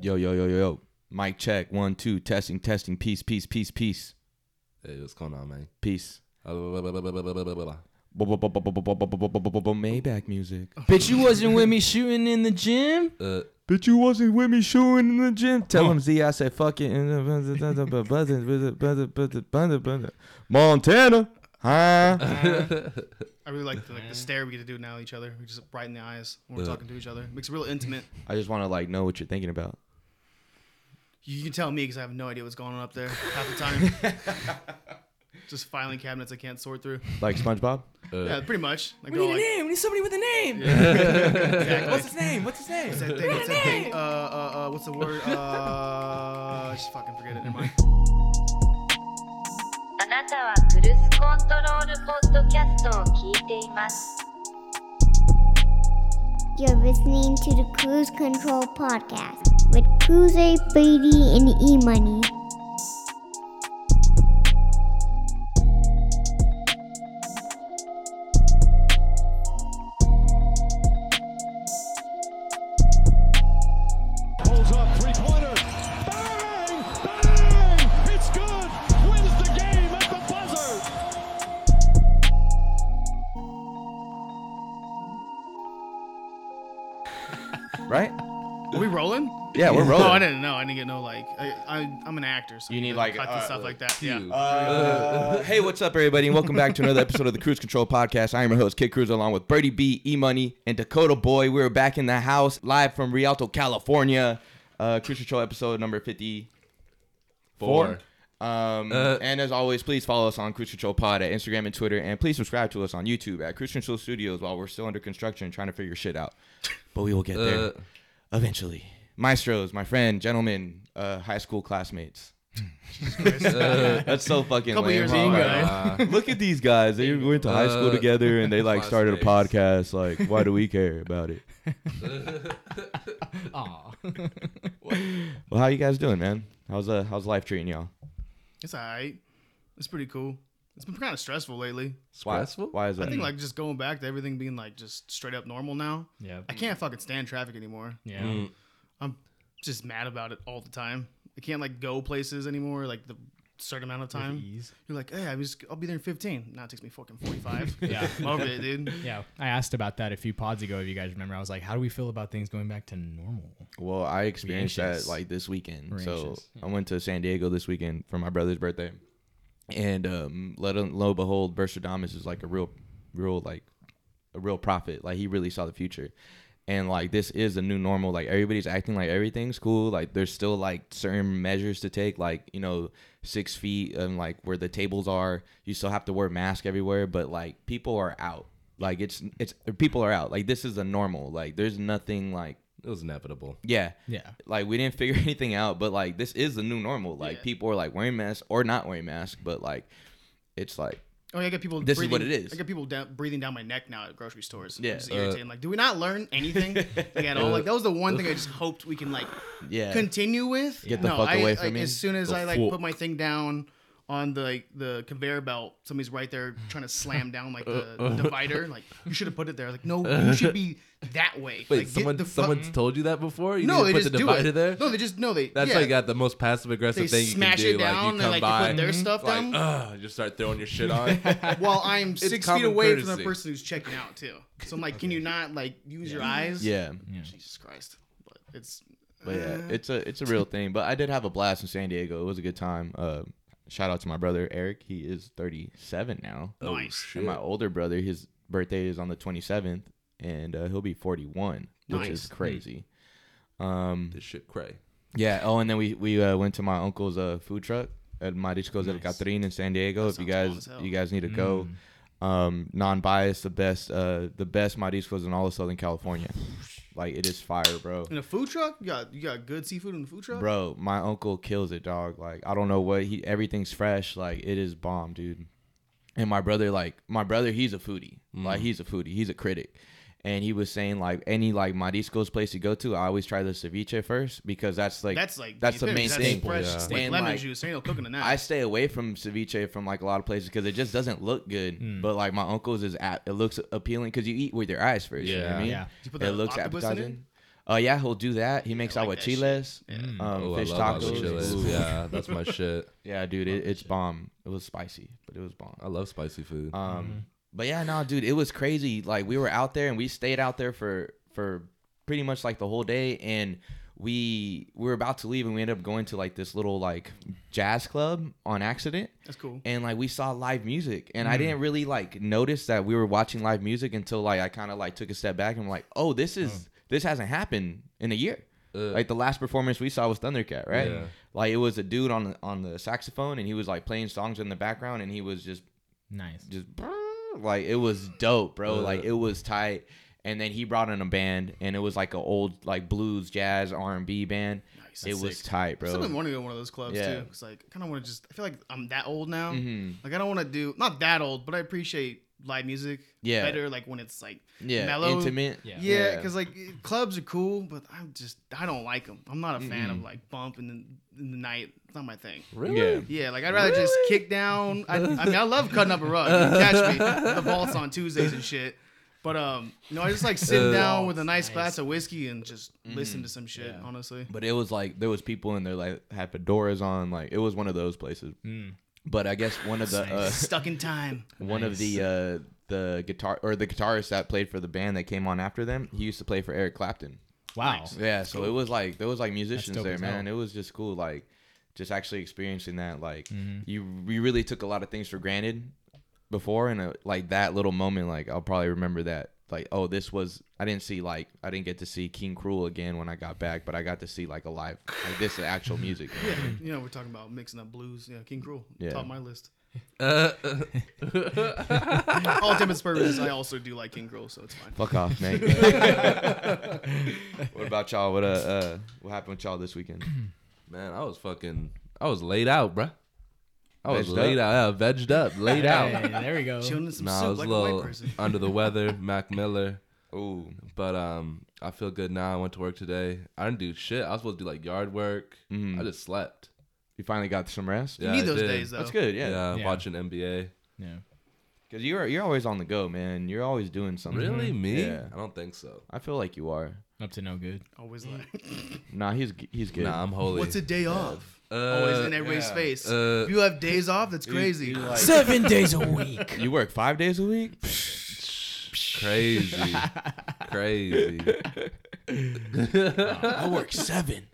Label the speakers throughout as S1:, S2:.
S1: Yo, yo, yo, yo, yo. Mic check. One, two. Testing, testing. Peace, peace, peace, peace,
S2: Hey, what's going on, man?
S1: peace.
S2: Blah-blah-blah-blah-blah-blah-blah-blah.
S1: Maybach music.
S3: Bitch, you wasn't with me shooting in the gym.
S2: Uh,
S1: But you wasn't with me shooting in the gym. Tell him Z, I said fuck uh, it. Montana. Huh?
S4: I really like the,
S1: Uh-huh.
S4: like, the stare we get to do now at each other. We're just right in the eyes when we're
S2: Yeah.
S4: talking to each other. Makes it real intimate.
S1: I just want to like know what you're thinking about.
S4: You can tell me because I have no idea what's going on up there half the time. just filing cabinets I can't sort through.
S1: Like SpongeBob?
S4: Yeah, pretty much. Like,
S3: We
S4: they're
S3: need
S4: all
S3: a
S4: like,
S3: name. We need somebody with a name.
S4: exactly.
S3: What's his name? What's his name?
S4: What's that thing? What's that thing? Uh, uh, uh, what's the word? Uh, just fucking forget it. Never mind.
S5: あなたはクルスコントロールポッドキャストを聞いています。
S6: You're listening to the Cruise Control Podcast with Cruise A. Brady and E Money.
S7: Holds up three pointer. Bang! Bang! It's good. Wins the game eh? at the buzzer.
S1: Right?
S4: Are we rolling?
S1: Yeah, we're
S4: Oh, I
S1: rolling.
S4: didn't know. I didn't get no like. I, I I'm an actor, so
S1: You need,
S4: I
S1: like,
S4: cut
S1: uh,
S4: and stuff like that. Yeah.
S1: Uh, hey, what's up, everybody, and welcome back to another episode of the Cruise Control Podcast. I am your host, Kid Cruz, along with Birdie B, E Money, and Dakota Boy. We're back in the house, live from Rialto, California. Uh, Cruise Control episode number fifty-four.
S2: Four.
S1: Um,
S2: Uh,
S1: and as always, please follow us on Cruise Control Pod at Instagram and Twitter, and please subscribe to us on YouTube at Cruise Control Studios while we're still under construction trying to figure shit out. But we will get there
S2: uh,
S1: eventually. Maestros, my friend, gentlemen, uh, high school classmates. That's so fucking
S4: Couple
S1: lame.
S4: years
S1: huh?
S4: ago,
S2: uh,
S1: Look at these guys. They went to high school
S2: Uh,
S1: together and they like started a
S2: classmates.
S1: podcast. Like, why do we care about it? Well, how you guys doing, man? How's uh how's life treating y'all?
S4: It's alright. It's pretty cool. It's been kind of stressful lately.
S1: Why,
S2: Stressful?
S1: why is that?
S4: I think like just going back to everything being like just straight up normal now.
S3: Yeah.
S1: Mm.
S4: I can't fucking stand traffic anymore.
S3: Yeah.
S4: I'm just mad about it all the time. I can't like go places anymore. Like the certain amount of time. You're like, hey, I was, I'll be there in 15. Now it takes me fucking 45.
S3: Yeah.
S4: I'm over it, dude.
S8: Yeah, I asked about that a few pods ago. If you guys remember, I was like, "How do we feel about things going back to normal?"
S1: well, I experienced that
S8: anxious.
S1: like this weekend.
S8: We're
S1: so
S8: anxious,
S1: I went to San Diego this weekend for my brother's birthday, and um, let un- lo and behold, Berstradamus is like a real, real like a real prophet. Like he really saw the future. And like this is the new normal. Like everybody's acting like everything's cool. Like there's still like certain measures to take. Like you know six feet and like where the tables are. You still have to wear mask everywhere. But like people are out. Like it's it's people are out. Like this is the normal. Like there's nothing like
S2: it was inevitable.
S1: yeah
S8: Yeah.
S1: like we didn't figure anything out but like this is the new normal like
S4: Yeah.
S1: people are like wearing masks or not wearing masks but like it's like
S4: Oh, yeah, I got people.
S1: This is
S4: breathing,
S1: what it is.
S4: I got people down, breathing down my neck now at grocery stores.
S1: Yeah. uh,
S4: Yeah, just irritating. like, do we not learn anything like, at all? Like that was the one thing I just hoped we can like
S1: yeah
S4: continue with.
S1: Get the
S4: no,
S1: fuck
S4: I,
S1: away
S4: like,
S1: from me.
S4: As soon as
S1: The
S4: I like
S1: fuck.
S4: put my thing down on the like, the conveyor belt, somebody's right there trying to slam down like the divider. Like you should have put it there. Like no, you should be that way.
S2: Wait,
S4: like, get
S2: someone
S4: the fuck- Mm.
S2: someone's told you that before? You
S4: no,
S2: didn't
S4: they
S2: put
S4: just
S2: the
S4: do
S2: divider
S4: it.
S2: there.
S4: No, they just no, they
S2: That's
S4: yeah,
S2: like got the most passive
S4: They
S2: aggressive thing you can
S4: smash
S2: do.
S4: it
S2: like
S4: down.
S2: you come
S4: they like
S2: by,
S4: you put their stuff down.
S2: like, ugh, just start throwing your shit on.
S4: Well, I'm six feet
S2: common
S4: away from the
S2: courtesy.
S4: person who's checking out too. So I'm like, can you not like use your eyes?
S1: yeah
S4: Jesus Christ. But it's
S1: but yeah
S4: Uh.
S1: it's a it's a real thing but i did have a blast in san diego it was a good time uh shout out to my brother eric he is 37 now
S2: Oh,
S4: nice.
S1: and my older brother his birthday is on the 27th and uh, he'll be 41 which is
S4: Nice.
S1: crazy
S2: this shit cray.
S1: Yeah. Oh, and then we we uh, went to my uncle's uh, food truck at Mariscos del Catrin in San Diego. if you
S4: sounds bomb
S1: guys
S4: as hell.
S1: you guys need to go, um, non-biased, the best uh, the best mariscos in all of Southern California. Like it is fire, bro.
S4: In a food truck? You got you got good seafood in the food truck?
S1: Bro, my uncle kills it, dog. Like I don't know what he everything's fresh. Like it is bomb, dude. And my brother, like my brother, he's a foodie. Like he's a foodie. He's a critic. And he was saying like any like mariscos place you go to, I always try the ceviche first because that's like
S4: That's like
S1: that's the
S4: epitome.
S1: main
S4: That's
S1: thing.
S4: Fresh,
S2: Yeah.
S4: like
S1: And,
S4: lemon
S1: like,
S4: juice. Ain't no cooking in that.
S1: I stay away from ceviche from like a lot of places because it just doesn't look good.
S2: Hmm.
S1: But like my uncle's is at, it looks appealing because you eat with your eyes first. you know what I
S2: Yeah.
S1: mean?
S8: Yeah.
S4: you put
S1: it
S4: the
S1: looks
S4: octopus in
S1: appetizing. Uh, yeah, he'll do that. He makes
S4: I like that shit.
S1: aguachiles, um,
S2: Oh, I
S1: fish
S2: love
S1: tacos.
S2: aguachiles.
S1: Ooh.
S2: Yeah, that's my shit.
S1: Yeah, dude, it, it's bomb. It was spicy, but it was bomb.
S2: I love spicy food.
S1: Um, but yeah, no, dude, it was crazy. Like we were out there and we stayed out there for for pretty much like the whole day, and we we were about to leave and we ended up going to like this little like jazz club on accident.
S4: That's cool.
S1: And like we saw live music, and I didn't really like notice that we were watching live music until like I kind of like took a step back and I'm like, oh, this is this hasn't happened in a year.
S2: Uh.
S1: like the last performance we saw was Thundercat, right?
S2: Yeah.
S1: Like it was a dude on the, on the saxophone, and he was like playing songs in the background, and he was just
S8: Nice.
S1: just like it was dope, bro.
S2: Uh.
S1: like it was tight. And then he brought in a band, and it was like an old like blues, jazz, R and B band.
S4: Nice.
S1: it
S4: That's
S1: was
S4: sick.
S1: tight,
S4: I still been
S1: bro.
S4: wanting to go to one of those clubs
S1: Yeah.
S4: too. Cause like I kind of want to just. I feel like I'm that old now.
S1: Mhm.
S4: Like I don't want to do not that old, but I appreciate live music.
S1: Yeah.
S4: Better like when it's like
S1: Yeah,
S4: mellow.
S1: intimate.
S8: Yeah.
S4: Yeah, because like eh, clubs are cool, but I'm just I don't like them. I'm not a fan of like bump in the, in the night. It's not my thing.
S2: really?
S1: yeah.
S4: Yeah, like I'd rather just kick down. I, I mean, I love cutting up a rug. You catch me the vaults on Tuesdays and shit. But um, no, I just like sitting
S2: Uh,
S4: down with a nice,
S8: nice.
S4: glass of whiskey and just listen to some shit. Honestly,
S1: But it was like there was people in there like had fedoras on. Like it was one of those places. But I guess one of the uh,
S4: stuck in time.
S1: one of the uh, the guitar or the guitarist that played for the band that came on after them, he used to play for Eric Clapton.
S8: Wow.
S1: Yeah, so it was like there was like musicians
S8: dope
S1: there,
S8: as
S1: man. It was just cool, like just actually experiencing that. Like
S8: Mm-hmm.
S1: you, we really took a lot of things for granted before, and uh like that little moment, like I'll probably remember that. Like, oh, this was I didn't see like I didn't get to see King Cruel again when I got back, but I got to see like a live like this is actual music.
S4: Yeah, you know we're talking about mixing up blues. Yeah, King Cruel,
S1: Yeah.
S4: top of my list.
S2: Uh,
S4: All Timid Spurs, I also do like King Cruel, so it's fine.
S1: Fuck off, man. what about y'all? What uh, uh what happened with y'all this weekend?
S2: man, I was fucking. I was laid out, bruh. I was
S1: Vegged
S2: laid out. Yeah, vegged up, laid out.
S8: Hey, there we go.
S4: Chilling in some
S2: Nah, I
S4: soup
S2: was a
S4: like a white
S2: little
S4: person.
S2: under the weather. Mac Miller.
S1: Ooh,
S2: But um, I feel good now. I went to work today. I didn't do shit. I was supposed to do like yard work.
S1: Mm-hmm.
S2: I just slept.
S1: you finally got some rest.
S2: Yeah,
S4: you
S2: I
S4: need those
S2: did.
S4: days though.
S1: That's good.
S2: Yeah,
S1: Yeah.
S8: Yeah.
S2: watching NBA.
S4: Mm-hmm.
S8: Yeah.
S1: Cause you're you're always on the go, man. You're always doing something.
S2: Really, me?
S1: Yeah.
S2: I don't think so.
S1: I feel like you are.
S8: Up to no good.
S4: Always like,
S1: Nah, he's he's good.
S2: Nah, I'm holy.
S4: what's a day off? Always in everybody's face.
S2: uh,
S4: if you have days off, that's crazy.
S8: Seven days a week.
S1: you work five days a week?
S2: Crazy, crazy.
S8: I work seven.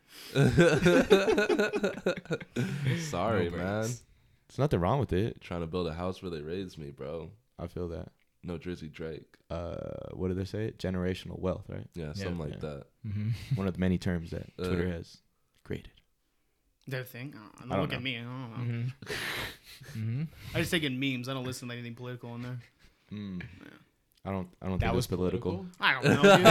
S2: Sorry, man.
S1: There's nothing wrong with it.
S2: Trying to build a house where they raised me, bro.
S1: I feel that.
S2: No Jersey Drake.
S1: Uh, what do they say? Generational wealth, right?
S2: Yeah, something like that.
S8: Mm-hmm.
S1: One of the many terms that
S2: Uh,
S1: Twitter has created.
S4: Their thing? I don't,
S1: don't
S4: look
S1: know. Mm-hmm.
S4: at me. I don't know.
S8: Mm-hmm.
S4: I just take in memes. I don't listen to anything political in there.
S1: I don't. I don't
S8: That
S1: think
S8: was
S1: it's political.
S8: political.
S4: I don't know. Dude.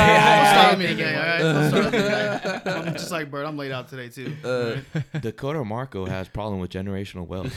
S4: yeah, do Don't start with me, guy. I'm just like, Bert, I'm laid out today, too.
S1: Uh. Dakota Marco has problem with generational wealth.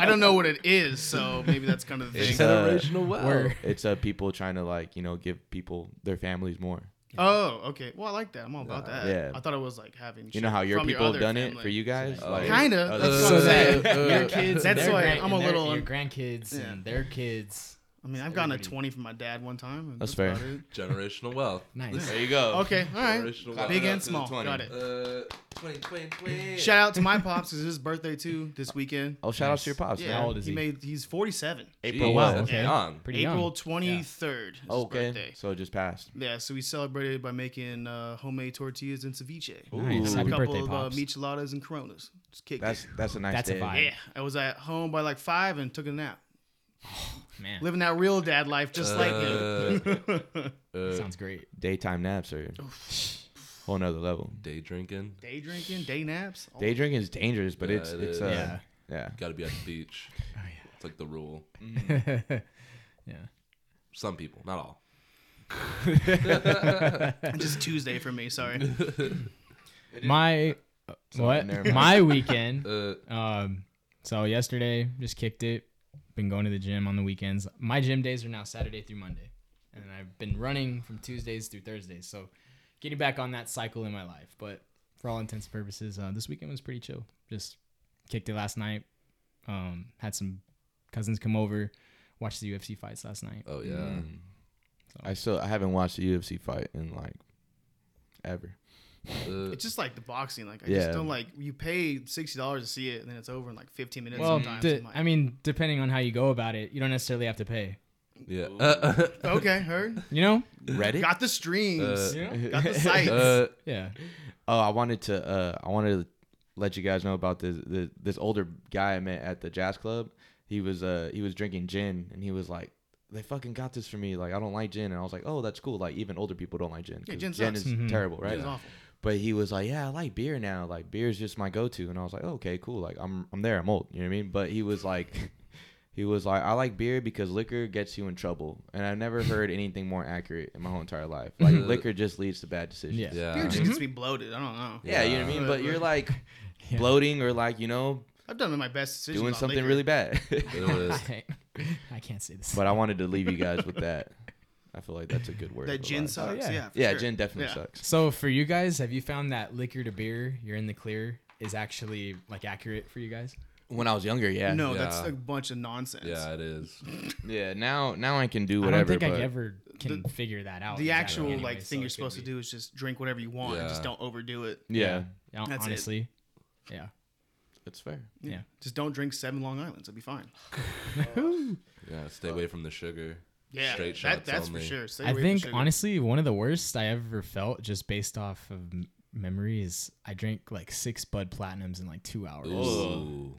S4: I don't know what it is, so maybe that's kind of the thing.
S1: It's, uh,
S2: Generational wealth.
S1: it's uh, people trying to like you know give people their families more.
S4: Oh, okay. Well, I like that. I'm all about that.
S1: yeah.
S4: I thought it was like having
S1: You know how your
S4: from
S1: people
S4: other
S1: have done it
S4: family.
S1: for you guys. Like,
S4: Kinda.
S1: uh,
S4: That's
S1: so
S4: what I'm
S2: that-
S4: saying.
S8: Your kids.
S4: That's
S8: and their
S4: why
S8: grand-
S4: I'm a
S8: and their-
S4: little-
S8: Your grandkids and their kids.
S4: I mean, I've gotten a 20 from my dad one time. and
S1: That's
S4: about
S1: fair.
S4: it.
S2: Generational wealth.
S8: Nice.
S1: there you go.
S4: Okay, all
S2: Generational wealth. Shout
S4: right. Big
S2: out
S4: and
S1: to the
S4: small.
S1: 20.
S4: Got it.
S2: Uh, twin, twin, twin.
S4: Shout out to my pops because his birthday, too, this weekend.
S1: Oh, shout out to your pops.
S4: Yeah,
S1: man.
S8: old is
S4: he
S8: he?
S4: made. He's 47.
S1: April.
S2: Jeez,
S8: wow,
S2: that's
S8: okay.
S2: Young.
S8: Pretty
S4: April
S8: young.
S4: 23rd. is his
S1: Okay.
S4: birthday.
S1: So it just passed.
S4: Yeah, so we celebrated by making uh, homemade tortillas and ceviche.
S8: Nice.
S4: A
S8: Happy
S4: couple
S8: birthday,
S4: of
S8: Pops.
S4: uh, micheladas and Coronas. Just kicked
S1: That's
S4: it.
S1: that's a nice
S8: That's a
S1: day.
S8: vibe.
S4: Yeah, I was at home by like five and took a nap.
S8: Man,
S4: Living that real dad life, just like me.
S1: Uh.
S8: sounds great.
S1: Daytime naps are whole nother level.
S2: Day drinking.
S4: Day drinking, day naps. all-
S1: Day drinking is dangerous, but
S2: Yeah,
S1: it's
S2: it
S1: it's
S2: is.
S1: uh, yeah.
S8: Yeah.
S2: Got to be at the beach.
S3: Oh,
S2: It's like the rule.
S8: Yeah.
S2: Some people, not all.
S4: just Tuesday for me. Sorry.
S8: My what?
S1: never mind.
S8: My weekend.
S2: Uh,
S8: Um, so yesterday just kicked it. Been going to the gym on the weekends. My gym days are now Saturday through Monday, and I've been running from Tuesdays through Thursdays. So getting back on that cycle in my life. But for all intents and purposes, uh, this weekend was pretty chill. Just kicked it last night. Um, had some cousins come over, watched the UFC fights last night.
S2: oh yeah.
S1: I still I haven't watched a UFC fight in like ever.
S2: Uh,
S4: It's just like the boxing. Like I
S1: Yeah.
S4: just don't like you pay sixty dollars to see it, and then it's over in like fifteen minutes.
S8: Well,
S4: sometimes.
S8: de-
S4: I'm like,
S8: I mean, depending on how you go about it, you don't necessarily have to pay.
S2: yeah.
S4: okay, heard.
S8: You know?
S1: Reddit.
S4: Got the streams.
S2: Uh,
S8: Yeah.
S4: got the sites.
S2: uh,
S8: Yeah.
S1: Oh, I wanted to uh, I wanted to let you guys know about this, this this older guy I met at the jazz club. He was uh he was drinking gin and he was like, they fucking got this for me. Like I don't like gin and I was like, oh that's cool. Like even older people don't like gin. 'cause
S4: gin
S1: gin
S4: sucks.
S1: is
S8: Mm-hmm.
S1: terrible, right?
S4: It was awful.
S1: But he was like, yeah, I like beer now. Like beer's just my go-to. And I was like, oh, okay, cool. Like I'm I'm there. I'm old. You know what I mean? But he was like. He was like, I like beer because liquor gets you in trouble, and I've never heard anything more accurate in my whole entire life. Like liquor just leads to bad decisions.
S8: Yeah.
S2: yeah.
S4: Beer just
S1: mhm.
S4: gets to be bloated. I don't know.
S1: Yeah, you know what I mean. But you're like bloating or like you know
S4: I've done my best decisions.
S1: doing
S4: on
S1: something
S4: liquor.
S1: really bad.
S2: It was-
S8: I, can't say this.
S1: but I wanted to leave you guys with that. I feel like that's a good word.
S4: That
S1: for
S4: gin
S1: life. Oh,
S4: sucks.
S8: yeah.
S4: yeah. for
S1: Yeah,
S4: sure.
S1: gin definitely
S4: Yeah.
S1: sucks.
S8: So for you guys, have you found that liquor to beer, you're in the clear, is actually like accurate for you guys?
S1: When I was younger, yeah.
S4: No, that's
S2: Yeah.
S4: a bunch of nonsense.
S2: yeah, it is.
S1: Yeah. Now, now I can do whatever.
S8: I don't think
S1: but
S8: I ever can figure that out.
S4: The
S8: exactly
S4: actual
S8: anyway,
S4: like
S8: so
S4: thing
S8: it
S4: you're
S8: could
S4: supposed
S8: be-
S4: to do is just drink whatever you want and just
S2: Yeah.
S4: don't overdo it.
S1: Yeah,
S8: Yeah,
S4: That's it.
S8: honestly. Yeah.
S1: it's fair.
S8: Yeah.
S4: Just don't drink seven Long Islands. It'll be fine.
S2: Yeah, stay away from the sugar.
S4: Yeah,
S2: Straight
S4: that,
S2: shots
S4: that's
S2: only.
S4: for sure. Stay
S8: I
S4: away from
S8: think
S4: sugar.
S8: honestly one of the worst I ever felt just based off of m- memory is I drank like six Bud Platinums in like two hours.
S2: Ooh, that's
S4: Oh.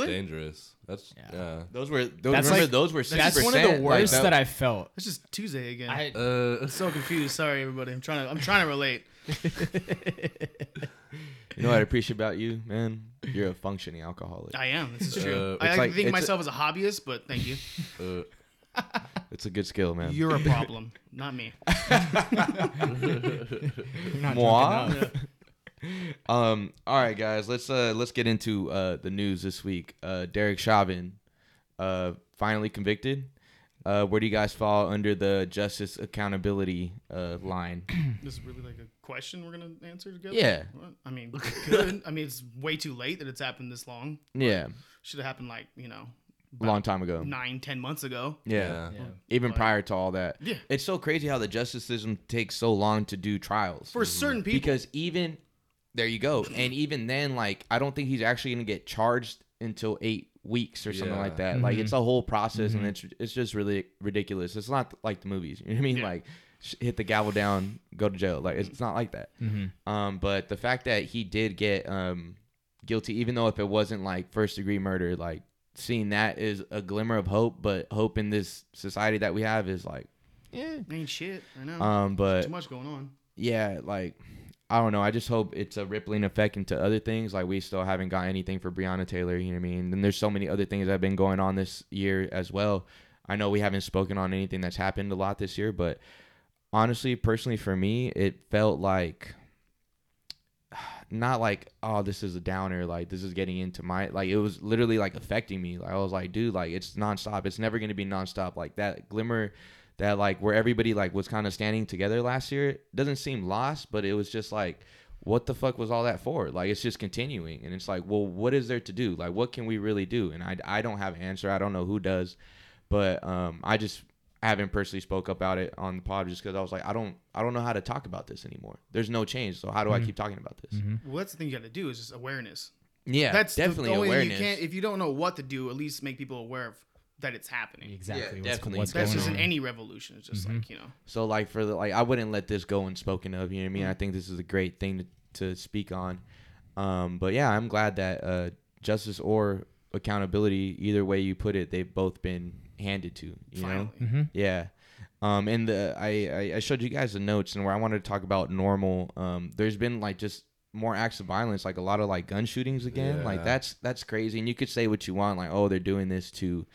S4: Really?
S2: dangerous. That's yeah.
S1: Those were those.
S8: That's
S1: remember,
S8: like-
S1: those were
S8: That's one of the worst that, I felt.
S4: It's just Tuesday again.
S8: I,
S2: Uh,
S4: so confused. Sorry, everybody. I'm trying to. I'm trying to relate.
S1: You know what I appreciate about you, man? You're a functioning alcoholic.
S4: I am. This is true.
S2: Uh,
S4: I
S1: it's
S4: I
S1: like- it's
S4: think of myself as a hobbyist, but thank you.
S2: uh,
S1: It's a good skill, man.
S4: You're a problem, not me.
S8: you're not
S1: Moi?
S8: drunk enough.
S1: Um. All right, guys. Let's uh let's get into uh the news this week. Uh, Derek Chauvin, uh, finally convicted. Uh, where do you guys fall under the justice accountability uh line?
S4: This is really like a question we're gonna answer together.
S1: Yeah.
S4: What? I mean, good. I mean, it's way too late that it's happened this long.
S1: yeah,
S4: Should have happened like you know
S1: long time ago.
S4: nine, ten months ago.
S1: yeah.
S2: yeah.
S1: even prior to all that.
S4: Yeah.
S1: it's so crazy how the justice system takes so long to do trials
S4: For certain people,
S1: Mm-hmm. because even there you go, and even then, like I don't think he's actually gonna get charged until eight weeks or something
S2: Yeah.
S1: like that. Like it's a whole process, and it's it's just really ridiculous. It's not like the movies, you know what I mean? Like sh- hit the gavel down, go to jail. Like it's not like that. Um, but the fact that he did get um guilty, even though if it wasn't like first degree murder, like seeing that is a glimmer of hope. But hope in this society that we have is like, yeah.
S4: ain't shit. I know.
S1: Um, but
S4: Too much going on.
S1: yeah, like I don't know. I just hope it's a rippling effect into other things. Like we still haven't got anything for Breonna Taylor. You know what I mean? And there's so many other things that have been going on this year as well. I know we haven't spoken on anything that's happened a lot this year, but honestly, personally for me, it felt like not like oh this is a downer like this is getting into my like it was literally like affecting me like i was like dude like it's nonstop it's never gonna be nonstop like that glimmer that like where everybody like was kind of standing together last year doesn't seem lost but it was just like what the fuck was all that for like it's just continuing and it's like well what is there to do like what can we really do and i, I don't have an answer i don't know who does but um i just haven't personally spoke about it on the pod just because i was like i don't i don't know how to talk about this anymore there's no change so how do i keep talking about this
S4: Well, that's the thing you got to do is just awareness.
S1: yeah, that's
S4: That's the-
S1: definitely
S4: the only thing
S1: awareness.
S4: You can't, if you don't know what to do, at least make people aware of that it's happening.
S8: Exactly.
S1: Yeah,
S8: what's,
S1: definitely.
S8: what's
S4: That's
S8: going
S4: just
S8: on.
S4: in any revolution. It's
S1: Mm-hmm.
S4: just like you know.
S1: so like for the like, I wouldn't let this go unspoken of. You know what I
S4: Mm-hmm.
S1: mean? I think this is a great thing to, to speak on. Um, but yeah, I'm glad that uh, justice or accountability, either way you put it, they've both been handed to. You know? Mm-hmm.
S4: Finally.
S1: Yeah. Um, and the I, I- I showed you guys the notes and where I wanted to talk about normal. Um, there's been like just more acts of violence, like a lot of like gun shootings again. Like
S2: Yeah.
S1: that's that's crazy. And you could say what you want, like oh they're doing this to,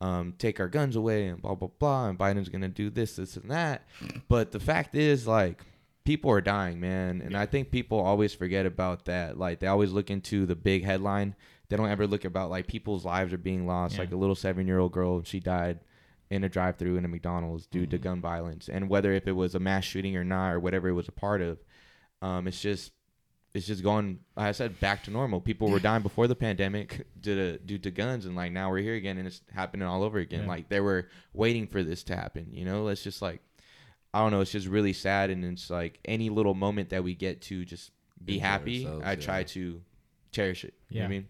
S1: um, take our guns away and blah blah blah. And Biden's gonna do this this and that. But the fact is like people are dying, man. And I think people always forget about that. Like they always look into the big headline. They don't ever look about like people's lives are being lost. Like a little seven year old girl, she died in a drive through in a McDonald's due
S2: Mm-hmm.
S1: to gun violence. And whether if it was a mass shooting or not or whatever it was a part of, um, it's just it's just going like I said, back to normal. People were dying before the pandemic due to due to guns and like now we're here again and it's happening all over again. Like they were waiting for this to happen, you know? It's just like I don't know. It's just really sad, and it's like any little moment that we get to just be
S2: Enjoy
S1: happy.
S2: ourselves,
S1: I
S2: yeah.
S1: try to cherish it. You know what I
S8: Yeah.
S1: mean?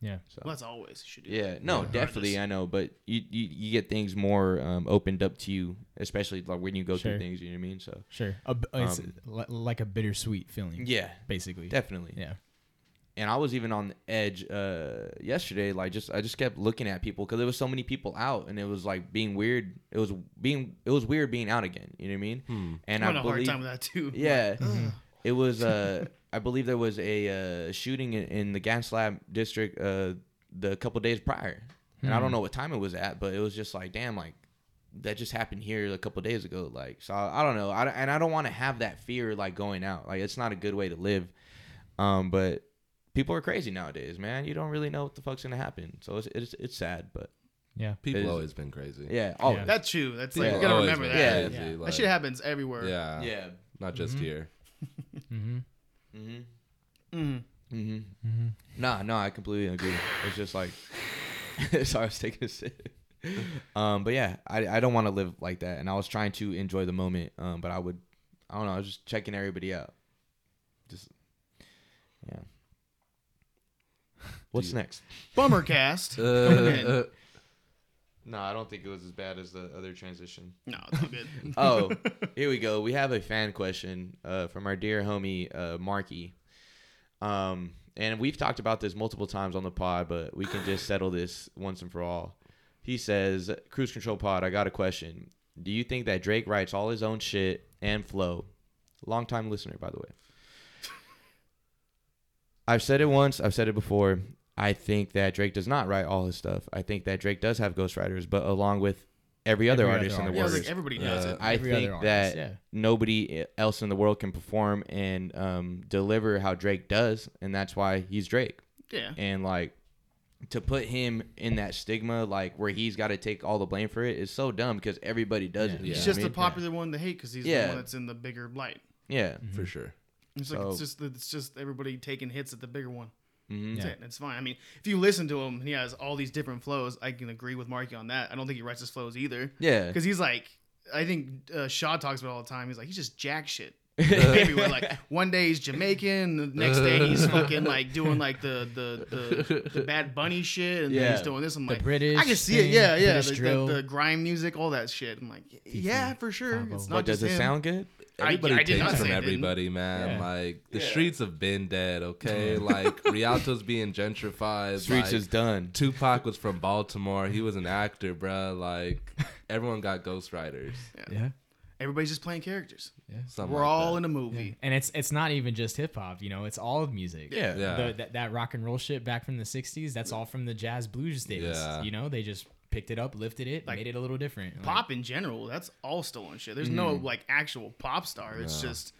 S8: Yeah.
S1: So.
S4: Well, that's always you should do.
S1: Yeah,
S4: that,
S1: no,
S4: regardless.
S1: definitely, I know, but you, you you get things more um, opened up to you, especially like when you go through
S8: Sure.
S1: things. You know what I mean? So
S8: Sure. A b it's
S1: Um,
S8: li- like a bittersweet feeling.
S1: yeah,
S8: Basically.
S1: definitely.
S8: Yeah.
S1: And I was even on the edge uh, yesterday. Like just I just kept looking at people because there was so many people out, and it was like being weird. It was being it was weird being out again. You know what I mean? And
S4: Hmm. I'm having
S1: I
S4: a hard
S1: believe
S4: time with that too.
S1: yeah, it was. Uh, I believe there was a uh, shooting in, in the gas lab district uh, the couple days prior, and I don't know what time it was at, but it was just like, damn, like that just happened here a couple days ago. Like, so I, I don't know, I, don't- and I don't want to have that fear like going out. Like, it's not a good way to live. Um, but people are crazy nowadays, man. You don't really know what the fuck's gonna happen, so it's it's, it's sad, but
S8: Yeah.
S2: People
S1: Is-
S2: always been crazy.
S1: yeah, oh yeah.
S4: That's true. That's like you
S2: People
S4: gotta
S2: always
S4: remember
S2: been
S4: that.
S1: Yeah.
S2: crazy,
S4: That
S2: like,
S4: shit happens everywhere.
S2: Yeah.
S1: yeah. Mm-hmm.
S2: Not just
S4: Mm-hmm.
S2: here.
S8: Mm-hmm.
S4: Mm-hmm.
S1: Nah, no, I completely agree. It's just like, sorry, I was taking a sip. Um, but yeah, I, I don't want to live like that, and I was trying to enjoy the moment. Um, but I would, I don't know, I was just checking everybody out. Just, yeah. What's next?
S4: Bummer cast.
S2: Uh,
S4: Coming in.
S2: uh,
S1: No, I don't think it was as bad as the other transition.
S4: no, it's all good.
S1: Oh, here we go. We have a fan question uh, from our dear homie uh, Marky. Um, and we've talked about this multiple times on the pod, but we can just settle this once and for all. He says, "Cruise Control Pod, I got a question. Do you think that Drake writes all his own shit and flow? Longtime listener, by the way. I've said it once. I've said it before. I think that Drake does not write all his stuff. I think that Drake does have ghostwriters, but along with every other
S8: Every other
S1: artist in the
S8: artist.
S4: yeah, I was
S1: world,
S4: like everybody does
S2: Uh,
S4: it.
S1: I
S8: every
S1: think
S8: other
S1: that
S8: artist, yeah.
S1: nobody e, else in the world can perform and um, deliver how Drake does, and that's why he's Drake.
S4: Yeah.
S1: And like to put him in that stigma, like where he's got to take all the blame for it, is so dumb because everybody does it.
S2: Yeah.
S4: He's
S1: It's
S4: just the popular one to hate because he's
S1: Yeah.
S4: the one that's in the bigger light.
S1: yeah,
S4: Mhm.
S2: for sure.
S4: It's
S1: So-
S4: like it's
S1: Mm-hmm.
S4: just it's just everybody taking hits at the bigger one. That's
S8: Yeah.
S4: it. It's fine. I mean, if you listen to him, he has all these different flows. I can agree with Marky on that. I don't think he writes his flows either.
S1: yeah.
S4: Because he's like, I think uh, Shaw talks about it all the time. He's like, he's just jack shit. Everywhere. Like one day he's Jamaican, the next day he's fucking like doing like the the, the, the bad bunny shit, and then he's
S1: Yeah.
S4: doing this. I'm
S8: The
S4: like,
S8: British
S4: I can see it.
S8: thing,
S4: Yeah, yeah.
S8: British
S4: The,
S8: drill.
S4: the, the grime music, all that shit. I'm like, yeah, for sure.
S8: combo.
S4: It's not
S1: But does it
S4: just him.
S1: sound good?
S4: I-
S2: Everybody
S4: I did
S2: takes
S4: not
S2: from
S4: say it didn't.
S2: everybody, man.
S8: Yeah.
S2: Like the streets have been dead, okay? Like Rialto's being gentrified.
S1: Streets
S2: like,
S1: is done.
S2: Tupac was from Baltimore. He was an actor, bruh. Like everyone got ghostwriters.
S8: Yeah.
S4: Everybody's just playing characters.
S2: Something
S4: We're
S2: like
S4: all
S2: that.
S4: in a movie.
S8: And it's it's not even just hip hop, you know, it's all music.
S1: Yeah.
S2: Yeah.
S8: The, that, that rock and roll shit back from the 60s, that's all from the jazz blues days.
S2: Yeah.
S8: You know, they just picked it up, lifted it,
S4: Like,
S8: made it a little different. Like,
S4: pop in general, that's all stolen shit. There's no like actual pop star. It's just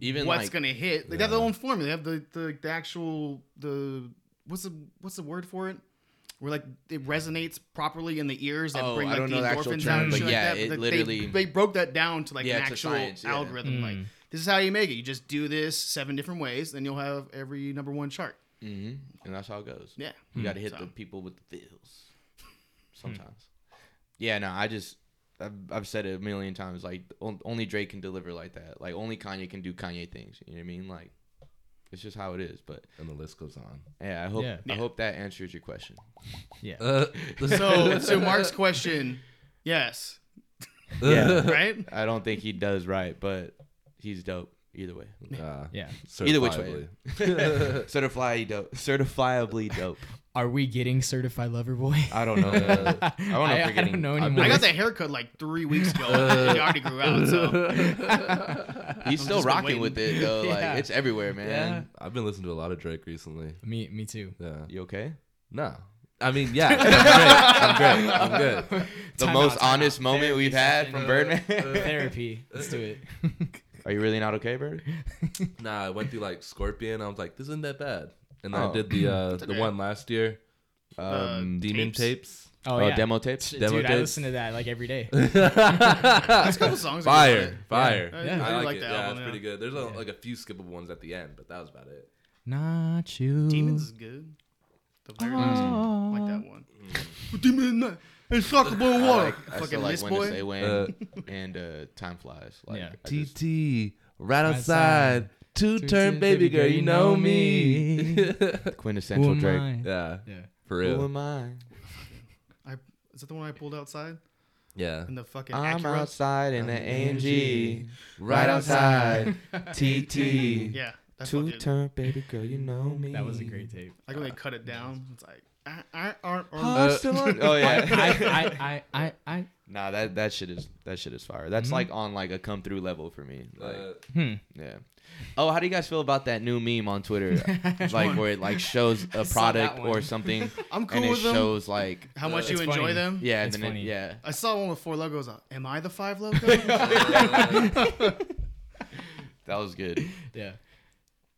S1: Even
S4: what's
S1: like,
S4: gonna hit. They have their own formula. They have the, the the actual the what's the what's the word for it? Where like it resonates properly in the ears that
S1: Oh,
S4: bring
S1: I
S4: like
S1: don't
S4: the
S1: know the actual
S4: endorphins
S1: term,
S4: out and
S1: but
S4: shit like
S1: yeah,
S4: that.
S1: it
S4: But they-
S1: literally-
S4: they, broke that down to like
S1: Yeah,
S4: an
S1: it's a
S4: actual
S1: science, yeah.
S4: algorithm. Like this is how you make it. You just do this seven different ways, and you'll have every number one chart.
S1: Mhm. and that's how it goes.
S4: Yeah, Mm.
S1: You got to hit
S4: So- Hmm.
S1: the people with the feels. Sometimes. yeah, no, I just I've, I've said it a million times. Like on- only Drake can deliver like that. Like only Kanye can do Kanye things. You know what I mean? Like it's just how it is. But
S2: and the list goes on.
S1: yeah, I hope
S8: Yeah.
S1: I hope that answers your question.
S8: yeah.
S2: Uh,
S4: So to Mark's question, yes,
S1: yeah,
S4: right?
S1: I don't think he does right, but he's dope either way.
S2: uh,
S8: yeah.
S1: Either which way.
S2: certifiably.
S1: Certifiably dope. Certifiably dope.
S8: Are we getting certified lover boy?
S1: I don't know. I don't know.
S8: I-
S1: if
S8: I
S1: we're getting,
S8: don't know
S1: I've been-
S8: anymore.
S4: I got that haircut like three weeks ago. and it already grew out, so
S1: He's still
S4: just been
S1: rocking with it though.
S8: Yeah.
S1: Like it's everywhere, man.
S2: I've been listening to a lot of Drake recently.
S8: me me too.
S2: Yeah.
S1: You okay?
S2: No. I mean, yeah. I'm great. I'm great. I'm good.
S1: the
S8: Time
S1: most
S8: out, time
S1: honest
S8: out.
S1: moment
S8: Therapy
S1: we've had
S8: session.
S1: from Birdman.
S8: Therapy. Let's do it.
S1: Are you really not okay, Bird?
S2: Nah, I went through like Scorpion. I was like, this isn't that bad. And I
S1: Oh.
S2: did the uh, the
S4: okay.
S2: one last year,
S1: Um,
S2: Demon
S4: Tapes.
S2: Tapes.
S8: Oh,
S1: oh,
S8: yeah.
S1: demo tapes.
S8: Dude,
S2: demo
S8: I
S2: tapes.
S8: listen to that like every day.
S4: There's a couple songs. are good on
S2: Fire,
S4: it.
S2: fire.
S4: Yeah. I
S2: I,
S4: really
S2: like,
S4: like
S2: it.
S4: that
S2: yeah,
S4: album,
S2: it's
S4: yeah.
S2: pretty good. There's a, like a few skippable ones at the end, but that was about it.
S8: Not
S4: Mm.
S8: you. Oh.
S4: Demons is good. The very last one. Like that one. Mm. Demon. It's fuckable
S1: I
S4: water.
S1: like, I
S4: Fucking
S1: still like
S4: list
S1: when to say
S4: boy.
S1: when,
S2: Uh,
S1: and uh, time flies. Like,
S8: Yeah.
S1: I just-
S2: TT, right
S8: outside.
S2: outside. Two
S8: Two-turn
S2: turn baby girl, you know me.
S1: quintessential
S8: Who am
S1: Drake.
S8: I?
S2: yeah,
S8: Yeah.
S2: for
S1: Who
S2: real.
S1: am I?
S4: Is that the one I pulled outside?
S2: Yeah.
S4: And the fucking
S1: I'm
S4: Acura?
S1: outside in the AMG,
S2: Right outside.
S1: TT.
S4: Yeah. That's
S1: Two
S4: fucking,
S1: turn baby girl, you know me.
S8: That was a great tape.
S4: like when they cut it down, it's like I, I aren't.
S1: Oh, it's still on- oh
S8: I,
S1: yeah.
S8: I, I, I, I,
S1: nah, that that shit is that shit is fire. That's like on like a come through level for me. Like
S2: Uh,
S8: hmm.
S1: yeah. Oh, how do you guys feel about that new meme on Twitter? like where it like shows a
S8: saw that
S1: product or
S8: one.
S1: something,
S4: I'm cool
S1: and it
S4: with them.
S1: shows like
S4: How much you
S8: It's
S4: enjoy
S8: funny.
S4: them?
S1: yeah, and
S8: It's
S1: then it,
S8: funny.
S1: yeah.
S4: I saw one with four logos. on. Am I the five logo?
S1: That was good.
S8: Yeah.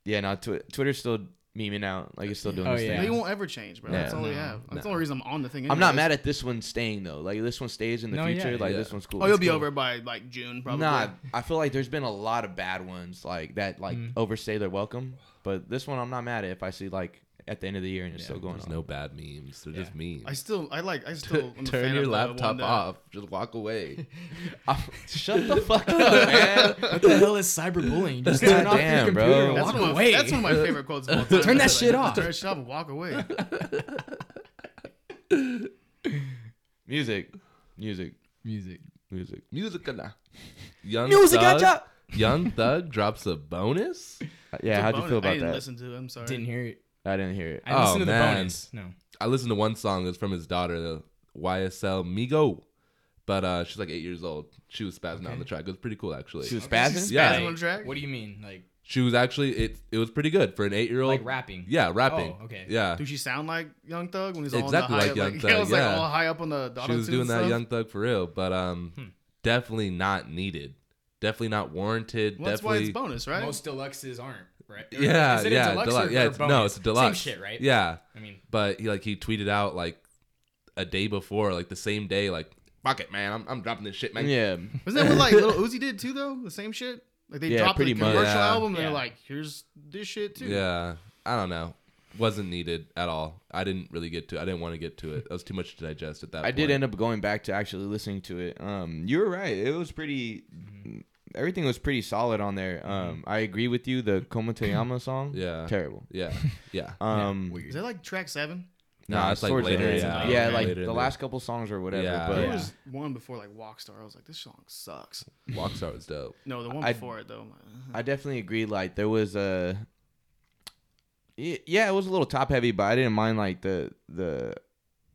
S1: Yeah, no, tw- Twitter's still memeing out. Like it's still doing
S8: Oh,
S1: this
S8: yeah.
S1: thing.
S4: They won't ever change, bro. That's
S1: Yeah.
S4: all we
S8: No,
S4: have. That's
S1: no.
S4: the only reason I'm on the thing.
S1: I'm not
S4: anyways.
S1: mad at this one staying though. Like this one stays in the
S8: No, yeah.
S1: future. Like
S2: Yeah.
S1: this one's cool.
S4: Oh, you'll
S1: It's
S4: be
S1: cool.
S4: over by like June, probably.
S1: Nah, I feel like there's been a lot of bad ones like that, like
S8: Mm.
S1: overstay their welcome. But this one, I'm not mad at if I see like at the end of the year and it's still going
S2: There's
S1: on.
S2: no bad memes. They're just memes.
S4: I still, I like, I still am a fan
S2: Turn your
S4: of the one
S2: laptop
S4: that-
S2: off. Just walk away.
S1: Shut the fuck up, man.
S8: What the hell is cyberbullying? Just turn off your
S1: Goddamn,
S8: computer
S1: bro.
S8: and
S4: That's
S8: walk
S4: one, of,
S8: away.
S4: that's one of my favorite quotes of all time.
S8: Turn that
S4: Like,
S8: shit off.
S4: Turn that shit off and walk away.
S1: music, music,
S8: Music.
S1: music.
S2: Music or nah. Young
S8: Music, I
S2: Thug,
S8: drop-
S2: Young Thug drops a bonus.
S1: Uh, Yeah, how'd you feel
S4: I
S1: about
S4: didn't
S1: that?
S4: listen to it. I'm sorry.
S8: Didn't hear it.
S1: I didn't hear it.
S8: I listened to the
S2: Oh, man.
S8: bonus. No.
S2: I listened to one song that's from his daughter, the YSL Migo. But uh, she's like eight years old. She was spazzing out on the track. It was pretty cool actually.
S1: She was spazzing.
S2: Yeah.
S4: Spazzing on the track?
S8: What do you mean? Like,
S2: She was actually it. It was pretty good for an eight year old.
S8: like rapping?
S2: Yeah, rapping.
S8: Oh, okay.
S2: Yeah,
S4: Do she sound like Young Thug when he's
S2: Exactly
S4: all on the high,
S2: like Young
S4: yeah, it
S2: Thug,
S4: was, like
S2: yeah.
S4: all high up on the.
S2: she was
S4: auto-tune
S2: doing that
S4: stuff?
S2: Young Thug for real. But um,
S8: Hmm.
S2: definitely not needed. Definitely not warranted.
S4: Well, that's why
S2: definitely.
S4: it's bonus, right?
S8: Most deluxes aren't, right? Or
S2: yeah,
S8: is it a
S2: yeah,
S8: deluxe or-
S2: deluxe. yeah,
S8: or
S2: it's, no,
S8: bonus?
S2: it's a deluxe.
S8: Same shit, right?
S2: Yeah,
S8: I mean,
S2: but he like he tweeted out like a day before, like the same day, like fuck it, man, I'm, I'm dropping this shit, man.
S1: Yeah,
S4: Wasn't that what like Little Uzi did too, though? The same shit. Like they
S1: Yeah,
S4: dropped the
S1: pretty much.
S4: commercial
S2: Yeah.
S4: album, and
S8: Yeah.
S4: they're like, "Here's this shit too."
S2: Yeah, I don't know. Wasn't needed at all. I didn't really get to. I didn't want to get to it. That was too much to digest at that.
S1: I
S2: point.
S1: did end up going back to actually listening to it. Um, you were right. It was pretty. Everything was pretty solid on there. Um, I agree with you. The Komotoyama song,
S2: Mm-hmm. Yeah.
S1: terrible.
S2: Yeah, yeah.
S1: Um,
S4: Is that like track seven?
S2: No, it's like
S1: towards the
S2: later
S1: end.
S2: in
S1: Yeah,
S2: the-
S1: yeah,
S2: okay.
S1: like
S2: later in
S1: the
S2: the-
S1: last couple songs or whatever.
S2: Yeah.
S1: But
S4: There
S8: Yeah.
S4: was one before like Walkstar. I was like, this song sucks.
S2: Rockstar was dope.
S4: No, the one
S1: I-
S4: before it though. I'm like, uh-huh.
S1: I definitely agree. Like there was a, Y- yeah, it was a little top heavy, but I didn't mind like the the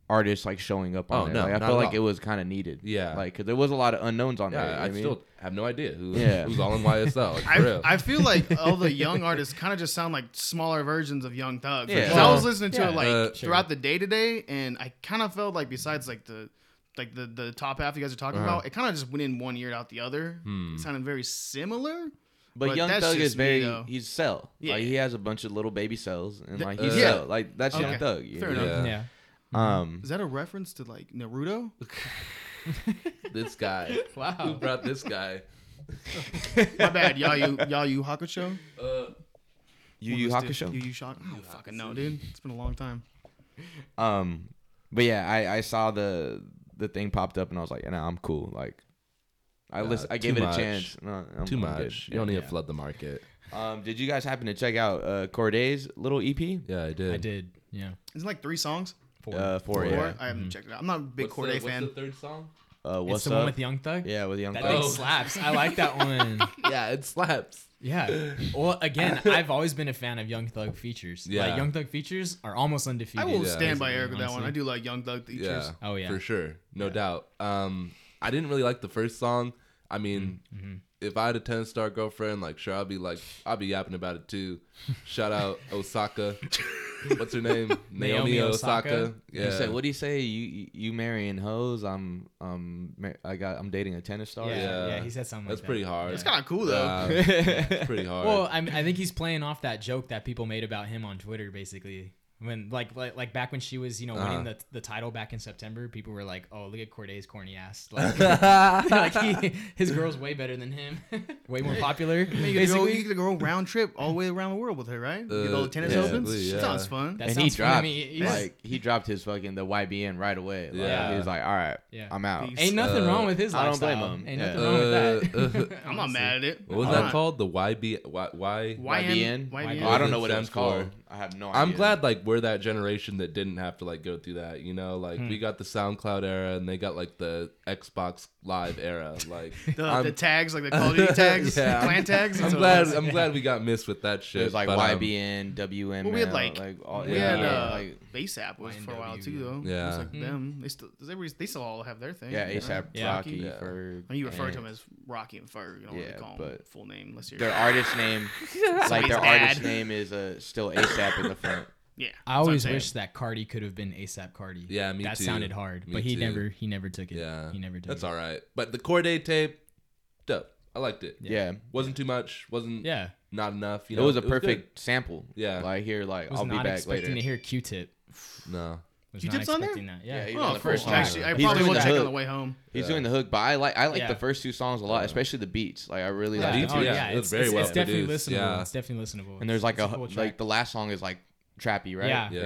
S1: artist like showing up on
S2: Oh,
S1: there.
S2: no,
S1: like, I
S2: not
S1: felt
S2: at
S1: like
S2: all.
S1: it was kind of needed.
S2: Yeah.
S1: like 'cause there was a lot of unknowns on
S2: Yeah,
S1: there. you know
S2: I,
S1: what mean?
S2: still have no idea who
S1: Yeah.
S2: who's all in YSL. Like, for real.
S4: I, I feel like all the young artists kind of just sound like smaller versions of Young Thug.
S1: Yeah.
S4: Yeah.
S1: Well,
S4: I was listening to
S8: yeah.
S4: it like
S2: Uh,
S8: Sure.
S4: throughout the day today, and I kind of felt like besides like the like the the top half you guys are talking about, it kind of just went in one ear and out the other. It sounded very similar.
S1: But,
S4: But
S1: Young
S4: that's
S1: Thug
S4: just
S1: is
S4: me,
S1: very
S4: though.
S1: he's cell.
S4: Yeah.
S1: Like he has a bunch of little baby cells and
S4: Th-
S1: like he's
S2: Uh,
S1: cell. Like that's
S4: Okay.
S1: Young Thug. you
S4: Fair
S1: know?
S4: enough.
S2: yeah.
S8: yeah.
S1: Um
S4: Is that a reference to like Naruto?
S2: This guy. Who
S8: Wow.
S2: brought this guy?
S4: My bad, Yayu Yayu Hakusho.
S1: Yu Yu
S4: One of those dudes- Yu
S1: Hakusho.
S4: Yu Shak. I don't fucking know, dude. It's been a long time.
S1: Um but yeah, I I saw the the thing popped up and I was like, nah, I'm cool. Like I
S2: Nah,
S1: listen, I
S2: too
S1: gave it a
S2: much.
S1: chance. No, I'm-
S2: Too
S1: I'm
S2: much.
S1: good.
S2: You don't
S1: Yeah.
S2: need to flood the market.
S1: Um did you guys happen to check out uh Corday's little E EP?
S2: Yeah, I did.
S8: I did. Yeah.
S4: Isn't it like three songs?
S8: Four.
S1: Uh four,
S4: Four.
S1: yeah.
S4: I haven't checked it out. I'm not a big Corday fan.
S2: the third song?
S1: Uh what's
S8: it's the
S1: up?
S8: one with Young Thug. Oh.
S1: yeah, with Young
S8: That
S1: Thug.
S8: thing slaps. I like that one.
S2: Yeah, it slaps.
S8: Yeah. Well, again, I've always been a fan of Young Thug features. Yeah.
S2: Yeah.
S8: Like Young Thug features are almost
S4: I
S8: undefeated.
S4: will
S2: Yeah.
S4: stand by Eric with that
S8: Honestly.
S4: one. I do like Young Thug features.
S2: Yeah.
S8: Oh, yeah.
S2: For sure. No doubt. Um I didn't really like the first song. I mean, if I had a 10 star girlfriend, like sure I'd be like I'd be yapping about it too. Shout out Osaka. What's her name?
S8: Naomi Osaka.
S2: Yeah.
S1: You said, "What do you say? You you- you marrying hoes? I'm um mar- I got I'm dating a tennis star."
S8: Yeah.
S2: oh, Yeah.
S8: Yeah. He said something.
S2: That's
S8: like
S2: pretty
S8: That.
S2: hard.
S4: It's kind of cool though.
S2: Yeah, it's pretty hard.
S8: Well, I, I think he's playing off that joke that people made about him on Twitter, basically. When like like, like back when she was you know winning
S2: Uh-huh.
S8: the, the title back in September, people were like, "Oh, look at Corday's corny ass." Like, like he, his girl's way better than him, way more popular.
S4: You could, go,
S8: Basically,
S4: you could go round trip all the way around the world with her, right? you could
S2: Uh,
S4: go to tennis
S2: yeah,
S4: opens.
S2: basically,
S4: Shit
S2: yeah.
S4: sounds fun.
S8: that
S1: and he
S8: sounds fun
S1: dropped
S8: to me. He's-
S1: like he dropped his fucking the YBN right away. Like,
S2: Yeah.
S1: he was like, all right,
S8: Yeah.
S1: I'm out.
S4: Peace.
S8: ain't nothing
S2: uh,
S8: wrong with his
S1: I don't blame
S8: lifestyle.
S1: him.
S8: Ain't
S1: Yeah.
S8: nothing wrong with that.
S4: I'm not mad at it.
S2: What was
S4: I'm
S2: that
S4: not.
S2: called? The YB Y Y.
S4: YN.
S1: YBN.
S4: YBN.
S1: Oh, I don't know what it
S2: Stand
S1: was called.
S2: for-
S1: I have no idea.
S2: I'm glad like we're that generation that didn't have to like go through that, you know. Like
S1: Hmm.
S2: we got the SoundCloud era, and they got like the Xbox Live era. Like
S4: The,
S2: I'm-
S4: the tags, like the Call of Duty tags,
S2: Yeah,
S4: the clan tags.
S2: I'm
S4: So
S2: glad.
S4: it's-
S2: I'm glad we got missed with that shit.
S1: It was like
S2: but, um,
S1: YBN, WML,
S4: Well, we had like,
S1: all,
S4: we
S1: yeah,
S4: had uh,
S1: like,
S4: ASAP was for a while
S8: YNW,
S4: too though.
S2: Oh, yeah.
S4: it was
S1: hmm.
S4: like them. They still does every- they still all have their thing.
S1: yeah,
S4: you know?
S1: ASAP
S8: Yeah.
S1: Rocky
S2: Yeah.
S1: for.
S4: I mean, you refer to them as Rocky and Ferg. You don't really
S1: Yeah,
S4: call them
S1: but-
S4: full name unless you're
S1: their artist name, like
S4: Somebody's
S1: their
S4: dad.
S1: artist name is uh, still ASAP in the front.
S4: yeah.
S8: I
S4: that's what I'm
S8: always
S4: saying.
S8: wish that Cardi could have been ASAP Cardi.
S2: Yeah, me
S8: that
S2: too.
S8: sounded hard,
S2: Me
S8: but he
S2: too.
S8: never he never took it.
S2: Yeah,
S8: he never took
S2: That's
S8: it.
S2: all right. But the Corday tape, dope. I liked it.
S1: Yeah,
S2: Wasn't too much. Wasn't
S8: Yeah,
S2: not enough. You
S1: it
S2: know,
S1: was a
S2: good.
S1: perfect sample.
S2: Yeah.
S1: like here, like
S8: was
S1: I'll be
S8: not
S1: back
S8: expecting
S1: later.
S8: to hear Q-Tip.
S2: No.
S8: Was
S4: Q-Tip's
S8: not
S4: on there?
S8: expecting that. Yeah,
S1: Yeah, he
S4: Oh,
S1: was on
S4: the
S1: the
S4: first
S1: first
S4: one.
S1: line.
S4: Actually, I
S1: He's
S4: probably
S1: doing
S4: will
S1: the
S4: check on
S1: hook.
S4: the way home.
S1: He's doing the hook, but I like I like
S8: Yeah.
S1: the first two songs a lot, especially the beats. Like I really
S8: Yeah,
S1: like.
S2: beats
S1: the
S8: oh,
S1: beats.
S2: yeah,
S8: yeah,
S2: it was
S8: it's,
S2: very
S8: it's,
S2: well
S8: it's definitely
S2: produced,
S8: listenable.
S2: yeah.
S8: It's definitely listenable.
S1: And there's like
S8: It's
S1: a
S8: cool
S1: hook-
S8: track.
S1: like the last song is like trappy, right?
S8: yeah,
S2: Yeah.
S8: yeah, uh,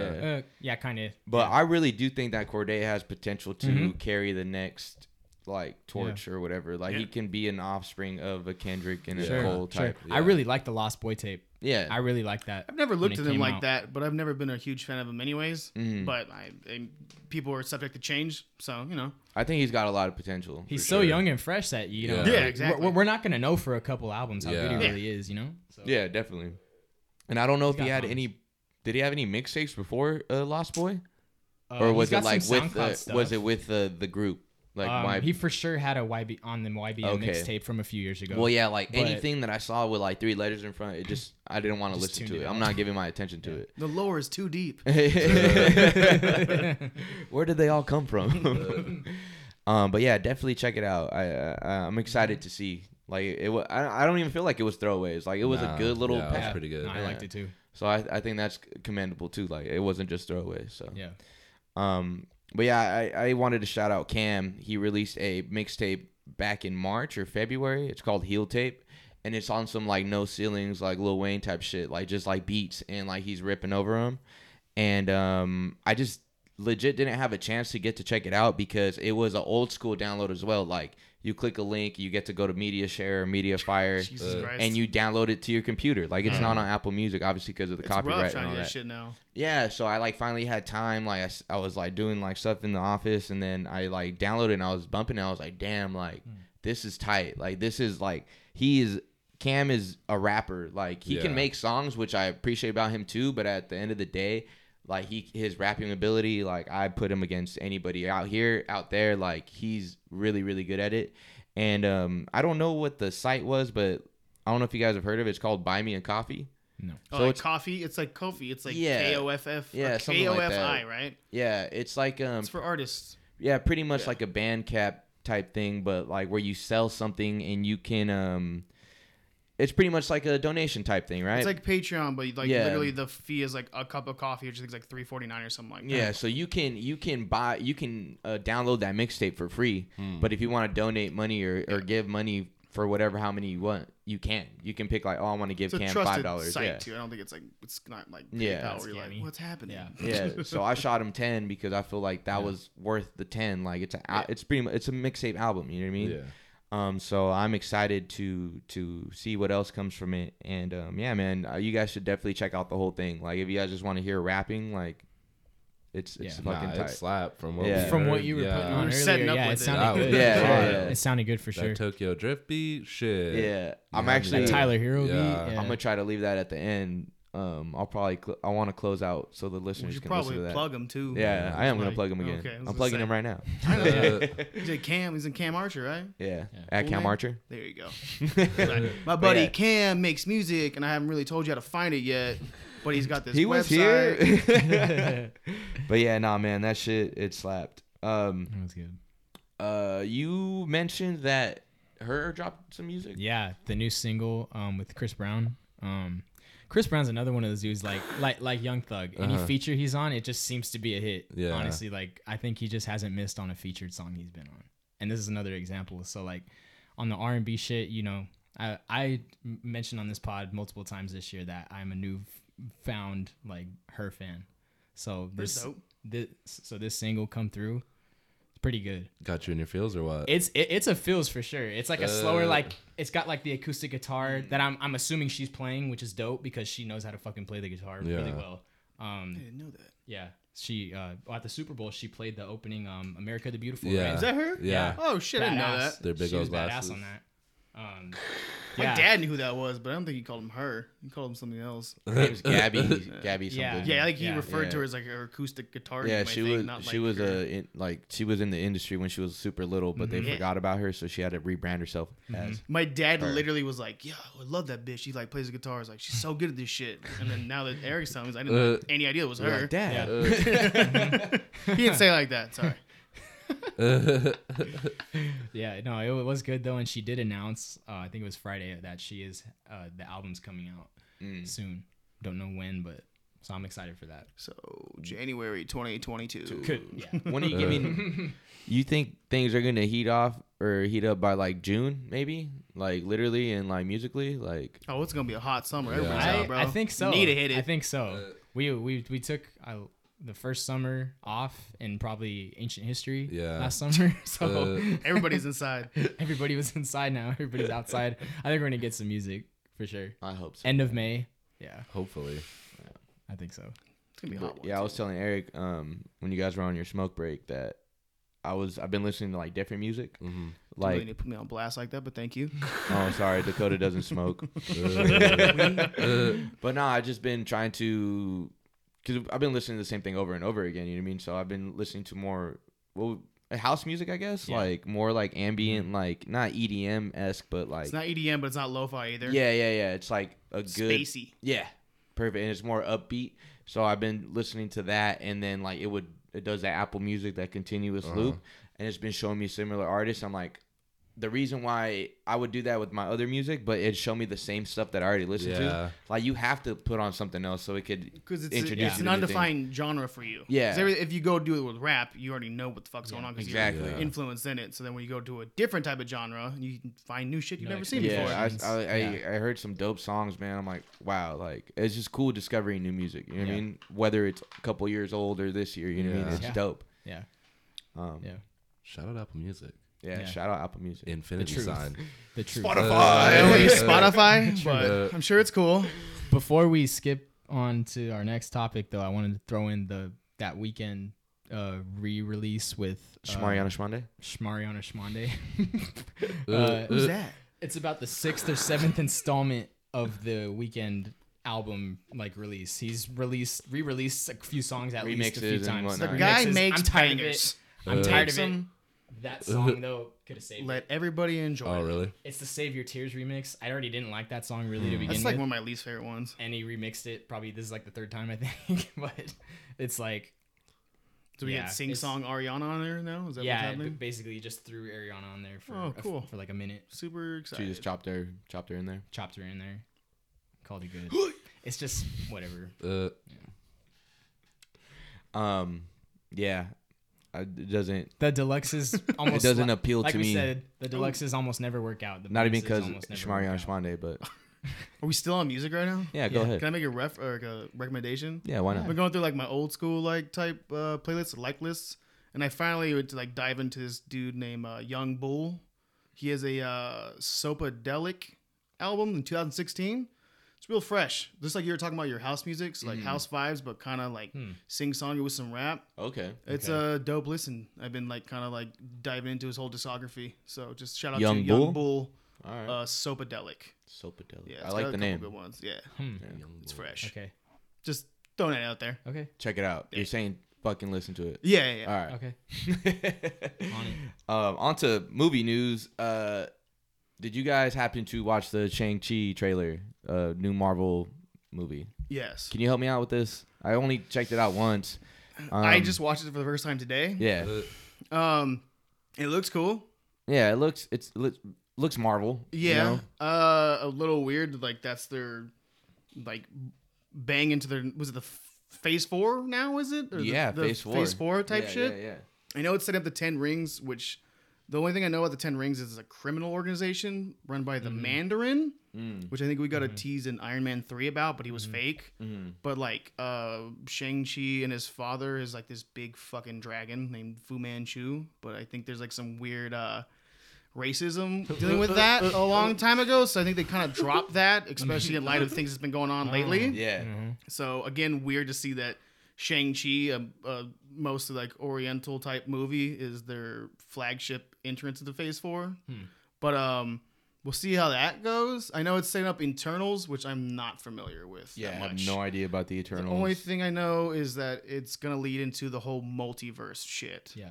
S8: yeah, Mm-hmm. kind of.
S1: But I really do think that Corday has potential to carry the next like torch or whatever. Like he can be an offspring of a Kendrick and
S8: Sure,
S1: a Cole
S8: sure.
S1: type.
S8: I really like the Lost Boy tape.
S1: Yeah.
S8: I really like that.
S4: I've never looked
S8: it
S4: at them
S8: came
S4: like
S8: out.
S4: that, but I've never been a huge fan of them anyways.
S1: Mm-hmm.
S4: But I, I- people are subject to change, so you know.
S1: I think he's got a lot of potential.
S8: He's so young and fresh that you know.
S2: Yeah.
S4: Yeah,
S8: we're-
S4: exactly.
S8: We're, we're not gonna know for a couple albums how good he
S2: Yeah.
S8: really is, you know. So,
S1: yeah, definitely. And I don't know if he
S8: got
S1: had
S8: bombs.
S1: any. Did he have any mixtapes before uh, Lost Boy,
S8: uh,
S1: or
S8: he's
S1: was it
S8: got
S1: like
S8: some
S1: with
S8: SoundCloud
S1: the,
S8: stuff.
S1: was it with the the group like
S8: Um,
S1: my
S8: he for sure had a YB on the YB
S1: Okay.
S8: mixtape from a few years ago.
S1: Well, yeah, like
S8: But-
S1: anything that I saw with like three letters in front, it just I didn't want to
S8: Just
S1: listen
S8: tuned
S1: to
S8: it
S1: it.
S8: out.
S1: I'm not giving my attention to
S4: The lore is too deep.
S1: it. Where did they all come from? um, but yeah, definitely check it out. I, I I'm excited to
S8: Mm-hmm.
S1: see. Like it, wa- I, I don't even feel like it was throwaways. Like it was
S2: Nah,
S1: a good little
S2: yeah, it was
S1: pack.
S2: pretty good.
S8: No, I
S1: Yeah.
S8: liked it too.
S1: So I, I think that's commendable too. Like it wasn't just throwaways. So
S8: Yeah.
S1: um, but yeah, I, I wanted to shout out Cam. He released a mixtape back in March or February. It's called Heel Tape, and it's on some like no ceilings, like Lil Wayne type shit, like just like beats and like he's ripping over them. And um, I just legit didn't have a chance to get to check it out because it was an old school download as well. Like you click a link, you get to go to Media Share or Media Fire.
S4: Jesus Christ.
S1: And you download it to your computer, like it's not on Apple Music, obviously because of the
S4: it's rough
S1: copyright
S4: trying
S1: and
S4: to
S1: all
S4: do that
S1: that.
S4: shit now.
S1: Yeah, so I like finally had time. Like I, s- I was like doing like stuff in the office, and then I like downloaded and I was bumping. And I was like, damn, like this is tight. Like this is like he is Cam is a rapper. Like he
S2: Yeah.
S1: can make songs, which I appreciate about him too. But at the end of the day, like he his rapping ability, like I put him against anybody out here, out there. Like he's really really good at it. And um, I don't know what the site was, but I don't know if you guys have heard of it. It's called Buy Me a Coffee.
S4: Oh,
S1: So
S4: like
S1: it's-
S4: coffee. It's like Kofi. It's like
S1: Yeah.
S4: K O F F.
S1: Yeah,
S4: or
S1: something like that.
S4: K-O-F-I, right?
S1: Yeah, it's like um,
S4: It's for artists.
S1: Yeah, pretty much like a band cap type thing, but like where you sell something and you can um it's pretty much like a donation type thing, right?
S4: It's like Patreon, but like
S1: Yeah.
S4: literally the fee is like a cup of coffee, which I think is like three forty nine or something like that.
S1: yeah, so you can you can buy you can uh, download that mixtape for free, but if you want to donate money or, or give money for whatever how many you want, you can. You can pick like oh I want to give
S4: It's a
S1: Cam
S4: trusted
S1: five dollars.
S4: site
S1: Yeah.
S4: too. I don't think it's like it's not like
S1: Yeah.
S4: PayPal where
S1: It's
S4: you're like,
S8: scammy.
S4: what's happening?
S8: Yeah.
S1: yeah, so I shot him ten because I feel like that was worth the ten. Like it's a it's pretty much, it's a mixtape album. You know what I mean?
S2: Yeah.
S1: Um, so I'm excited to to see what else comes from it, and um, yeah, man, uh, you guys should definitely check out the whole thing. Like, if you guys just want to hear rapping, like, it's it's
S8: Yeah.
S1: fucking
S2: Nah,
S1: tight.
S2: it slapped from what
S1: Yeah.
S2: we
S8: From
S2: heard.
S8: what you were
S2: yeah.
S8: putting
S4: We
S8: on
S4: were
S8: earlier,
S4: setting up
S8: yeah, it
S4: with it.
S8: sounded
S2: That
S8: good.
S2: was-
S1: Yeah, yeah,
S8: Fire.
S1: yeah.
S8: It sounded good for
S2: that
S8: sure.
S2: Tokyo Drift beat shit.
S1: yeah, I'm
S2: Yeah,
S1: actually
S8: That Tyler Hero
S2: Yeah.
S8: beat. Yeah.
S1: I'm gonna try to leave that at the end. Um, I'll probably cl- I want to close out so the
S4: We
S1: listeners
S4: should
S1: can listen
S4: probably
S1: to that.
S4: plug them too.
S1: yeah, I am gonna
S4: Like,
S1: plug him again.
S4: okay, I was
S1: I'm
S4: gonna
S1: plugging
S4: say.
S1: him right now.
S2: Uh,
S4: He's in Cam. He's in Cam Archer, right?
S1: Yeah, at
S4: Cool
S1: Cam
S4: name.
S1: Archer.
S4: There you go. My buddy
S1: yeah.
S4: Cam makes music, and I haven't really told you how to find it yet, but he's got this
S1: he
S4: website.
S1: was here. but yeah, nah, man, that shit it slapped. Um,
S8: That was good.
S1: uh, you mentioned that her dropped some music.
S8: Yeah, the new single um, with Chris Brown. Um, Chris Brown's another one of those dudes like like like Young Thug. Any feature he's on, it just seems to be a hit.
S2: Yeah.
S8: Honestly, like I think he just hasn't missed on a featured song he's been on. And this is another example. So like on the R and B shit, you know, I I m- mentioned on this pod multiple times this year that I'm a new f- found like her fan. So
S4: That's
S8: this
S4: dope.
S8: this so this single come through. It's pretty good.
S2: Got you in your feels or what?
S8: It's it, it's a feels for sure. It's like a slower
S2: Uh.
S8: like it's got like the acoustic guitar that I'm I'm assuming she's playing, which is dope because she knows how to fucking play the guitar really
S2: Yeah.
S8: well.
S4: I
S8: Um,
S4: didn't know that.
S8: yeah, she uh, at the Super Bowl she played the opening um America the Beautiful.
S2: yeah.
S8: right?
S4: Is that her?
S2: Yeah.
S4: Oh shit! I didn't know
S8: Badass.
S4: that.
S2: Their big
S8: she was
S2: old
S8: badass
S2: glasses.
S8: on that. Um,
S4: My
S8: yeah.
S4: dad knew who that was, but I don't think he called him her. He called him something else.
S1: Her name's Gabby. Gabby something.
S8: Yeah.
S4: Yeah, I think he
S8: Yeah.
S4: referred
S1: Yeah.
S4: to her as like her acoustic guitar.
S1: Yeah,
S4: name, I
S1: she
S4: think,
S1: was
S4: not
S1: she
S4: like
S1: was
S4: her-
S1: a in, like she was in the industry when she was super little, but they
S4: Yeah.
S1: forgot about her, so she had to rebrand herself as.
S4: My dad literally was like, "Yo, I love that bitch. She like plays the guitar. He's like, she's so good at this shit." And then now that Eric's telling me, I didn't
S2: Uh,
S4: have any idea it was her.
S1: Like, Dad,
S8: Yeah.
S4: he didn't say it like that. Sorry.
S8: Yeah, no, it was good though, and she did announce, uh, I think it was Friday, that she is uh, the album's coming out
S4: Mm.
S8: soon. Don't know when, but so I'm excited for that.
S4: So January 2022.
S8: Could yeah,
S1: when are you giving? you think things are gonna heat off or heat up by like June, maybe? Like literally and like musically, like
S4: Oh, it's gonna be a hot summer. Everybody's
S8: I,
S4: out, bro.
S8: I think so.
S4: Need to hit it.
S8: I think so. we we we took uh, the first summer off in probably ancient history.
S2: Yeah.
S8: last summer, so
S4: everybody's inside.
S8: everybody was inside now. Everybody's outside. I think we're gonna get some music for sure.
S1: I hope so.
S8: End of May. Yeah,
S2: Hopefully.
S8: I think so.
S4: It's gonna be a
S1: But,
S4: hot. One
S1: yeah, I
S4: too.
S1: was telling Eric um when you guys were on your smoke break that I was I've been listening to like different music,
S2: Mm-hmm.
S4: You really
S1: like
S4: need to put me on blast like that, but thank you.
S1: Oh, sorry, Dakota doesn't smoke.
S2: Uh,
S1: but no, I've just been trying to, because I've been listening to the same thing over and over again. You know what I mean? So I've been listening to more, well, house music, I guess,
S8: Yeah.
S1: like more like ambient, like not EDM esque, but like
S4: Mm-hmm. It's not EDM, but it's not lo-fi either.
S1: yeah, yeah, yeah. It's like a good
S4: Spacey.
S1: yeah, perfect, and it's more upbeat. So I've been listening to that, and then like it would it does that Apple Music that continuous loop, and it's been showing me similar artists. I'm like, the reason why I would do that with my other music, but it showed me the same stuff that I already listened
S2: Yeah.
S1: to. Like you have to put on something else so it could
S4: Because it's,
S1: introduce
S4: a, it's
S1: you to
S4: an
S1: new things.
S4: undefined genre for you. 'Cause
S1: Yeah.
S4: every- if you go do it with rap, you already know what the fuck's going on because
S1: Exactly.
S4: you're
S1: Yeah.
S4: influenced in it. So then when you go to a different type of genre, you can find new shit you've
S8: No,
S4: never
S8: it's-
S4: seen before.
S1: Yeah,
S8: before.
S1: I, I, I,
S8: Yeah.
S1: I heard some dope songs, man. I'm like, wow, like it's just cool discovering new music. You know what I
S8: Yeah.
S1: mean? Whether it's a couple years old or this year, you know what I mean?
S2: Yeah.
S1: It's
S8: Yeah.
S1: dope.
S8: Yeah,
S1: Um,
S8: yeah.
S2: Shout out Apple Music.
S1: yeah,
S8: Yeah.
S1: Shout out Apple Music.
S2: Infinity
S8: truth.
S2: sign.
S8: The truth.
S2: Uh,
S4: I
S2: Spotify.
S4: don't use Spotify, but I'm sure it's cool.
S8: Before we skip on to our next topic, though, I wanted to throw in the that weekend uh, re-release with uh,
S1: Shmariana Shmonday.
S8: Shmariana Shmonday.
S2: Uh,
S8: uh,
S4: Who's that?
S8: it's about the sixth or seventh installment of the weekend album like release. He's released re-released a few songs at least
S1: Remixes
S8: a few
S1: and
S8: times.
S1: whatnot. Uh, The
S4: Guy
S8: Remixes.
S4: makes
S8: I'm tired of
S4: bangers.
S8: it. I'm tired of it.
S4: Some-
S8: That song though could have saved.
S4: Let
S8: it.
S4: everybody enjoy.
S2: oh,
S4: it.
S2: really?
S8: It's the Save Your Tears remix. I already didn't like that song
S1: Hmm.
S8: really to begin
S4: That's
S8: with
S4: like one of my least favorite ones.
S8: and he remixed it. Probably this is like the third time I think, but it's like
S4: Do we
S8: Yeah,
S4: get sing
S8: it's-
S4: song Ariana on there now? Is that what's
S8: yeah, it b-
S4: happening?
S8: basically just threw Ariana on there for
S4: Oh,
S8: a f-
S4: cool.
S8: for like a minute,
S4: Super
S1: She
S4: excited.
S1: just chopped her, chopped her in there.
S8: chopped her in there, called it good. it's just whatever.
S2: Uh,
S1: Um, yeah, I, it doesn't.
S8: The deluxe is almost
S1: doesn't
S8: li-
S1: appeal
S8: like
S1: to
S8: we
S1: me.
S8: Said, the deluxes almost never work out. The
S1: Not even
S8: remixes
S1: because
S8: almost never
S1: Shmariana
S8: work out.
S1: Shmonday, but
S4: Are we still on music right now?
S1: yeah, go
S4: Can
S1: ahead.
S4: I make a ref or like a recommendation?
S1: Yeah, why
S4: I've been
S1: not?
S4: going through like my old school like type uh, playlists, like lists, and I finally would like dive into this dude named uh, Young Bull. He has a uh, Sopadelic album in 2016. It's real fresh, just like you were talking about your house music, so like
S1: Mm-hmm.
S4: house vibes, but kind of like
S8: Hmm.
S4: sing songy with some rap.
S1: Okay.
S4: It's a dope listen. I've been like kind of like diving into his whole discography. So just shout out
S1: Young
S4: to
S1: Bull?
S4: Young Bull,
S1: All right.
S4: uh, Sopadelic.
S1: Sopadelic.
S4: Yeah,
S1: I
S4: it's got
S1: like the
S4: a couple
S1: name.
S4: Good ones. Yeah, it's fresh.
S8: Hmm. Okay.
S4: Just throwing it out there.
S8: Okay.
S1: Check it out. You're saying fucking listen to it.
S4: Yeah, yeah. yeah.
S1: All right.
S8: Okay. On it.
S1: Um, on to movie news. Uh, did you guys happen to watch the Shang Chi trailer, uh, new Marvel movie?
S4: Yes.
S1: Can you help me out with this? I only checked it out once.
S4: I
S1: Um,
S4: just watched it for the first time today.
S1: yeah,
S4: Um, it looks cool.
S1: yeah. It looks it's it looks Marvel. you
S4: Yeah.
S1: know?
S4: Uh, a little weird. Like that's their like bang into their was it the f- phase four now is it Or the-
S1: Yeah,
S4: the
S1: phase four.
S4: phase four type
S1: Yeah,
S4: shit
S1: Yeah, yeah.
S4: I know it's set up the Ten Rings, which the only thing I know about the Ten Rings is it's a criminal organization run by the Mandarin, which I think we got a tease in Iron Man three about, but he was fake. But like uh, Shang Chi and his father is like this big fucking dragon named Fu Manchu. But I think there's like some weird uh, racism dealing with that a long time ago. So I think they kind of dropped that, especially in light of things that's been going on lately.
S1: Yeah.
S8: Mm, Mm-hmm.
S4: So again, weird to see that Shang Chi, a, a mostly like Oriental type movie, is their flagship entrance into Phase Four.
S1: Hmm.
S4: But um, we'll see how that goes. I know it's setting up internals, which I'm not familiar with.
S1: Yeah,
S4: that
S1: I have
S4: much.
S1: no idea about the
S4: The
S1: Eternals.
S4: only thing I know is that it's gonna lead into the whole multiverse shit.
S8: Yeah.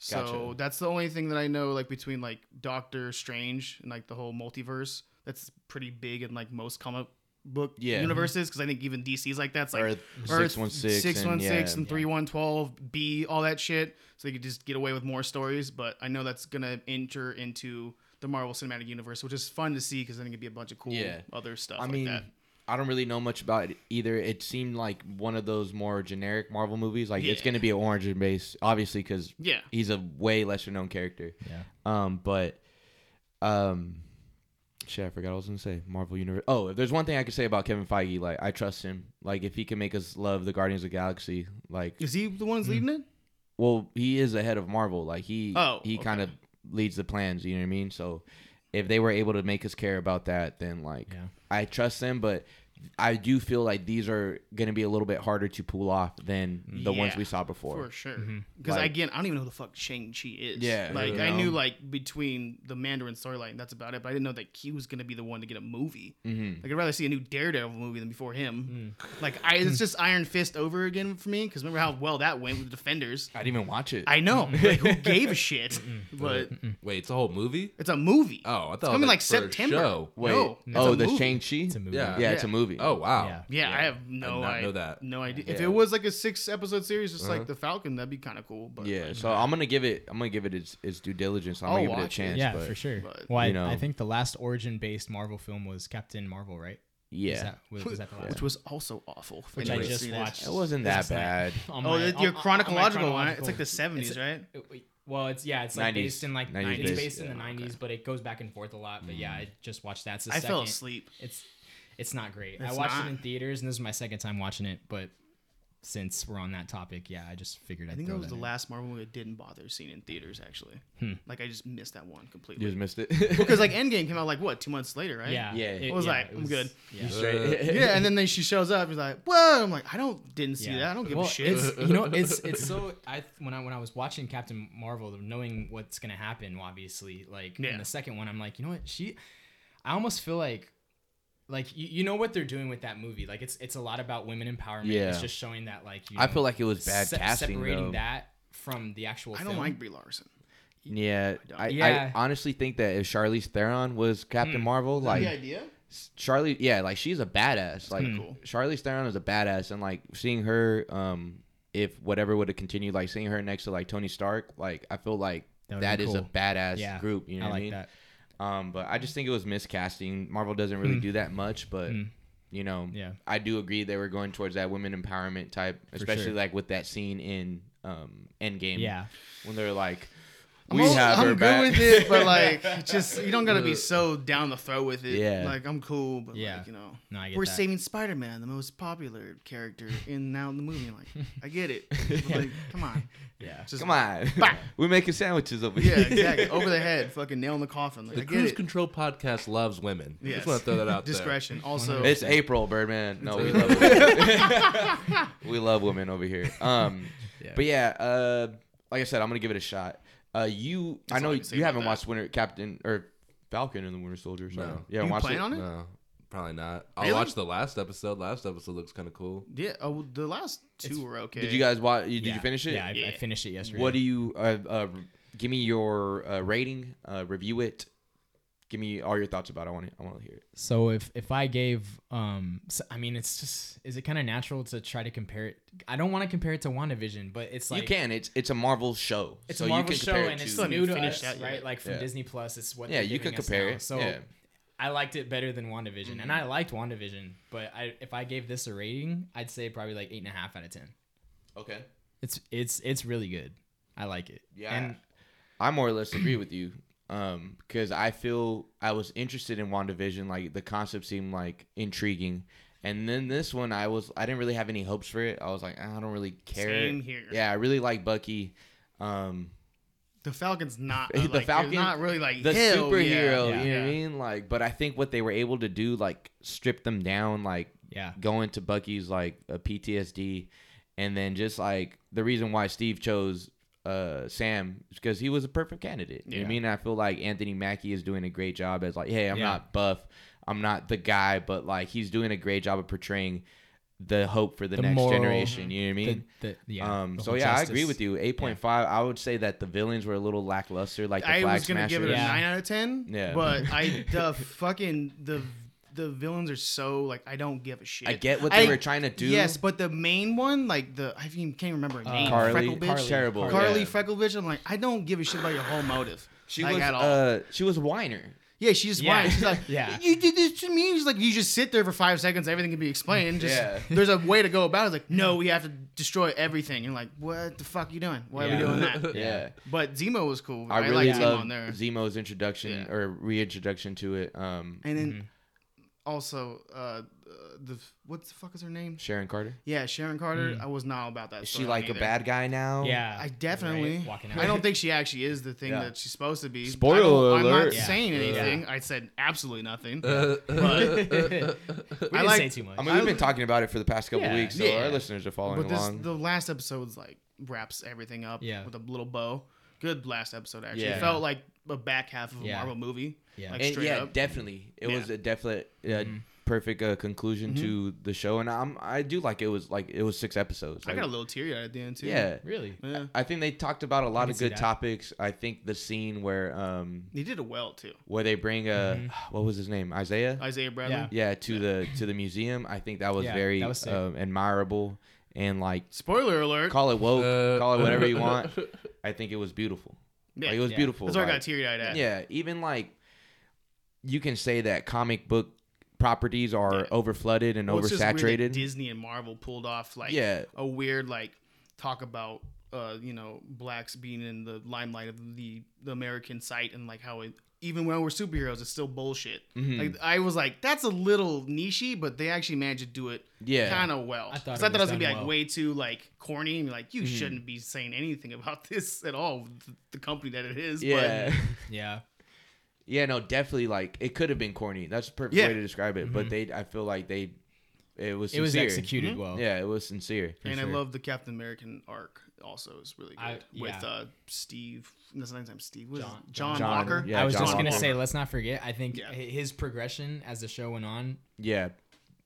S4: So
S1: Gotcha.
S4: that's the only thing that I know, like between like Doctor Strange and like the whole multiverse. That's pretty big in like most comic book
S1: Yeah. mm-hmm.
S4: universes because I think even DC's like that's like
S1: Earth, 616
S4: six one
S1: and,
S4: six
S1: yeah.
S4: and three one twelve B, all that shit. So they could just get away with more stories. But I know that's gonna enter into the Marvel Cinematic Universe, which is fun to see because I think it'd be a bunch of cool
S1: Yeah.
S4: other stuff.
S1: I
S4: like
S1: mean,
S4: that.
S1: I don't really know much about it either. It seemed like one of those more generic Marvel movies. Like it's
S4: Yeah.
S1: going to be an origin base, obviously, because
S4: Yeah.
S1: he's a way lesser known character.
S8: Yeah.
S1: Um, but um, shit, I forgot what I was going to say. Marvel Universe. Oh, if there's one thing I could say about Kevin Feige, like I trust him. Like if he can make us love the Guardians of the Galaxy, like
S4: Is he the one who's leading it?
S1: well, he is the head of Marvel. Like he
S4: Oh,
S1: he
S4: okay.
S1: kind of leads the plans, you know what I mean? So if they were able to make us care about that, then like
S8: Yeah.
S1: I trust them, but I do feel like these are going to be a little bit harder to pull off than the ones
S4: Yeah,
S1: we saw before.
S4: For sure. Because
S1: Like-
S4: again, I don't even know who the fuck Shang Chi is.
S1: Yeah,
S4: Like
S1: you
S4: I
S1: know.
S4: knew like between the Mandarin storyline, that's about it. But I didn't know that he was gonna be the one to get a movie. Mm-hmm. Like I'd rather see a new Daredevil movie than before him. Like I, it's just Iron Fist over again for me. Because remember how well that went with the Defenders.
S1: I didn't even watch it.
S4: I know. Like who gave a shit? but
S2: Wait, it's a whole movie?
S4: it's a movie.
S2: Oh, I thought it was,
S4: coming like,
S2: like, for a
S4: September.
S2: show.
S1: Wait.
S4: No, it's
S1: oh,
S4: a
S1: the
S4: movie.
S1: Shang Chi.
S8: It's a movie.
S2: Yeah.
S1: Yeah, it's a
S4: Yeah.
S1: movie.
S2: Oh wow.
S8: Yeah.
S4: Yeah, I have no
S2: not
S4: I
S2: know that.
S4: No idea. If
S1: Yeah.
S4: it was like a six episode series, just like the Falcon, that'd be kind of cool. But
S1: yeah.
S4: like,
S1: So I'm gonna give it. I'm gonna give it its, its due diligence. I'm gonna
S4: I'll
S1: give it a
S4: watch it.
S1: chance.
S8: yeah,
S1: but
S8: for sure.
S4: but,
S8: well, I,
S1: you know.
S8: I think the last origin based Marvel film was Captain Marvel, right?
S1: Yeah,
S8: Is that, was, was that the last
S4: which
S8: one?
S4: was also awful.
S8: Which
S4: Anyway,
S8: I just
S4: see this.
S8: watched.
S1: it wasn't that
S8: last night.
S1: bad.
S8: On
S4: Oh,
S8: my-
S4: the- your
S8: on- on- on my
S4: chronological one. It's
S8: chronological-
S4: like the seventies,
S8: It's-
S4: right?
S8: it- wait, well, it's yeah, it's like
S1: 90s.
S8: based in like
S1: 90s
S8: it's
S1: based.
S8: based in the
S1: Yeah, Mm.
S8: '90s, but it goes back and forth a lot. But yeah, I just watched that. It's the
S4: I fell
S8: second-
S4: asleep.
S8: It's it's not great. I
S4: It's
S8: watched
S4: not.
S8: it in theaters, and this is my second time watching it. But since we're on that topic, yeah, I just figured I'd
S4: I think that
S8: throw
S4: was the
S8: in.
S4: last Marvel movie I didn't bother seeing in theaters. Actually,
S8: Hmm.
S4: like I just missed that
S1: You
S4: one
S1: just
S4: completely.
S1: missed it.
S4: Because like Endgame came out like what two months later, right?
S8: Yeah,
S1: Yeah.
S8: it-
S1: I
S4: was
S8: yeah,
S4: like,
S8: it
S4: I'm good.
S8: Yeah.
S4: Yeah, and then they, she shows up. She's like, "Whoa!" I'm like, "I don't didn't see
S8: Yeah.
S4: that. I don't give
S8: Well,
S4: a shit."
S8: It's, you know, it's it's so I when I when I was watching Captain Marvel, knowing what's gonna happen, obviously, like
S4: Yeah.
S8: in the second one, I'm like, you know what, she, I almost feel like, like you, you know what they're doing with that movie, like it's it's a lot about women empowerment.
S1: Yeah.
S8: It's just showing that like you
S1: I
S8: know,
S1: feel like it was bad
S8: se-
S1: casting
S8: separating
S1: though.
S8: that from the actual.
S4: I don't
S8: film.
S4: like Brie Larson.
S1: Yeah, I,
S8: Yeah. Hmm.
S1: I honestly think that if Charlize Theron was Captain Marvel, like
S4: the idea?
S1: Charlie, yeah, like she's a
S8: Hmm.
S1: badass. Like
S4: kinda cool.
S1: Charlize Theron is a badass, and like seeing her, um, if whatever would have continued, like seeing her next to like Tony Stark, like I feel like
S8: That
S1: that, that
S8: would've been
S1: is a
S8: cool.
S1: badass
S8: Yeah,
S1: group. You know
S8: I
S1: what
S8: like
S1: I mean?
S8: that.
S1: Um, but I just think it was miscasting. Marvel doesn't really do that much, but you know,
S8: Hmm. Yeah.
S1: I do agree they were going towards that women empowerment type, especially
S8: sure.
S1: like with that scene in um Endgame.
S8: Yeah.
S1: when they're like,
S4: I'm
S1: we
S4: all-
S1: have
S4: I'm
S1: her
S4: good
S1: back.
S4: with it, but like, just you don't gotta be so down the throat with it.
S1: Yeah.
S4: like I'm cool, but
S8: Yeah.
S4: like you know,
S8: No, I get
S4: we're
S8: that.
S4: saving Spider-Man, the most popular character in now in the movie. Like, I get it. But, like, come on,
S8: Yeah.
S4: just
S1: Come on,
S4: Bah.
S1: we're making sandwiches over
S4: Yeah,
S1: here.
S4: exactly. Over the head, fucking nail in the coffin. Like,
S2: The
S4: I get
S2: Cruise
S4: it.
S2: Control podcast loves women. I
S4: Yes.
S2: Just want to throw that out Oh,
S4: Discretion. Also,
S1: It's April, Birdman. No, we love women. we love women over here. Um, but yeah, uh, like I said, I'm gonna give it a shot. Uh, you, I
S4: That's
S1: know
S4: all I can say
S1: you
S4: about
S1: haven't
S4: that.
S1: watched Winter Captain or Falcon and the Winter Soldier. So
S2: No.
S1: yeah,
S4: you
S1: watched
S4: plan
S1: it.
S4: on
S2: there.
S4: it?
S2: No, probably not. I'll
S4: Really?
S2: watch the last episode. Last episode looks kind of cool.
S4: Yeah. Oh, well, the last two were okay.
S1: Did you guys watch? Did
S8: Yeah.
S1: you finish it?
S8: Yeah, I, I
S4: Yeah.
S8: finished it yesterday.
S1: what do you? Uh, uh, give me your uh, rating. Uh, review it. Give me all your thoughts about. it. I want to. I want to hear it.
S8: So if if I gave um s I I mean it's just is it kind of natural to try to compare it I don't want to compare it to WandaVision but it's like
S1: you can. It's it's a Marvel show.
S8: it's
S1: so
S8: a Marvel
S1: you can
S8: show
S1: compare it
S8: and
S1: to-
S8: it's
S4: Still haven't
S8: new to
S4: finished
S8: us
S4: that yet.
S8: right like from
S1: Yeah.
S8: Disney Plus it's what
S1: Yeah,
S8: they're
S1: you
S8: giving
S1: can
S8: us
S1: compare
S8: now.
S1: it,
S8: so
S1: yeah. Mm-hmm.
S8: I liked it better than WandaVision, and I liked WandaVision, but I if I gave this a rating, I'd say probably like eight and a half out of ten.
S1: Okay.
S8: It's it's it's really good. I like it.
S1: Yeah.
S8: And
S1: I more or less agree with you. Um, because I feel I was interested in WandaVision, like the concept seemed like intriguing. And then this one I was I didn't really have any hopes for it. I was like, "Ah, I don't really care.
S4: Same here.
S1: Yeah, I really like Bucky. Um
S4: The Falcon's not
S1: The
S4: the like,
S1: Falcon-
S4: Falcon, not really like
S1: the
S4: hell yeah.
S1: superhero,
S8: yeah,
S1: you know what
S4: yeah.
S1: I mean? Like but I think what they were able to do, like strip them down, like
S8: yeah.
S1: going to Bucky's like a PTSD, and then just like the reason why Steve chose uh Sam is because he was a perfect candidate. You know what
S8: Yeah.
S1: I mean, I feel like Anthony Mackie is doing a great job as like, hey, I'm
S8: Yeah.
S1: not buff, I'm not the guy, but like he's doing a great job of portraying the hope for the,
S8: The
S1: next
S8: moral-
S1: generation. You know what I
S8: The,
S1: mean?
S8: the, yeah
S1: um,
S8: the
S1: so
S8: whole
S1: yeah, I
S8: justice.
S1: agree with you. Eight point five. I would say that the villains were a little lackluster, like the
S4: I
S1: Flag
S4: was gonna give it a
S1: Smashers.
S8: Yeah.
S4: nine out of ten.
S1: Yeah.
S4: But I the fucking the the villains are so like I don't give a shit.
S1: I get what they
S4: I-
S1: were trying to do.
S4: Yes, but the main one, like the I even can't remember
S2: Uh,
S4: her name.
S1: Carly,
S4: Freckle bitch.
S1: Carly,
S8: Oh,
S1: terrible.
S4: Carly
S1: yeah.
S4: Freckle bitch. I'm like, I don't give a shit about your whole motive.
S1: She
S4: like,
S1: was
S4: at all.
S1: uh, she was whiner.
S4: yeah, she just
S8: Yeah.
S4: whines. She's like,
S8: Yeah.
S4: you did this to me. She's like, you just sit there for five seconds. Everything can be explained. Just
S1: Yeah.
S4: there's a way to go about. it. It's like, no, we have to destroy everything. You're like, what the fuck you doing? Why are
S8: Yeah.
S4: we doing that?
S1: yeah.
S4: But Zemo was cool.
S1: I really
S4: like Zemo
S1: love
S4: on there.
S1: Zemo's introduction
S4: Yeah.
S1: or reintroduction to it. Um,
S4: and then also uh, the what the fuck is her name?
S1: Sharon Carter.
S4: Yeah, Sharon Carter. I was not about that.
S1: Mm. Is she
S4: storyline
S1: like
S4: either.
S1: a bad guy now?
S8: yeah
S4: I definitely.
S8: right, walking out.
S4: I don't think she actually is the thing
S1: Yeah.
S4: that she's supposed to be.
S1: Spoiler
S4: I don't- I'm
S1: alert. Uh,
S4: not
S8: Yeah.
S4: saying
S8: Yeah.
S4: anything. I said absolutely nothing.
S8: we didn't
S4: I like-
S8: say too much
S1: I mean, we've been talking about it for the past couple
S8: Yeah.
S1: weeks, so
S4: Yeah.
S1: our listeners are following
S4: but this,
S1: along.
S4: the last episode's like wraps everything up
S8: Yeah.
S4: with a little bow. Good last episode actually.
S1: Yeah.
S4: It felt like a back half of a
S8: Yeah.
S4: Marvel movie.
S8: Yeah.
S4: Like
S1: and
S4: straight
S1: yeah,
S4: up.
S1: definitely, it was
S4: Yeah. Mm-hmm.
S1: a definite, uh,
S8: Mm-hmm.
S1: perfect uh, conclusion to the show, and I'm I do like it was like it was six episodes.
S4: I
S1: Like,
S4: got a little teary eyed at the end too.
S1: yeah.
S8: really
S4: Yeah.
S1: I think they talked about a lot
S8: can
S1: of
S8: see
S1: good
S8: that.
S1: topics. I think the scene where um
S4: They did it well too.
S1: where they bring uh
S8: Mm-hmm.
S1: what was his name Isaiah
S4: Isaiah Bradley.
S8: Yeah.
S1: yeah to the to the museum. I think that was
S8: Yeah,
S1: very
S8: that was sick.
S1: um, admirable and like
S4: Spoiler alert.
S1: call it woke,
S2: Uh,
S1: call it whatever you want. I think it was beautiful.
S4: Yeah.
S1: Like, it was
S8: Yeah.
S1: beautiful.
S4: That's where I
S1: like-
S4: got teary eyed at.
S1: yeah, even like you can say that comic book properties are
S4: Yeah.
S1: over flooded and
S4: Well, it's just weird that
S1: oversaturated.
S4: Disney and Marvel pulled off like
S1: Yeah.
S4: a weird like talk about uh, you know blacks being in the limelight of the, the American site and like how it even when we're superheroes it's still bullshit.
S1: Mm-hmm.
S4: Like I was like that's a little nichey, but they actually managed to do it
S1: Yeah.
S4: kind of well.
S8: I thought
S4: 'Cause
S8: it
S4: I thought it
S8: was
S4: was gonna be
S8: done
S4: like
S8: well.
S4: way too like corny and like you
S1: Mm-hmm.
S4: shouldn't be saying anything about this at all. th- The company that it is,
S1: yeah,
S4: But,
S8: yeah
S1: yeah, no, definitely. Like it could have been corny. That's a perfect
S4: Yeah.
S1: way to describe it. But they, I feel like they, it was
S8: it was
S1: sincere. Mm-hmm.
S8: executed well
S1: Yeah, it was sincere.
S4: and I
S8: sure.
S4: love the Captain American arc. Also, is really good
S8: I-
S4: with
S8: yeah.
S4: uh, Steve. That's not his name. Steve. What is it? John,
S8: John-
S1: John,
S4: Walker.
S1: yeah.
S8: I was
S1: John
S8: just gonna
S1: Oliver.
S8: say let's not forget I think
S4: Yeah.
S8: hi- his progression as the show went on
S1: Yeah,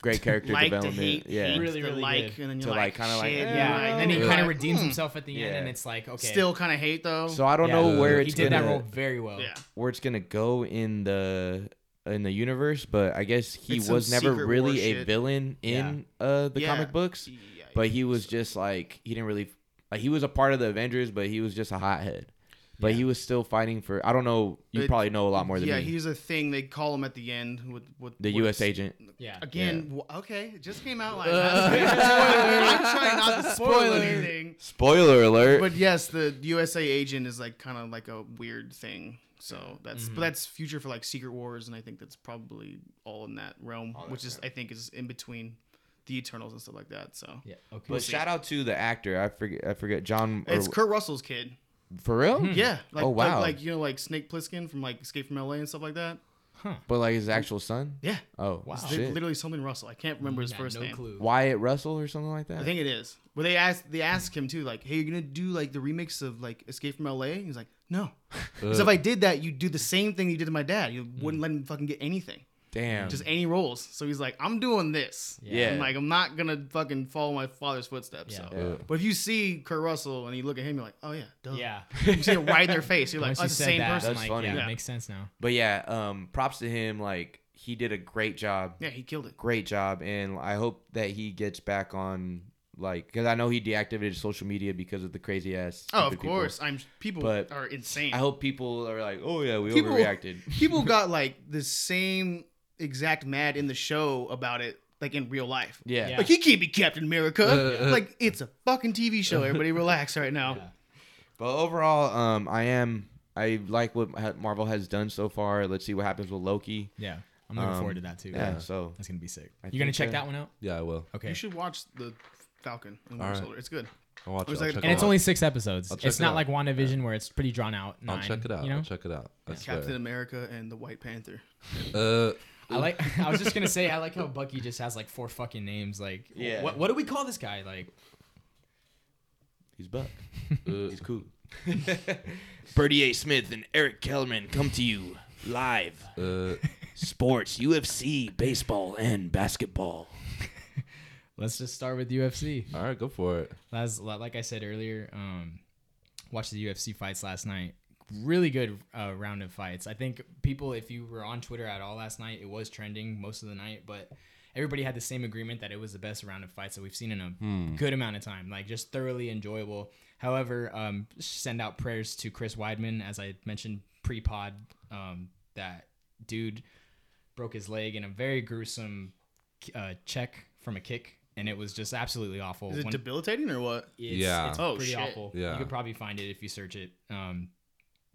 S1: great character
S4: like to
S1: development.
S4: hate,
S1: yeah,
S4: hate
S8: Really,
S4: to
S8: really
S4: like,
S8: good.
S4: and then
S1: To
S4: you're like,
S1: like, kinda like,
S4: shit,
S1: eh,
S8: yeah
S4: like,
S8: and then he
S4: you're
S8: kind of
S4: like,
S8: redeems
S4: hmm,
S8: himself at the end
S1: Yeah.
S8: and it's like okay
S4: Still kind of hate though.
S1: So I don't
S8: Yeah.
S1: know where
S2: Uh,
S1: it's
S8: he did
S1: gonna
S8: that role very well
S4: yeah,
S1: where it's gonna go in the in the universe, but I guess he
S4: It's some
S1: was never
S4: secret
S1: really
S4: war
S1: a
S4: shit.
S1: villain in uh, the
S4: Yeah.
S1: comic books.
S4: Yeah, yeah.
S1: But he was just like he didn't really like he was a part of the Avengers, but he was just a hothead. But he was still fighting for I don't know. You
S4: It-
S1: probably know a lot more than
S4: yeah,
S1: me.
S4: he's a thing they call him at the end with with
S1: the
S4: with-
S1: U.S. agent.
S8: yeah
S4: Again, wh- okay, it just came out like I'm trying not to spoil anything.
S1: Spoiler alert.
S4: But yes, the USA agent is like kind of like a weird thing. So that's
S8: Mm-hmm.
S4: but that's future for like Secret Wars, and I think that's probably all in that realm, which is I think is in between the Eternals and stuff like that. So
S8: yeah okay
S1: But shout out to the actor. I forget. I forget John. Or,
S4: it's Kurt Russell's kid.
S1: for real.
S4: Yeah. Like,
S1: Oh, wow.
S4: Like, like you know, like Snake Plissken from like Escape from LA and stuff like that.
S1: But like his actual son.
S4: Yeah.
S1: Oh wow.
S4: It's li-
S1: Shit.
S4: Literally something Russell. I can't remember his
S8: Nah,
S4: first
S8: Mm, no
S4: name.
S8: clue
S1: Wyatt Russell or something like that.
S4: I think it is. But they asked they asked him too, like, hey, you're gonna do like the remix of like Escape from LA? He's like, no. Because if I did that, you'd do the same thing you did to my dad. You
S1: Mm.
S4: wouldn't let him fucking get anything.
S1: Damn.
S4: Just any roles. So he's like, I'm doing this.
S1: Mm. Yeah.
S4: I'm like, I'm not gonna fucking follow my father's footsteps.
S8: Yeah.
S4: So
S1: Yeah.
S4: but if you see Kurt Russell and you look at him, you're like, Oh yeah, duh.
S8: yeah
S4: You see it right in their face. You're like,
S8: Once
S4: oh,
S8: you
S4: that's the
S8: said
S4: same
S8: that,
S4: person.
S8: I'm
S1: That's
S8: like,
S1: funny.
S8: yeah,
S4: Yeah.
S8: it makes sense now
S1: But yeah, um, props to him. Like he did a great job,
S4: Yeah, he killed it.
S1: great job, and I hope that he gets back on like because I know he deactivated social media because of the crazy ass.
S4: Oh, of
S1: stupid people.
S4: course. I'm people
S1: But
S4: are insane.
S1: I hope people are like, oh yeah, we
S4: People-
S1: overreacted.
S4: people got like the same exact mad in the show about it, like in real life.
S1: Yeah.
S8: Yeah.
S4: Like he can't be Captain America.
S2: Uh, uh.
S4: like it's a fucking TV show. Everybody relax right now.
S1: But overall, um, I am I like what ha- Marvel has done so far. Let's see what happens with Loki.
S8: Yeah. I'm looking
S1: Um,
S8: forward to that too.
S1: Yeah. So
S8: That's gonna be sick.
S1: I
S8: you gonna
S1: think,
S8: check
S1: uh,
S8: that one out?
S2: Yeah, I will.
S8: Okay.
S4: You should watch the Falcon and Winter
S2: All right.
S4: Soldier. It's good.
S2: I'll watch
S4: Or is
S2: it. I'll
S4: that-
S2: check
S8: and
S2: it
S8: it's
S2: out.
S8: only six episodes.
S2: I'll check
S8: It's
S2: it
S8: not
S2: out.
S8: like WandaVision where it's pretty drawn out.
S2: I'll
S8: Nine,
S2: check it out.
S8: You know?
S2: I'll check it out. I
S4: Captain
S2: swear.
S4: America and the White Panther.
S2: Uh,
S8: I like. I was just gonna say. I like how Bucky just has like four fucking names. Like,
S1: Yeah.
S8: What, what do we call this guy? Like,
S1: he's Buck.
S2: uh,
S1: He's cool. Bertie A. Smith and Eric Kellerman come to you live.
S2: uh,
S1: Sports, UFC, baseball, and basketball.
S8: let's just start with UFC.
S2: all right, go for it.
S8: As like I said earlier, um, watched the UFC fights last night. Really good uh, round of fights. I think people, if you were on Twitter at all last night, it was trending most of the night, but everybody had the same agreement that it was the best round of fights that we've seen in a
S2: Hmm, Mm-hmm.
S8: good amount of time. Like just thoroughly enjoyable. However, um, send out prayers to Chris Weidman, as I mentioned pre-pod. Um, that dude broke his leg in a very gruesome uh, check from a kick. And it was just absolutely awful.
S4: Is it
S8: One-
S4: debilitating or what?
S8: it's,
S2: Yeah.
S8: it's
S4: Oh,
S8: pretty
S4: shit.
S8: awful.
S2: Yeah.
S8: You could probably find it if you search it. Um,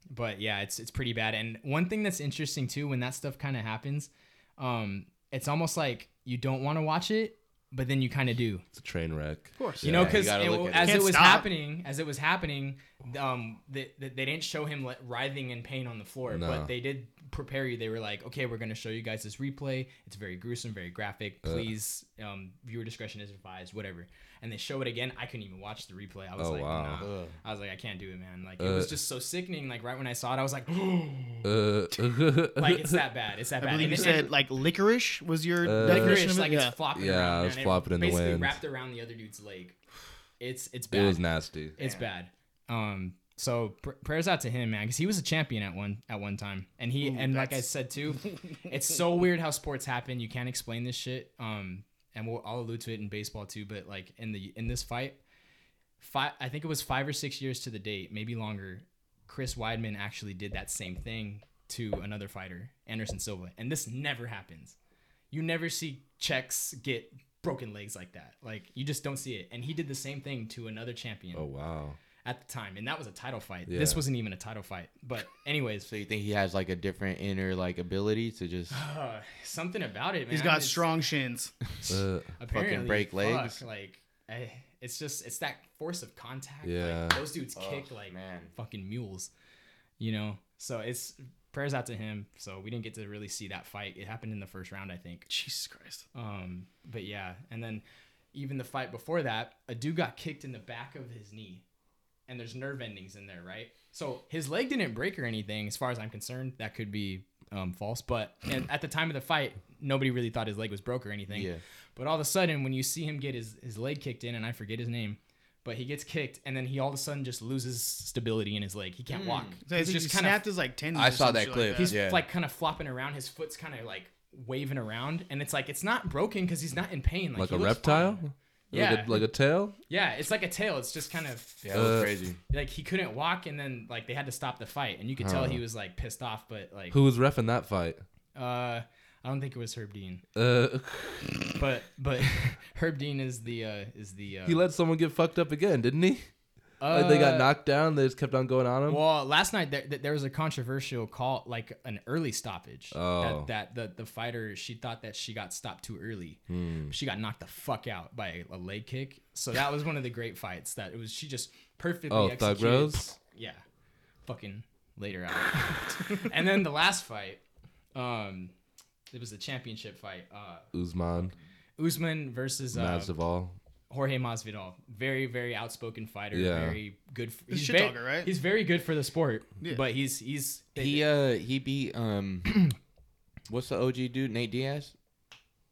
S8: but yeah, it's it's pretty bad. And one thing that's interesting too, when that stuff kind of happens, um, it's almost like you don't want to watch it, but then you kind of do.
S2: It's a train wreck. Of
S4: course.
S8: You
S1: Yeah,
S8: know,
S1: you
S8: because
S1: gotta look at
S8: as
S4: it.
S8: it
S4: Can't
S8: was
S4: stop.
S8: happening, as it was happening, um, they, they, they didn't show him like, writhing in pain on the floor,
S2: No.
S8: but they did prepare you. They were like, okay, we're gonna show you guys this replay. It's very gruesome, very graphic.
S2: Uh.
S8: Please, um, viewer discretion is advised. Whatever. And they show it again. I couldn't even watch the replay. I was
S2: Oh,
S8: like,
S2: wow.
S8: nah. I was like, I can't do it, man. Like it was
S2: Uh.
S8: just so sickening. Like right when I saw it, I was like,
S2: Uh,
S8: like it's that bad. It's that
S4: I believe
S8: bad. And
S4: you
S8: it- and-
S4: said like licorice was your
S2: Uh,
S4: definition
S8: licorice,
S4: of it?
S8: like
S4: yeah.
S8: it's flopping
S2: Yeah,
S8: around.
S2: it
S8: man.
S2: was flopping in the
S8: basically
S2: wind.
S8: wrapped around the other dude's leg. It's it's
S2: it
S8: bad.
S2: was nasty.
S8: It's bad. Um, so pr- prayers out to him, man, because he was a champion at one at one time, and he and like I
S4: that's-
S8: said too, it's so weird how sports happen. You can't explain this shit. Um, and we'll I'll allude to it in baseball too, but like in the in this fight, five I think it was five or six years to the date, maybe longer. Chris Weidman actually did that same thing to another fighter, Anderson Silva, and this never happens. You never see checks get broken legs like that. Like you just don't see it. And he did the same thing to another champion
S2: Oh wow.
S8: at the time, and that was a title fight.
S2: Yeah.
S8: This wasn't even a title fight, but anyways,
S1: So you think he has like a different inner like ability to just
S8: uh, something about it, man.
S4: He's got
S8: It's-
S4: strong shins.
S2: Uh,
S8: apparently,
S1: break
S8: fuck,
S1: legs.
S8: like eh, it's just it's that force of contact.
S2: Yeah.
S8: like, those dudes kick like
S1: Oh, man.
S8: fucking mules, you know. So it's prayers out to him. So we didn't get to really see that fight. It happened in the first round, I think.
S4: Jesus Christ.
S8: Um, but yeah, and then even the fight before that, a dude got kicked in the back of his knee, and there's nerve endings in there, right? So his leg didn't break or anything, as far as I'm concerned. That could be um, false, but and at the time of the fight, nobody really thought his leg was broke or anything.
S1: Yeah.
S8: But all of a sudden, when you see him get his his leg kicked in, and I forget his name. But he gets kicked, and then he all of a sudden just loses stability in his leg. He can't walk.
S4: Hmm. So I
S8: He's
S4: think
S8: just
S4: he
S8: kinda
S4: snapped his like tendon.
S1: I
S4: or
S1: saw
S4: some
S1: that
S4: shit like
S1: clip.
S8: he's
S1: Yeah.
S8: like kind of flopping around. His foot's kind of like waving around, and it's like it's not broken because he's not in pain. Like,
S2: like
S8: he
S2: a
S8: looks
S2: reptile.
S8: fine.
S2: Like
S8: Yeah.
S2: a, like a tail.
S8: Yeah, it's like a tail. It's just kind of
S1: Yeah, that was
S2: Uh,
S1: crazy.
S8: like he couldn't walk, and then like they had to stop the fight, and you could tell he was like pissed off. But like,
S2: Who was refing that fight?
S8: uh, I don't think it was Herb Dean,
S2: Uh,
S8: but but Herb Dean is the uh is the uh,
S2: he let someone get fucked up again, didn't he?
S8: uh,
S2: Like they got knocked down. They just kept on going on him.
S8: Well, last night there, there was a controversial call, like an early stoppage.
S2: Oh.
S8: That, that the, the fighter, she thought that she got stopped too early.
S2: Hmm.
S8: She got knocked the fuck out by a leg kick. So that was one of the great fights that it was, she just perfectly
S2: Oh, Thug
S8: executed.
S2: Rose.
S8: Yeah. Fucking later out. and then the last fight, um, it was the championship fight. Uh,
S2: Usman
S8: Usman versus uh,
S2: Masvidal.
S8: Jorge Masvidal, very very outspoken fighter,
S2: Yeah.
S8: very good. For,
S4: He's a shit
S8: ve-
S4: talker, right?
S8: He's very good for the sport,
S4: Yeah.
S8: but he's he's
S1: He uh he beat um what's the OG dude Nate Diaz?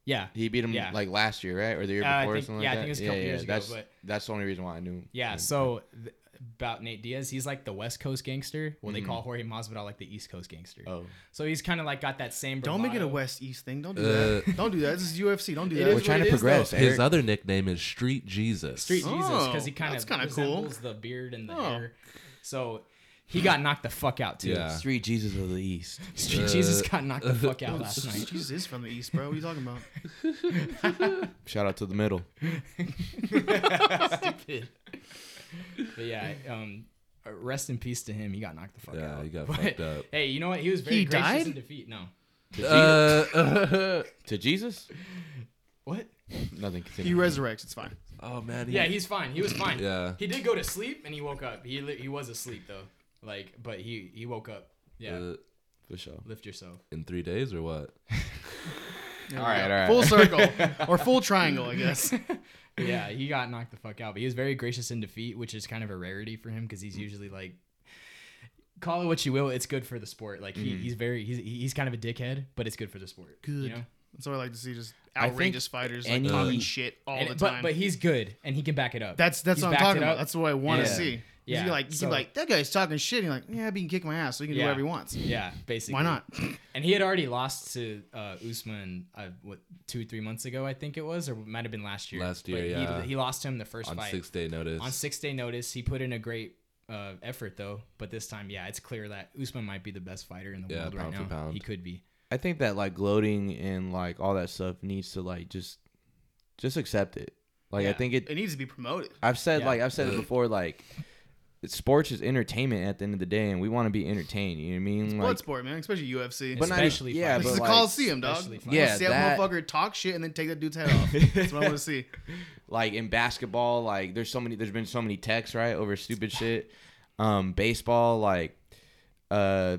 S8: yeah
S1: He beat him
S8: Yeah.
S1: like last year, right, or the year
S8: Uh, I
S1: before, or
S8: think-
S1: something
S8: yeah, I
S1: like that.
S8: think it was a couple years ago,
S1: That's
S8: but-
S1: that's the only reason why I knew.
S8: yeah. So th- about Nate Diaz. He's like the West Coast gangster. Well, they
S2: Mm.
S8: call Jorge Masvidal like the East Coast gangster.
S1: Oh.
S8: So he's kind of like got that same.
S4: Don't make it a
S8: bravado.
S4: West East thing. Don't do that. Don't do that. This is UFC. Don't do that.
S1: Uh, We're trying to progress.
S2: His
S1: Eric.
S2: other nickname is Street Jesus.
S8: Street Jesus because
S4: Oh,
S8: he kind
S4: that's
S8: of
S4: kinda cool.
S8: resembles the beard and the
S4: Oh.
S8: hair. So he got knocked the fuck out too.
S2: Yeah. Uh,
S1: Street Jesus of the East.
S8: Street Jesus got knocked the fuck out last night.
S4: Jesus is from the East, bro. What are you talking about?
S1: Shout out to the middle.
S8: But yeah, um, rest in peace to him. He got knocked the fuck
S2: Yeah,
S8: out.
S2: he got
S8: But,
S2: fucked up.
S8: Hey, you know what? He was very
S4: He
S8: gracious
S4: died?
S8: in defeat. No,
S2: Uh,
S1: To Jesus?
S8: what?
S1: Nothing.
S4: He
S1: Continue.
S4: resurrects. It's fine.
S2: oh man, he-
S8: Yeah, he's fine. He was fine.
S2: Yeah.
S8: He did go to sleep and he woke up. He li- he was asleep though. Like, but he he woke up. Yeah.
S2: uh,
S1: For sure.
S8: Lift yourself.
S2: in three days or what?
S1: All right, all right.
S4: Full circle or full triangle, I guess.
S8: yeah, he got knocked the fuck out, but he was very gracious in defeat, which is kind of a rarity for him because
S2: Mm.
S8: he's usually like, call it what you will, it's good for the sport. Like
S2: Mm.
S8: he, he's very he's he's kind of a dickhead, but it's good for the sport. Good. You know?
S4: That's what I like to see. Just
S1: I think
S4: outrageous fighters like
S1: any-
S4: talking shit all
S8: And-
S4: the
S8: but
S4: time.
S8: but he's good and he can back it up.
S4: that's that's
S8: He's
S4: what I'm
S8: backed
S4: talking
S8: it
S4: about.
S8: up.
S4: That's what I want
S8: Yeah.
S4: to see. Yeah. You
S8: Yeah.
S4: can be like you can
S8: So-
S4: be like that guy's talking shit. and You're like, yeah, but he can kick my ass, so he can do
S8: Yeah.
S4: whatever he wants.
S8: yeah, basically.
S4: Why not?
S8: And he had already lost to uh, Usman uh, what two three months ago, I think it was, or might have been last year.
S2: Last
S8: But
S2: year,
S8: he-
S2: yeah.
S8: He, lost to him the first
S2: On
S8: fight
S2: six day notice.
S8: on six day notice. He put in a great uh, effort though, but this time, yeah, it's clear that Usman might be the best fighter in the
S2: Yeah,
S8: world right
S2: pound for
S8: now.
S2: pound.
S8: He could be.
S1: I think that like gloating and like all that stuff needs to like just just accept it. Like I
S8: Yeah.
S1: think it
S4: It needs to be promoted.
S1: I've said
S8: Yeah.
S1: like I've said it before like sports is entertainment at the end of the day and we want to be entertained, you know what I mean?
S4: Blood
S1: Like
S4: sport, man, especially UFC.
S1: But not-
S8: especially
S1: yeah,
S8: fighting.
S4: this is
S1: but
S4: a
S1: like-
S4: coliseum, dog.
S8: Especially
S4: I wanna
S1: fight.
S4: see that
S1: Yeah,
S4: motherfucker talk shit and then take that dude's head off. That's what I want to see.
S1: like in basketball like there's so many there's been so many texts, right, over stupid shit. Um baseball like uh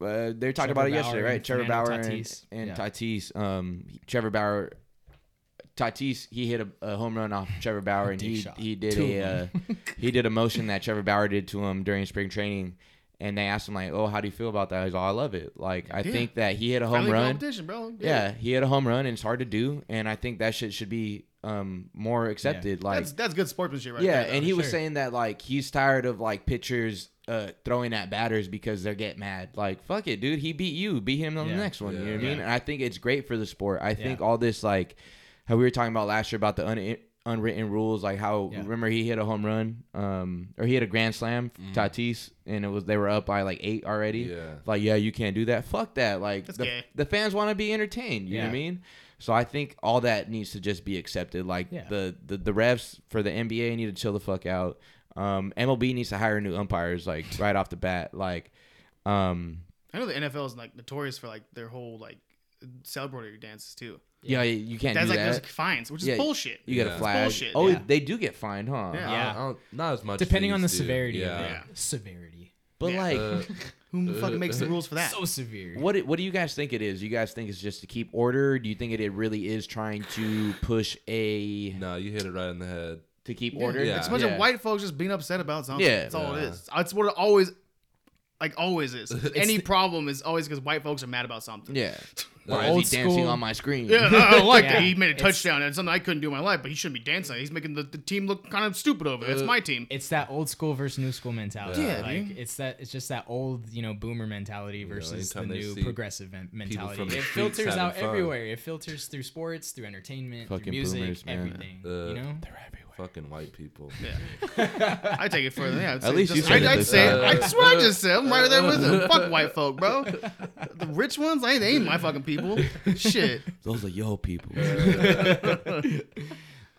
S1: uh, they were talking
S8: Trevor
S1: about it
S8: Bauer
S1: yesterday, right?
S8: and
S1: Trevor
S8: Fernando
S1: Bauer and,
S8: Tatis.
S1: and
S8: Yeah.
S1: Tatis. Um, Trevor Bauer, Tatis, he hit a, a home run off Trevor Bauer, and
S8: Deep
S1: he
S8: shot.
S1: he did
S8: Two
S1: a uh,
S8: of
S1: he did a motion that Trevor Bauer did to him during spring training, and they asked him like, "Oh, how do you feel about that?" He's all, "I love it. Like, I think that he hit a home
S4: Friendly
S1: run.
S4: competition, bro.
S1: Yeah, he hit a home run, and it's hard to do. And I think that shit should be um more accepted. Like,
S4: that's that's good sportsmanship, right?
S1: yeah,
S4: there,
S1: and
S4: though.
S1: he was saying that like he's tired of like pitchers uh, throwing at batters because they are get mad. Like fuck it, dude. He beat you. Beat him on
S8: Yeah.
S1: the next one. You know what
S8: Yeah.
S1: I mean? And I think it's great for the sport. I think
S8: Yeah.
S1: all this like how we were talking about last year about the un- unwritten rules, like how
S8: Yeah.
S1: remember he hit a home run, um, or he hit a grand slam, Tatis, and it was they were up by like eight already.
S2: Yeah.
S1: Like yeah, you can't do that. Fuck that. Like
S4: That's
S1: the,
S4: gay.
S1: the fans want to be entertained. You know what I
S8: Yeah.
S1: mean? So I think all that needs to just be accepted. Like
S8: Yeah.
S1: the, the the refs for the NBA need to chill the fuck out. Um, MLB needs to hire new umpires like right off the bat. Like, um,
S4: I know the NFL is like notorious for like their whole like celebratory dances too.
S1: yeah, you can't
S4: That's
S1: do
S4: like
S1: that.
S4: there's fines, which is
S1: Yeah,
S4: bullshit.
S1: you get
S2: Yeah.
S1: a
S2: It's
S1: flag.
S4: bullshit.
S1: Oh,
S8: Yeah.
S1: they do get fined, huh?
S4: Yeah.
S2: I don't, not as much. as
S8: Depending
S2: they
S8: on the
S2: used to.
S8: severity.
S2: Yeah.
S8: Of it. Severity.
S1: But
S4: Yeah.
S1: like,
S2: Uh,
S4: Who the fuck makes the rules for that?
S8: So severe.
S1: what do- what do you guys think it is? You guys think it's just to keep order? Do you think it, it really is trying to push a
S2: no, you hit it right in the head.
S1: to keep
S4: Yeah,
S1: order?
S4: It's a bunch
S1: Yeah.
S4: of white folks just being upset about something.
S1: Yeah.
S4: that's all
S2: Yeah.
S4: it is. That's what it always, like always is. Any problem is always because white folks are mad about something.
S1: Yeah. Why
S2: old
S1: is he dancing
S8: school-
S1: on my screen?
S4: Yeah, I don't like
S8: Yeah.
S4: that. He made a
S8: It's-
S4: touchdown and something I couldn't do in my life, but he shouldn't be dancing. He's making the, the team look kind of stupid over
S1: Uh,
S4: there. It's my team.
S8: It's that old school versus new school mentality.
S4: Yeah,
S8: like
S4: dude.
S8: it's that it's just that old, you know, boomer mentality versus
S2: anytime
S8: the
S2: they
S8: new
S2: see
S8: progressive men- mentality.
S2: from the
S8: It
S2: streets
S8: filters
S2: having
S8: out
S2: fun.
S8: everywhere. It filters through sports, through entertainment,
S1: Fucking
S8: through music,
S1: boomers, man.
S8: everything.
S2: Uh,
S8: you know?
S2: Fucking white people.
S4: I take it further. Yeah, I'd
S1: At
S4: say
S1: least
S4: just-
S1: you said
S4: I,
S1: it
S4: I'd
S1: this
S4: say it.
S1: time.
S4: I swear I just said. I'm right there with him. Fuck white folk, bro. The rich ones, I ain't, they ain't my fucking people. Shit.
S1: Those are yo people.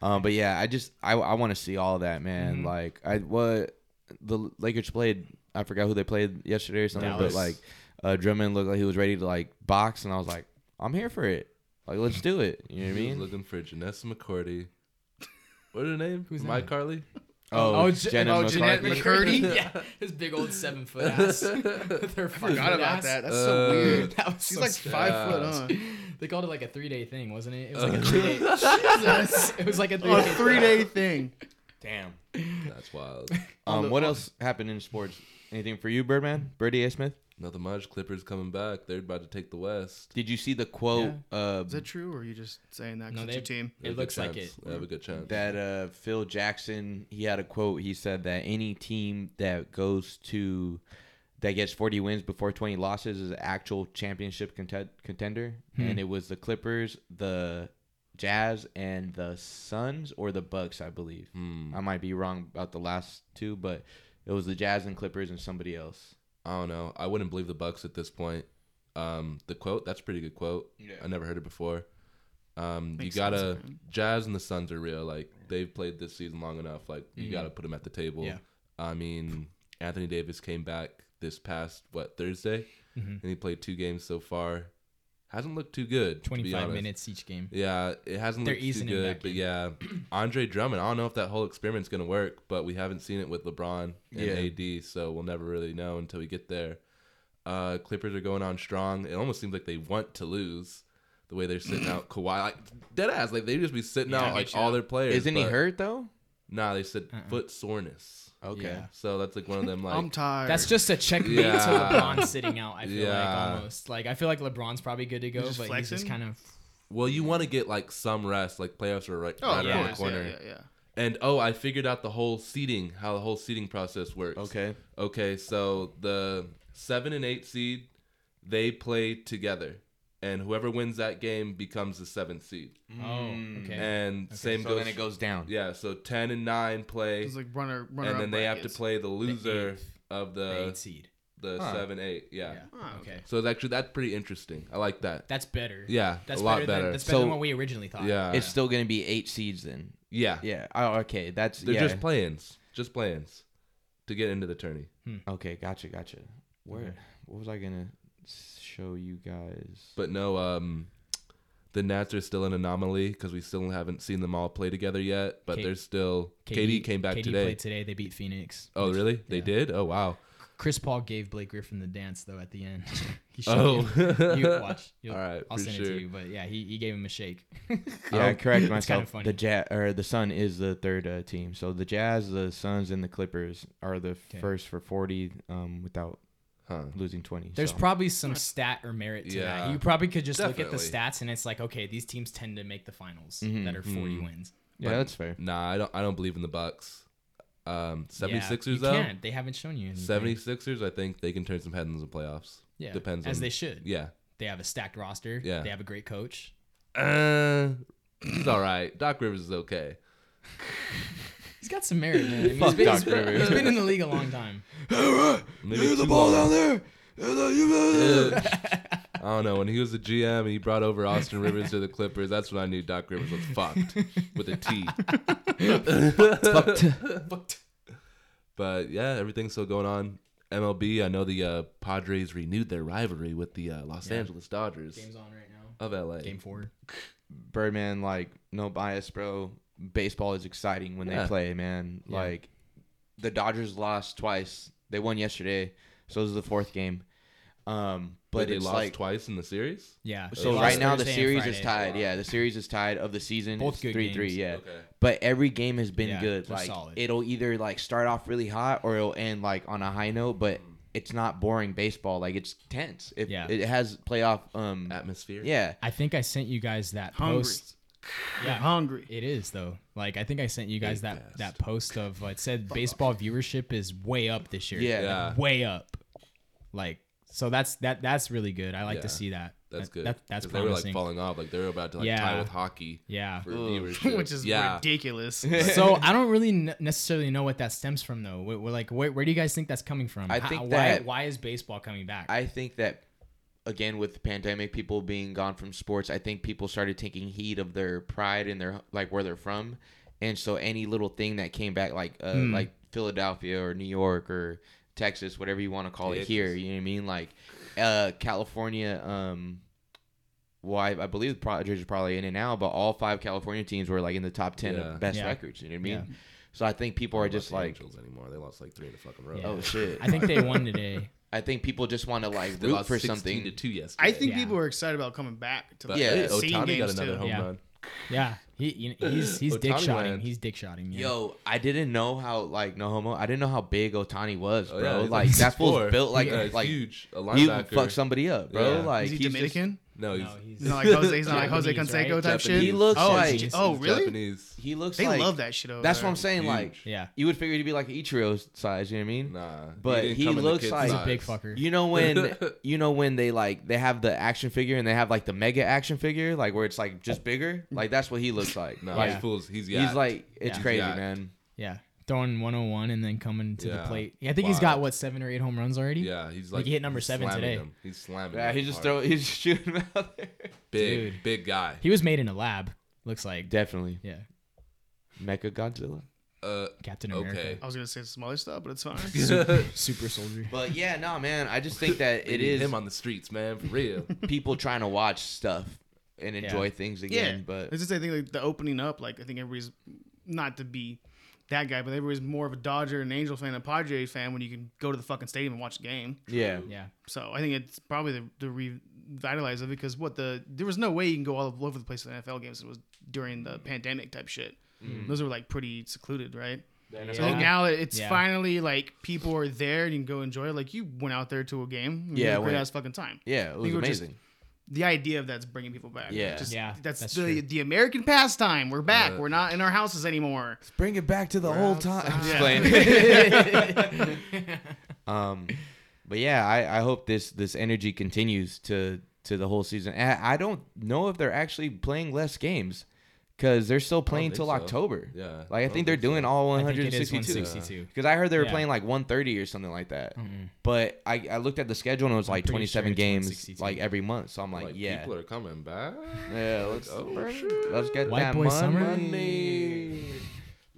S1: um, but yeah, I just I, I want to see all that, man. Like I what the Lakers played. I forgot who they played yesterday or something,
S8: Dallas.
S1: but like uh, Drummond looked like he was ready to like box, and I was like, I'm here for it. Like let's do it. You know what I
S2: He was
S1: mean?
S2: looking for Janessa McCourty. What her name?
S8: Who's
S2: Mike
S8: that?
S2: Carly.
S1: Oh,
S8: Oh, J-
S1: Jenna
S4: oh, Jeanette
S1: McCarthy.
S4: McCurdy?
S8: yeah. His big old seven foot ass. With her five
S4: Forgot
S8: foot
S4: about
S8: ass.
S4: that. That's
S2: Uh,
S4: so weird.
S8: That was
S4: She's
S8: so
S4: like
S8: sad.
S4: five foot, huh?
S8: They called it like a three day thing, wasn't it? It
S2: Uh,
S8: was like a three day. Jesus. It was like a three
S4: A
S8: day.
S4: Oh, three day thing.
S1: Damn.
S2: That's wild.
S1: Um, what else happened in sports? Anything for you, Birdman? Birdie A. Smith?
S2: Nothing much. Clippers coming back. They're about to take the West.
S1: Did you see the quote uh,
S4: Is that true, or are you just saying that? 'cause
S8: No,
S4: it's
S8: they-
S4: your team.
S8: It
S2: Have a good
S8: looks like
S2: chance.
S8: it.
S2: They have a good chance.
S1: that uh, Phil Jackson? He had a quote. He said that any team that goes to that gets 40 wins before 20 losses is an actual championship content- contender,
S2: Hmm.
S1: and it was the Clippers, the Jazz, and the Suns or the Bucks, I believe.
S2: Hmm.
S1: I might be wrong about the last two, but it was the Jazz and Clippers and somebody else.
S2: I don't know. I wouldn't believe the Bucks at this point. Um, the quote, that's a pretty good quote. I never heard it before. Um, you
S4: Makes
S2: gotta
S4: sense,
S2: Jazz and the Suns are real. Like they've played this season long enough. Like you gotta put them at the table.
S8: Yeah.
S2: I mean, Anthony Davis came back this past what Thursday, and he played two games so far. Hasn't looked too good. to be
S8: 25
S2: honest.
S8: minutes each game.
S2: Yeah, it hasn't
S8: They're
S2: looked too
S8: easing him
S2: good,
S8: back
S2: but
S8: in.
S2: yeah, Andre Drummond. I don't know if that whole experiment's gonna work, but we haven't seen it with LeBron and AD, so we'll never really know until we get there. Uh, Clippers are going on strong. It almost seems like they want to lose the way they're sitting out Kawhi, like dead ass. Like they just be sitting
S8: Yeah, I
S2: out like
S8: get you.
S2: all their players.
S1: Isn't he
S2: but-
S1: hurt Oh, though?
S2: Nah, they said foot soreness.
S1: Okay.
S8: Yeah.
S2: So that's like one of them. Like
S4: I'm tired.
S8: That's just a checkmate
S2: Yeah.
S8: to LeBron sitting out. I feel
S2: Yeah.
S8: like almost like I feel like LeBron's probably good to go, but
S4: just
S8: he's just
S4: flexing?
S8: kind of
S2: well, you want to get like some rest. Like playoffs are right,
S4: oh,
S2: right
S4: of
S2: around
S4: course,
S2: the corner.
S4: yeah, yeah, yeah.
S2: And oh, I figured out the whole seeding, how the whole seeding process works.
S1: Okay.
S2: Okay, so the seven and eight seed, they play together, and whoever wins that game becomes the seventh seed.
S8: oh okay.
S2: And same
S1: So
S2: goes.
S1: then it goes down.
S2: Yeah, so ten and nine play,
S4: It's like runner, runner.
S2: and then
S4: up
S2: they have to
S4: brackets.
S2: play the loser
S8: eighth.
S2: of
S8: The eight
S2: the
S8: seed.
S2: the
S1: Huh.
S2: seven eight. Yeah.
S8: Yeah.
S4: oh, Ah,
S8: okay.
S2: So it's actually that's pretty interesting. I like that.
S8: That's better.
S2: Yeah,
S8: That's
S2: a lot
S8: better.
S2: better.
S8: Than, that's better than
S1: So-
S8: what we originally thought.
S2: yeah.
S1: It's still gonna be eight seeds then.
S2: yeah.
S1: Yeah. Oh, okay. That's
S2: They're
S1: yeah.
S2: just play-ins, just play-ins, to get into the tourney.
S1: Okay, gotcha, gotcha. Where what was I gonna s- show you guys?
S2: But no, um, the Nats are still an anomaly because we still haven't seen them all play together yet. But
S8: K-
S2: they're still KD, came back
S8: KD
S2: today.
S8: Played today. They beat Phoenix.
S2: oh, really? They
S8: Yeah.
S2: did? Oh, wow.
S8: Chris Paul gave Blake Griffin the dance though at the end. he shook
S2: Oh.
S8: him. you watch. You'll,
S2: All right,
S8: I'll
S2: for
S8: send it
S2: sure.
S8: to you. But yeah, he, he gave him a shake. Um,
S1: Yeah, I correct
S8: It's kinda
S1: myself.
S8: funny.
S1: The Jazz or the Sun is the third uh, team. So the Jazz, the Suns, and the Clippers are the first for forty um, without
S2: Huh.
S1: losing twenty.
S8: There's
S1: so.
S8: probably some stat or merit to
S2: Yeah,
S8: that. You probably could just look at
S2: definitely. Mm-hmm,
S8: the stats and it's like, okay, these teams tend to make the finals that are 40 wins.
S1: yeah, that's fair.
S2: Nah, I don't. I don't believe in the Bucks. Um,
S8: Yeah,
S2: 76ers
S8: you
S2: though.
S8: can't. They haven't shown you anything.
S2: 76ers, I think they can turn some heads in the playoffs.
S8: Yeah,
S2: depends
S8: as
S2: on-
S8: they should.
S2: Yeah.
S8: They have a stacked roster.
S2: Yeah.
S8: They have a great coach.
S2: Uh, he's all right. Doc Rivers is okay.
S8: He's got some merit, man. I mean,
S1: Fuck
S8: he's been-
S1: Doc
S8: he's been-
S1: Rivers.
S8: he's been in the league a long time.
S2: Maybe too long.
S1: there.
S2: I don't know. When he was the GM and he brought over Austin Rivers to the Clippers, that's when I knew Doc Rivers was fucked with a T. But yeah, everything's still going on. MLB, I know the uh, Padres renewed their rivalry with the uh, Los Angeles Dodgers
S8: Game's on right now.
S2: of LA.
S8: Game four.
S1: Birdman, like no bias, bro. Baseball is exciting when
S2: Yeah.
S1: they play, man. Like the Dodgers lost twice. They won yesterday, so this is the fourth game. Um,
S2: but
S1: but
S2: they
S1: it's
S2: lost
S1: like
S2: twice in the series.
S8: Yeah.
S1: so
S8: They
S1: right
S8: lost
S1: now the
S8: Thursday and
S1: series is
S8: Friday.
S1: tied. Yeah, the series is tied of the season.
S8: Both
S1: It's
S8: good
S1: three three.
S8: games.
S1: Yeah,
S2: Okay.
S1: but every game has been
S8: Yeah,
S1: good.
S8: they're
S1: Like
S8: solid.
S1: it'll either like start off really hot or it'll end like on a high note, but. It's not boring baseball. Like it's tense. It,
S8: Yeah.
S1: it has playoff. Um,
S2: Atmosphere.
S1: yeah.
S8: I think I sent you guys that
S4: hungry.
S8: post. Yeah.
S4: Hungry.
S8: It is though. Like I think I sent you guys that that post of uh, it said baseball viewership is way up this year.
S1: Yeah.
S2: Yeah.
S8: Way up. Like so that's that that's really good. I like
S2: Yeah.
S8: to see that.
S2: That's
S8: That-
S2: good.
S8: That, that's
S2: 'Cause they were
S8: promising.
S2: like falling off. Like they were about to like tie
S8: Yeah.
S2: with hockey.
S8: yeah.
S2: For viewership.
S4: Which is
S2: yeah.
S4: ridiculous.
S8: so I don't really n- necessarily know what that stems from though. We're, like, where, where do you guys think that's coming from?
S1: I
S8: How-
S1: think
S8: why,
S1: that-
S8: why is baseball coming back?
S1: I think that again with the pandemic, people being gone from sports, I think people started taking heed of their pride and their like where they're from, and so any little thing that came back, like uh,
S2: Hmm.
S1: like Philadelphia or New York or Texas, whatever you want to call it here, you know what I mean? Like uh, California. Um, well, I, I believe the Padres are probably in and out, but all five California teams were like in the top ten
S2: Yeah.
S1: of best
S8: Yeah.
S1: records. You know what I mean?
S8: Yeah.
S1: So I think people are
S2: Not
S1: just
S2: the
S1: like,
S2: Angels anymore. They lost like three in a fucking row.
S8: Yeah.
S1: oh shit.
S8: I think they won today.
S1: I think people just want to like
S2: They
S1: root
S2: lost
S1: for
S2: 16
S1: something.
S2: to two yesterday.
S4: I think
S8: Yeah.
S4: people are excited about coming back to
S2: But,
S4: like,
S1: Yeah.
S2: hey,
S4: seeing
S2: Otani got
S4: games
S2: another
S4: too.
S2: home
S8: Yeah.
S2: run.
S8: Yeah, He you know, he's he's dick
S2: Ohtani
S8: shotting.
S2: land.
S8: He's dick shotting. Yeah.
S1: Yo, I didn't know how like no homo. I didn't know how big Otani was,
S2: Oh,
S1: bro.
S2: yeah, he's
S1: like that
S2: four.
S1: fool's built like
S2: Yeah,
S1: a,
S2: he's
S1: like
S2: huge. A
S1: you
S2: linebacker.
S1: fuck somebody up, bro.
S2: Yeah.
S1: Like
S4: Is he
S1: he's just-
S4: Dominican?
S2: No, he's
S8: No, he's
S4: He's not like Jose, he's not like Jose
S8: Japanese, right?
S4: Canseco type shit.
S1: He looks
S4: oh,
S1: like-
S4: he's- oh
S2: he's
S4: really?
S2: Japanese.
S1: he looks.
S4: They
S1: like,
S4: love that shit over
S1: That's
S4: there.
S1: what I'm saying. Like
S2: Huge.
S8: yeah.
S1: you would figure he'd be like an Ichiro size. You know what I mean?
S2: Nah,
S1: But
S2: didn't
S1: he
S2: come in the
S1: looks
S2: kid's
S1: like-
S8: He's a
S2: size.
S8: big fucker.
S1: You know when you know when they like they have the action figure and they have like the mega action figure, like where it's like just bigger. Like that's what he looks like.
S2: No,
S1: like
S2: he fools. He's
S1: he's
S2: yacked.
S1: like it's
S8: Yeah.
S1: crazy,
S2: Yacked.
S1: man.
S8: Yeah. Throwing 101 and then coming to the
S2: Yeah.
S8: plate. Yeah, I think he's got
S2: Wild.
S8: what seven or eight home runs already.
S2: yeah, he's
S8: Like,
S2: like
S8: he hit number seven
S2: slamming
S8: today.
S2: him. He's slamming.
S1: Yeah,
S2: him
S1: he just
S2: hard.
S1: throw he's just shooting him out there.
S2: big,
S8: Dude.
S2: big guy.
S8: He was made in a lab. Looks like.
S1: Definitely,
S8: Yeah.
S1: Mecha Godzilla.
S2: Uh,
S8: Captain
S2: Okay.
S8: America.
S4: I was gonna say some other stuff, but it's fine.
S8: Super soldier.
S1: But yeah, no, man, I just think that
S2: they
S1: it
S2: need
S1: is
S2: him on the streets, man, for real.
S1: people trying to watch stuff and enjoy things
S4: yeah,
S1: again. But
S4: it's just I think like the opening up. Like I think everybody's not to be that guy, but everybody's more of a Dodger and Angel fan, and a Padre fan when you can go to the fucking stadium and watch the game.
S1: yeah,
S8: Yeah.
S4: So I think it's probably the, the revitalize of it because what the there was no way you can go all over the place with NFL games. It was during the pandemic type shit.
S1: Mm.
S4: Those were like pretty secluded, right? So I think
S8: Yeah.
S4: now that it's
S8: Yeah.
S4: finally like people are there and you can go enjoy it. Like you went out there to a game, and you
S1: Yeah,
S4: had a
S1: I
S4: great
S1: went.
S4: ass fucking time.
S1: yeah, it was
S4: We were just-
S1: amazing.
S4: The idea of that's bringing people back.
S1: Yeah.
S4: Just-
S8: Yeah,
S4: That's,
S8: that's
S4: the
S8: true.
S4: the American pastime. We're back.
S2: Uh,
S4: we're not in our houses anymore.
S1: Bring it back to the old time. I'm just playing. um, but yeah, I, I hope this this energy continues to to the whole season. And I don't know if they're actually playing less games because they're still playing
S2: think
S1: till
S2: so.
S1: October.
S2: Yeah, I
S1: like I
S2: don't
S1: think they're
S2: think so.
S1: doing all
S8: I think it is
S1: 162.
S8: 162.
S1: Because I heard they were
S8: Yeah.
S1: playing like 130 or something like that. But I, I looked at the schedule and it was like
S8: pretty
S1: 27
S8: sure it's
S1: games
S8: 162.
S1: like every month. So I'm like, yeah,
S2: people are coming back.
S1: yeah, let's
S2: Oh,
S1: burn-
S2: shit.
S1: let's get
S8: White
S1: that
S8: boy
S1: money.
S8: summer.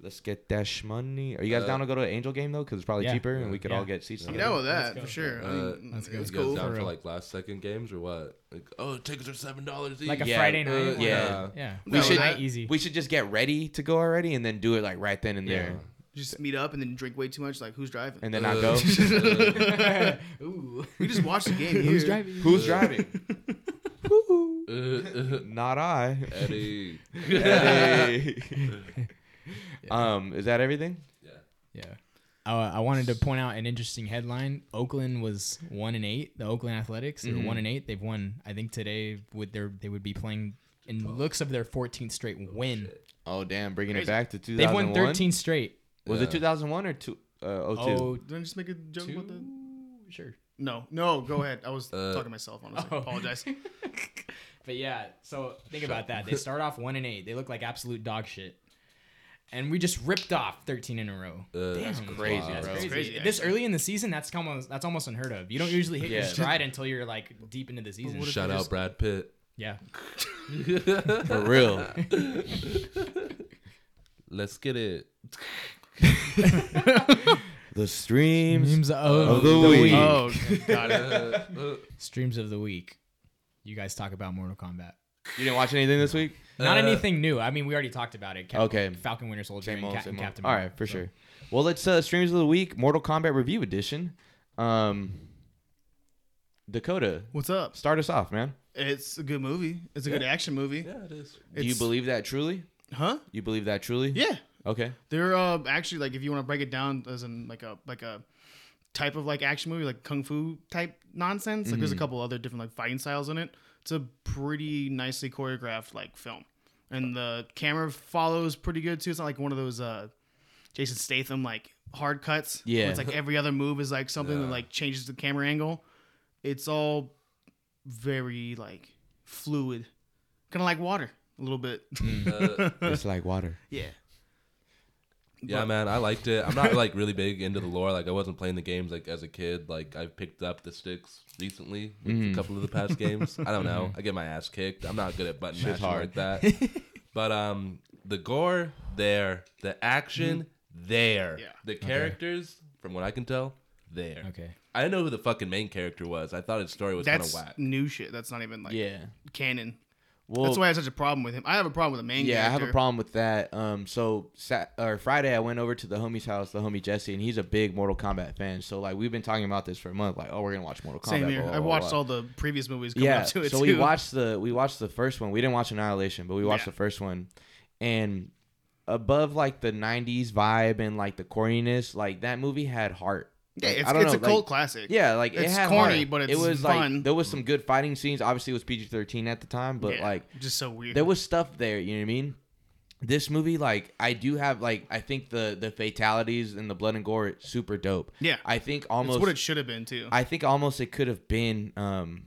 S1: Let's get that shmoney. Are you guys
S2: Uh,
S1: down to go to an Angel game though? Because it's probably
S8: yeah.
S1: cheaper and we could all
S8: Yeah.
S1: get seats.
S4: You
S1: together.
S4: know that
S8: go.
S4: for sure. I
S2: Uh,
S4: mean,
S8: Let's go.
S2: It's
S4: it's
S8: Let's
S4: cool.
S2: goes down
S8: For
S2: for
S8: real.
S2: like last second games or what? Like, oh, tickets are seven dollars each.
S8: Like a
S1: Yeah,
S8: Friday night.
S2: uh,
S1: yeah.
S8: Yeah.
S1: We
S4: No,
S1: should
S4: that-
S8: easy.
S1: We should just get ready to go already and then do it like right then and there,
S4: Just meet up and then drink way too much. Like who's driving?
S1: and then not go.
S8: Ooh.
S4: we just watch the game.
S8: Who's
S4: here.
S8: driving?
S1: Who's driving?
S2: Uh, uh,
S1: Not I.
S2: Eddie.
S1: Eddie. um, is that everything?
S8: Yeah. Uh, I wanted to point out an interesting headline. Oakland was one and eight. The Oakland Athletics, they're one and eight. They've won. I think today would their they would be playing in looks of their 14th straight win.
S1: Oh damn, bringing it
S4: Crazy.
S1: back to
S8: They've
S1: 2001.
S8: won 13 straight.
S1: Was
S2: Yeah.
S1: it 2001 or two? Uh, 02?
S8: Oh,
S4: Did I just make a joke about that?
S8: sure.
S4: No, no, go ahead. I was
S2: Uh,
S4: talking to myself. Honestly,
S8: Oh.
S4: apologize.
S8: But yeah, so think about that. They start off one and eight. They look like absolute dog shit, and we just ripped off 13 in a row.
S2: Uh,
S1: That's
S8: Damn,
S1: crazy,
S8: that's
S1: bro.
S8: crazy.
S4: crazy,
S8: This early in the season, that's almost that's almost unheard of. You don't usually hit your
S1: Yeah.
S8: stride until you're like deep into the season.
S2: Shout out Brad Pitt.
S8: Yeah,
S1: For real.
S2: Let's get it.
S1: the streams
S8: streams of,
S1: of the week. Uh,
S4: Oh, got it.
S8: Streams of the week. You guys talk about Mortal Kombat.
S1: You didn't watch anything this week?
S8: Not
S2: Uh,
S8: anything new. I mean, we already talked about it. Cap-
S1: Okay.
S8: Falcon Winter Soldier and,
S1: old,
S8: Cap- and
S1: old.
S8: Captain.
S1: All
S8: Marvel.
S1: right, for
S8: So,
S1: sure. Well, let's uh, streams of the week, Mortal Kombat review edition. Um, Dakota,
S4: What's up?
S1: start us off, man.
S4: It's a good movie. It's a good action movie.
S2: Yeah, it is.
S1: Do you
S4: It's-
S1: believe that truly?
S4: Huh?
S1: You believe that truly?
S4: Yeah.
S1: Okay.
S4: They're uh, actually like if you want to break it down as in like a like a type of like action movie, like kung fu type nonsense. Like
S1: Mm-hmm.
S4: there's a couple other different like fighting styles in it. It's a pretty nicely choreographed like film, and the camera follows pretty good too. It's not like one of those uh, Jason Statham like hard cuts. where
S1: Yeah.
S4: it's like every other move is like something that like changes the camera angle. It's all very like fluid, kind of like water a little bit.
S1: Mm. it's like water.
S4: yeah.
S2: Yeah, man, I liked it. I'm not like really big into the lore. Like, I wasn't playing the games like as a kid. Like, I've picked up the sticks recently with a couple of the past games. I don't know. I get my ass kicked. I'm not good at button mashing
S1: hard.
S2: like that. but um, the gore there, the action there,
S4: Yeah.
S2: the characters, from what I can tell, there.
S8: Okay.
S2: I didn't know who the fucking main character was. I thought his story was kind of
S4: That's
S2: whack.
S4: new shit. That's not even like
S1: Yeah.
S4: canon.
S1: Well,
S4: That's why I have such a problem with him. I have a problem with the main
S1: yeah, I have
S4: character.
S1: a problem with that. Um, so sat, or Friday, I went over to the homie's house, the homie Jesse, and he's a big Mortal Kombat fan. So like we've been talking about this for a month. Like, oh, we're gonna watch Mortal Kombat.
S4: Same here.
S1: blah, blah,
S4: I
S1: blah,
S4: watched
S1: blah.
S4: all the previous movies coming
S1: yeah.
S4: up to it
S1: so
S4: too.
S1: we watched the we watched the first one. We didn't watch Annihilation, but we watched
S4: Yeah.
S1: the first one, and above like the 90s vibe and like the corniness like that movie had heart
S4: Yeah,
S1: Like,
S4: it's,
S1: I don't
S4: it's
S1: know,
S4: a cult
S1: like-
S4: classic.
S1: yeah, like it
S4: It's
S1: had
S4: corny,
S1: heart.
S4: but
S1: it
S4: it's
S1: was
S4: fun.
S1: like there was some good fighting scenes. Obviously, it was PG thirteen at the time, but
S4: Yeah,
S1: like
S4: just so weird.
S1: there was stuff there. You know what I mean? This movie, like I do have, like I think the the fatalities and the blood and gore, it's super dope.
S4: Yeah.
S1: I think
S4: It's
S1: almost
S4: what it should have been too.
S1: I think almost it could have been um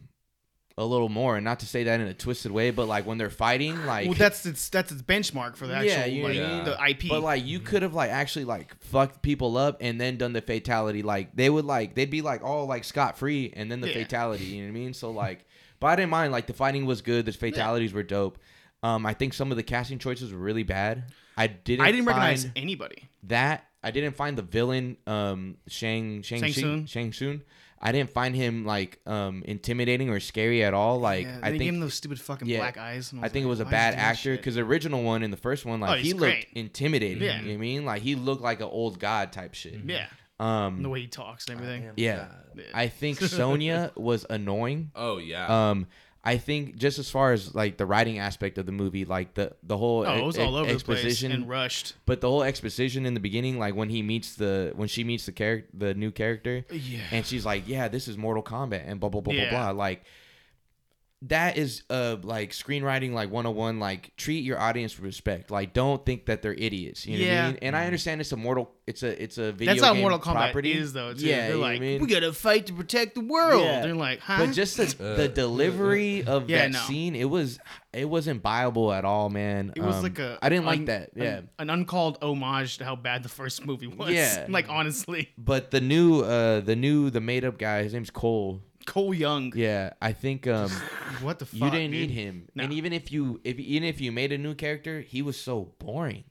S1: a little more, and not to say that in a twisted way, but like when they're fighting, like
S4: well, that's its that's its benchmark for the actual
S1: Yeah, you know
S4: like,
S1: what I mean?
S4: the IP.
S1: But like you could have like actually like fucked people up and then done the fatality. Like they would like they'd be like all like scot free and then the
S4: Yeah.
S1: fatality. You know what I mean? So like, but I didn't mind. Like the fighting was good. The fatalities were dope. Um, I think some of the casting choices were really bad. I didn't.
S4: I didn't recognize
S1: find
S4: anybody.
S1: that. I didn't find the villain, um, Shang Shang
S4: Shang
S1: Shi-
S4: Tsung.
S1: Shang Tsung. I didn't find him like um intimidating or scary at all. Like
S4: yeah,
S1: I
S4: they
S1: think
S4: gave him those stupid fucking
S1: yeah.
S4: black eyes. and
S1: I
S4: was
S1: think
S4: like,
S1: it was a
S4: why is
S1: bad
S4: he doing
S1: actor
S4: shit? Oh,
S1: because the original one in the first one, like
S4: he's
S1: he looked
S4: great.
S1: intimidating.
S4: Yeah.
S1: You know what I mean? Like he looked like an old god type shit.
S4: Yeah, and the
S1: Um.
S4: way he talks and everything.
S1: Yeah. I think Sonya was annoying.
S2: Oh yeah.
S1: Um. I think just as far as like the writing aspect of the movie, like the the whole
S4: Oh, it was
S1: e-
S4: all over the place
S1: exposition,
S4: and rushed.
S1: but the whole exposition in the beginning, like when he meets the when she meets the character, the new character,
S4: Yeah.
S1: and she's like, "Yeah, this is Mortal Kombat," and blah blah blah
S4: Yeah.
S1: blah blah. Like that is uh like screenwriting like 101 like treat your audience with respect like don't think that they're idiots you know what
S4: Yeah.
S1: i mean and i understand it's a mortal it's a it's a video
S4: That's how
S1: game
S4: Mortal Kombat
S1: property.
S4: is, though. Too.
S1: yeah
S4: they're
S1: you know what
S4: like,
S1: I mean?
S4: we gotta fight to protect the world.
S1: Yeah.
S4: They're like, huh?
S1: but just the, the delivery of
S4: Yeah,
S1: that
S4: no.
S1: scene it was it wasn't viable at all man
S4: it was
S1: Um,
S4: like a.
S1: i didn't like
S4: un-
S1: that yeah
S4: an, an uncalled homage to how bad the first movie was.
S1: Yeah.
S4: like honestly,
S1: but the new uh the new the made up guy his name's cole
S4: Cole Young.
S1: yeah i think um
S4: What the fuck?
S1: you didn't
S4: dude?
S1: need him
S4: No.
S1: and even if you if even if you made a new character he was so boring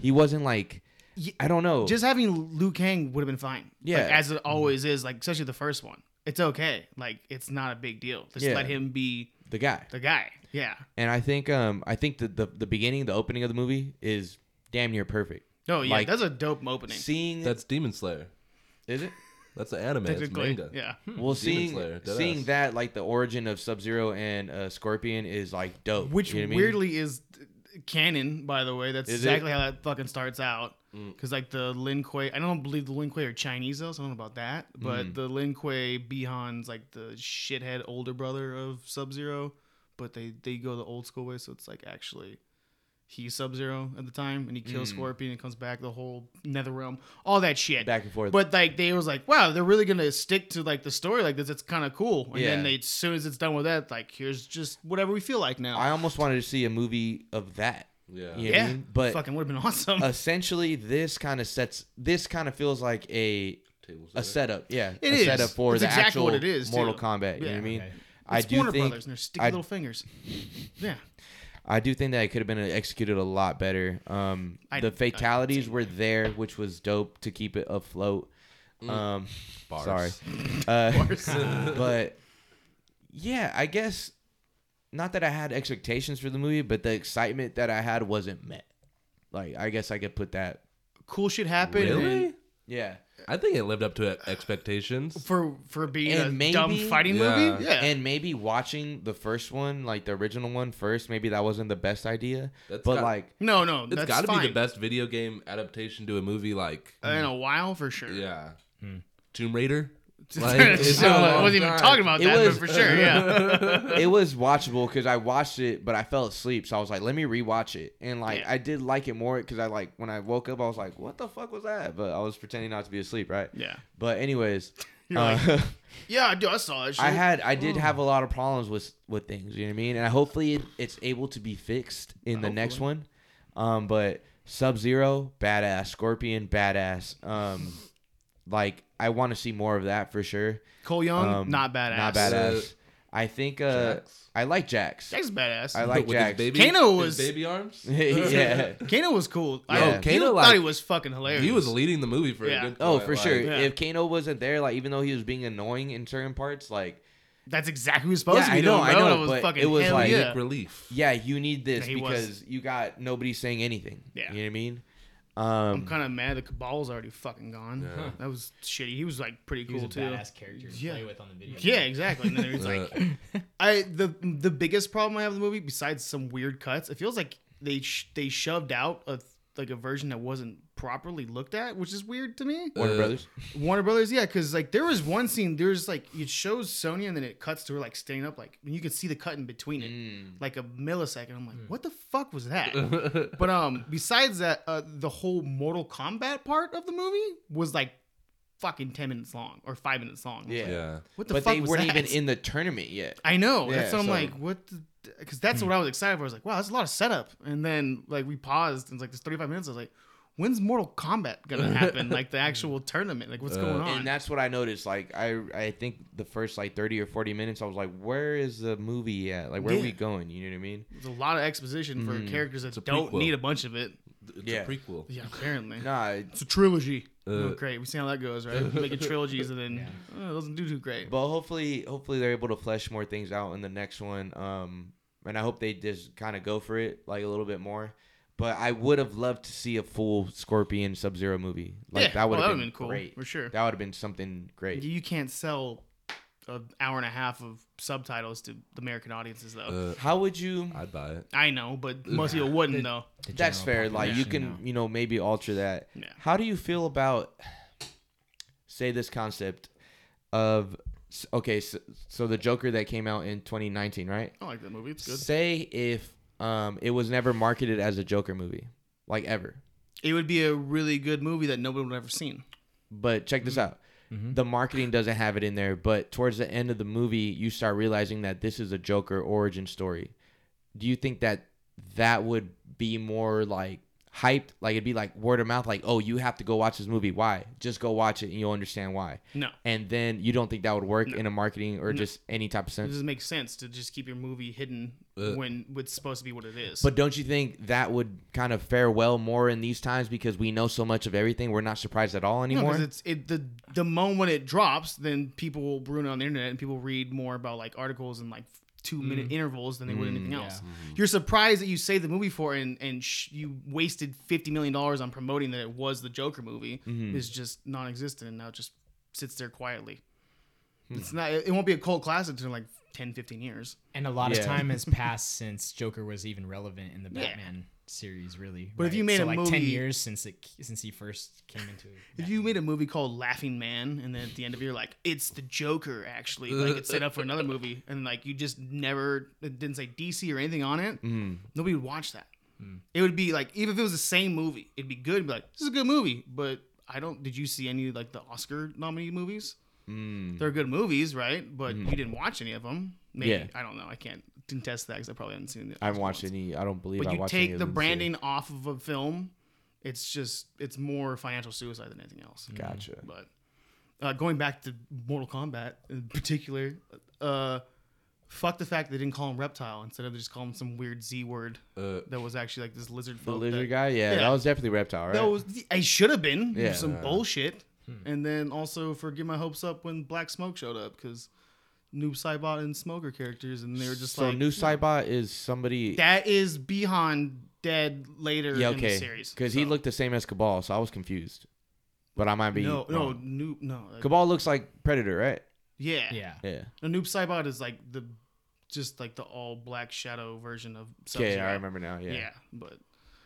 S1: he wasn't like
S4: Ye-
S1: i don't know
S4: Just having Liu Kang would have been fine.
S1: Yeah.
S4: Like, as it always is, like especially the first one. It's okay. Like it's not a big deal. Just
S1: Yeah.
S4: let him be
S1: the guy
S4: the guy. Yeah.
S1: and i think um i think that the, the beginning the opening of the movie is damn near perfect
S4: No, Oh, yeah,
S1: Like-
S4: that's a dope opening.
S1: seeing
S2: That's Demon Slayer.
S1: is it
S2: That's an anime. It's
S4: Technically,
S2: manga.
S4: yeah.
S1: well seeing
S2: Slayer, deadass.
S1: seeing that like the origin of sub zero and uh, scorpion is like dope
S4: Which
S1: you know what I mean?
S4: weirdly is canon, by the way. That's
S1: Is it? Mm.
S4: exactly how that fucking starts out. Because like the Lin Kuei, I don't believe the Lin Kuei are Chinese though, so I don't know about that. But
S1: Mm.
S4: the Lin Kuei Bihan's like the shithead older brother of Sub Zero, but they they go the old school way, so it's like actually he's Sub Zero at the time, and he
S1: Mm.
S4: kills Scorpion and comes back the whole Nether Realm, all that shit
S1: back and forth
S4: But like they was like, wow, they're really gonna stick to like the story like this. It's kind of cool. And
S1: Yeah.
S4: then they, as soon as it's done with that, like here's just whatever we feel like now.
S1: i almost wanted to see a movie of that
S2: Yeah.
S1: you know what I
S4: Yeah,
S1: mean? but Uh,
S4: fucking would have been awesome.
S1: essentially this kind of sets this kind of feels like a
S2: Table
S1: a setup yeah
S4: It
S1: a
S4: is.
S1: setup for
S4: It's
S1: the
S4: exactly
S1: actual
S4: what it is,
S1: mortal
S4: too.
S1: kombat you know
S4: Yeah.
S1: what i mean
S8: Okay.
S1: i
S4: it's
S1: do
S4: Warner
S1: think
S4: Brothers and their sticky
S1: I-
S4: little fingers. Yeah,
S1: i do think that it could have been executed a lot better um
S4: I- I
S1: the
S4: didn't
S1: fatalities
S4: see
S1: were there which was dope to keep it afloat um
S2: Bars.
S1: sorry uh but yeah i guess not that i had expectations for the movie but the excitement that i had wasn't met like i guess i could put that
S4: cool shit happened.
S2: Really?
S1: yeah
S2: I think it lived up to e- expectations.
S4: for for being
S1: And
S4: a
S1: maybe-
S4: dumb fighting
S2: Yeah.
S4: movie. Yeah,
S1: And maybe watching the first one, like the original one first, maybe that wasn't the best idea.
S2: That's
S1: but
S2: got-
S1: like
S4: no, no,
S2: It's
S4: that's
S2: got to
S4: fine. Uh,
S2: be the best video game adaptation to a movie like
S4: in a while for sure.
S2: yeah, Tomb Raider.
S4: so I wasn't even talking about
S1: It
S4: that,
S1: was-
S4: but for sure, yeah.
S1: it was watchable because I watched it, but I fell asleep. So I was like, let me rewatch it. And like
S4: Yeah.
S1: I did like it more because I like when I woke up, I was like, what the fuck was that? But I was pretending not to be asleep, right?
S4: Yeah.
S1: But anyways,
S4: You're
S1: uh,
S4: yeah, dude, I saw that shit.
S1: I had I
S4: oh.
S1: did have a lot of problems with with things, you know what I mean? And I, hopefully it, it's able to be fixed in the next one. Um but Sub-Zero, badass, Scorpion, badass. Um like I want to see more of that for sure.
S4: Cole Young,
S1: Um,
S4: not badass.
S1: Not badass. I think uh
S2: Jax.
S1: I like Jax.
S4: Jax is badass.
S1: I like
S2: with his
S1: Jax.
S2: baby,
S4: Kano
S2: his
S4: was-
S2: baby arms.
S1: yeah.
S4: Kano was cool.
S1: Yeah.
S4: I,
S1: Oh,
S4: Kano
S2: Kano,
S4: thought
S2: like-
S4: he was fucking hilarious.
S2: He was leading the movie for
S4: Yeah.
S2: a good.
S1: Oh,
S2: point,
S1: for
S2: like-
S1: sure.
S4: Yeah.
S1: If Kano wasn't there, like even though he was being annoying in certain parts, like
S4: That's exactly who he was supposed
S1: Yeah,
S4: to be.
S1: I know,
S4: doing,
S1: I
S4: bro.
S1: know,
S4: It was
S1: but
S4: fucking
S1: it was
S4: hell
S1: like-
S4: yeah.
S2: Relief.
S1: yeah, you need this
S4: Yeah, he was.
S1: because you got nobody saying anything.
S4: Yeah.
S1: You know what I mean? Um,
S4: I'm kind of mad the Cabal's already fucking gone.
S2: Yeah.
S4: That was shitty. He was like pretty
S8: He
S4: cool
S8: was
S4: too.
S8: a badass character to
S4: Yeah.
S8: play with on the video.
S4: Yeah,
S8: game.
S4: exactly. And
S2: Uh,
S4: then it's like, I the the biggest problem I have with the movie, besides some weird cuts, it feels like they sh- they shoved out a like a version that wasn't properly looked at, which is weird to me.
S1: Warner
S2: Uh,
S1: Brothers.
S4: Warner Brothers, yeah, because like there was one scene, there's like it shows Sonya and then it cuts to her like standing up, like and you can see the cut in between it, like a millisecond. I'm like,
S1: Mm.
S4: what the fuck was that? but um, besides that, uh, the whole Mortal Kombat part of the movie was like fucking ten minutes long or five minutes long. I'm like,
S2: yeah.
S4: what the
S1: But
S4: fuck
S1: they
S4: was
S1: weren't
S4: that?
S1: even in the tournament yet.
S4: I know.
S1: Yeah,
S4: that's what I'm
S1: so- Hmm.
S4: like, what? Because that's what I was excited for. I was like, wow, that's a lot of setup. And then like we paused and it's like this 35 minutes. I was like, when's Mortal Kombat gonna happen? like the actual tournament? Like what's going on?
S1: Uh, And that's what I noticed. Like I, I think the first like thirty or forty minutes, I was like, "Where is the movie at? Like, where are we
S4: Yeah.
S1: going?" You know what I mean?
S4: There's a lot of exposition for
S1: Hmm.
S4: characters that
S2: a
S4: don't
S2: prequel.
S4: need a bunch of it.
S2: It's
S1: Yeah.
S2: a prequel.
S4: Yeah, apparently.
S1: Nah, it-
S4: It's a trilogy.
S2: Uh,
S4: oh, great. We see how that goes, right? Making trilogies and then oh, it doesn't do too great.
S1: but hopefully, hopefully they're able to flesh more things out in the next one. Um, and I hope they just kind of go for it like a little bit more. But I would have loved to see a full Scorpion Sub Zero movie. Like
S4: Yeah,
S1: that would
S4: well,
S1: have
S4: that would've
S1: been,
S4: been cool,
S1: great
S4: for sure.
S1: That would have been something great.
S4: you can't sell an hour and a half of subtitles to the American audiences though.
S2: uh,
S1: How would you?
S2: I'd buy it.
S4: I know, but most people wouldn't though.
S8: The
S1: That's
S8: general
S1: fair. Like you
S8: population,
S1: can,
S8: no.
S1: you know, maybe alter that.
S4: Yeah.
S1: How do you feel about say this concept of s- okay, so, so the Joker that came out in 2019, right?
S4: I like that movie. It's good.
S1: Say if um it was never marketed as a Joker movie, like ever.
S4: It would be a really good movie that nobody would have ever seen.
S1: But check this out.
S4: Mm-hmm.
S1: The marketing doesn't have it in there, but towards the end of the movie, you start realizing that this is a Joker origin story. Do you think that that would be more like hyped? Like it'd be like word of mouth, like, oh, you have to go watch this movie. Why? Just go watch it and you'll understand why.
S4: No.
S1: And then you don't think that would work in a marketing or just any type of
S4: It
S1: sense?
S4: doesn't make sense to just keep your movie hidden when it's supposed to be what it is.
S1: Uh, But don't you think that would kind of fare well more in these times because we know so much of everything? We're not surprised at all
S4: No,
S1: anymore.
S4: because it's it the the moment it drops, then people will ruin it on the internet, and people read more about like articles and like two minute intervals than they would anything else. You're surprised that you saved the movie for and and sh- you wasted fifty million dollars on promoting that it was the Joker movie is just non-existent and now it just sits there quietly. It's not. It won't be a cult classic until like 10, 15 years.
S8: And a lot
S1: Yeah.
S8: of time has passed since Joker was even relevant in the
S4: Yeah.
S8: Batman series, really.
S4: But if you made
S8: so
S4: a
S8: like ten
S4: movie-
S8: years since it since he first came into.
S4: If you made a movie called Laughing Man, and then at the end of it, you're like, it's the Joker, actually. Like, it's set up for another movie, and like, you just never, it didn't say DC or anything on it,
S1: Mm-hmm.
S4: nobody would watch that.
S1: Mm.
S4: It would be like, even if it was the same movie, it'd be good. It'd be like, this is a good movie, but I don't, did you see any like the Oscar nominee movies?
S1: Mm.
S4: They're good movies, right? But you didn't watch any of them. Maybe.
S1: Mm-hmm. Yeah.
S4: I don't know. I can't contest that because I probably haven't seen it.
S1: I haven't watched any. I don't believe
S4: But
S1: I
S4: you
S1: watched any
S4: take
S1: of
S4: the
S1: them, so-
S4: branding off of a film, it's just, it's more financial suicide than anything else.
S1: Gotcha.
S4: But uh, going back to Mortal Kombat in particular, uh, fuck the fact they didn't call him Reptile instead of just calling him some weird Z word
S2: Uh,
S4: that was actually like this lizard.
S1: The
S4: folk
S1: lizard
S4: that,
S1: guy, yeah,
S4: Yeah.
S1: that was definitely reptile, right?
S4: That was I should have been
S1: Yeah.
S4: some
S1: Uh.
S4: bullshit. And then also for get my hopes up when Black Smoke showed up because Noob Saibot and Smoker characters and they were just
S1: so
S4: like hmm,
S1: new Saibot is somebody.
S4: that is Behan dead later
S1: yeah,
S4: in the
S1: okay,
S4: series
S1: because he
S4: So-
S1: looked the same as Cabal, so I was confused. But I might be
S4: no no
S1: wrong.
S4: Noob no uh,
S1: Cabal looks like Predator, right?
S4: yeah
S8: yeah,
S1: Yeah.
S4: No, Noob Saibot is like the just like the all black shadow version of sub
S1: Okay, I remember now. Yeah.
S4: Yeah, but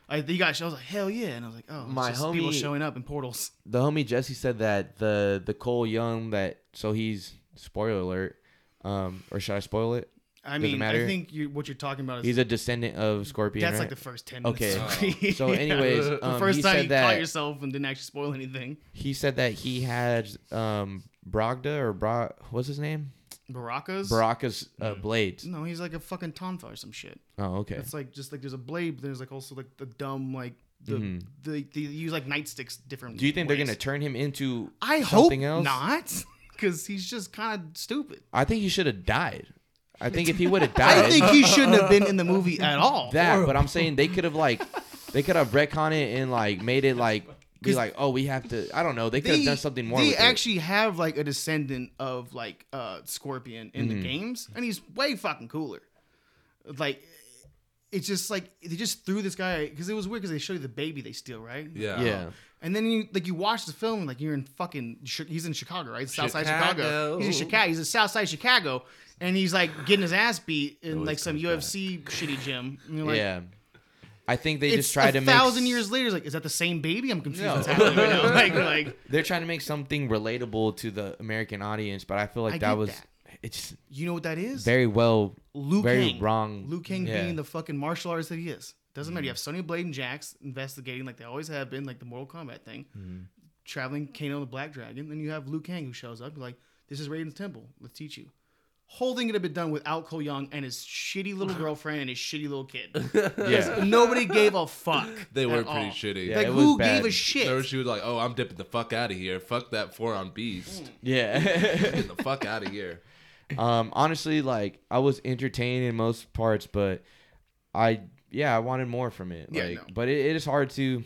S4: I he got I was like hell yeah, and I was like oh, it's
S1: My
S4: just people
S1: homie-
S4: showing up in portals.
S1: The homie Jesse said that the the Cole Young that so he's spoiler alert, um, or should I spoil it?
S4: I
S1: Doesn't
S4: mean,
S1: matter.
S4: I think you what you're talking about is
S1: He's a descendant of Scorpion.
S4: that's like
S1: right?
S4: the first ten.
S1: Okay.
S4: minutes. of the movie.
S1: so,
S4: Yeah.
S1: anyways,
S4: the
S1: um,
S4: first
S1: he
S4: time
S1: said
S4: you caught
S1: that
S4: yourself and didn't actually spoil anything.
S1: he said that he had um Brogda or Bra what's his name
S4: Baracas.
S1: Baraka's uh,
S4: Mm-hmm.
S1: blades.
S4: no, he's like a fucking Tonfa or some shit.
S1: Oh, okay.
S4: It's like just like there's a blade, but there's like also like the dumb like the the, they use like nightsticks different.
S1: Mm-hmm. Do you think they're
S4: ways.
S1: gonna turn him into
S4: I hope
S1: something else?
S4: not, because he's just kind of stupid.
S1: I think he should have died. I think if he would have died,
S4: I think he shouldn't have been in the movie at all.
S1: that. But I'm saying they could have like, they could have retconned it and like made it like be like, oh, we have to. I don't know. They could have done something more.
S4: They
S1: with it.
S4: actually have like a descendant of like uh Scorpion in
S1: Mm-hmm.
S4: the games, and he's way fucking cooler. Like, it's just like they just threw this guy because it was weird because they show you the baby they steal, right?
S2: yeah.
S1: yeah.
S4: And then you like you watch the film like you're in fucking Chi- he's in Chicago right Southside Chicago
S2: Chicago.
S4: he's in Chicago he's in Southside Chicago and he's like getting his ass beat in
S2: Always
S4: like
S2: comes
S4: some
S2: back.
S4: UFC shitty gym and you're Oh, like
S1: yeah. I think they
S4: it's
S1: just try
S4: a
S1: to make
S4: thousand
S1: s-
S4: years later. It's like, is that the same baby? I'm confused.
S1: No.
S4: What's happening right now. Like, like
S1: They're trying to make something relatable to the American audience, but I feel like
S4: I
S1: that
S4: get
S1: was
S4: that.
S1: it's
S4: you know what that is?
S1: very well
S4: Liu
S1: very
S4: Kang.
S1: wrong.
S4: Liu Kang
S1: yeah. Mm.
S4: being the fucking martial artist that he is. Doesn't matter. You have Sonny Blade and Jax investigating like they always have been, like the Mortal Kombat thing.
S1: Mm.
S4: Traveling Kano the Black Dragon. Then you have Liu Kang who shows up, like, this is Raiden's temple. Let's teach you. Whole thing could have been done without Ko Young and his shitty little girlfriend and his shitty little kid.
S1: yeah.
S4: Nobody gave a fuck.
S2: They
S4: at
S2: were pretty
S4: all.
S2: shitty.
S1: Yeah,
S4: Like,
S1: it was
S4: who
S1: bad.
S4: gave
S2: There
S4: a
S2: was-
S4: shit?
S2: she was like, "Oh, I'm dipping the fuck out of here. Fuck that four on beast.
S1: Yeah.
S2: Get the fuck out of here."
S1: um honestly like I was entertained in most parts, but I yeah, I wanted more from it.
S4: Yeah,
S1: like
S4: no.
S1: but it, it is hard to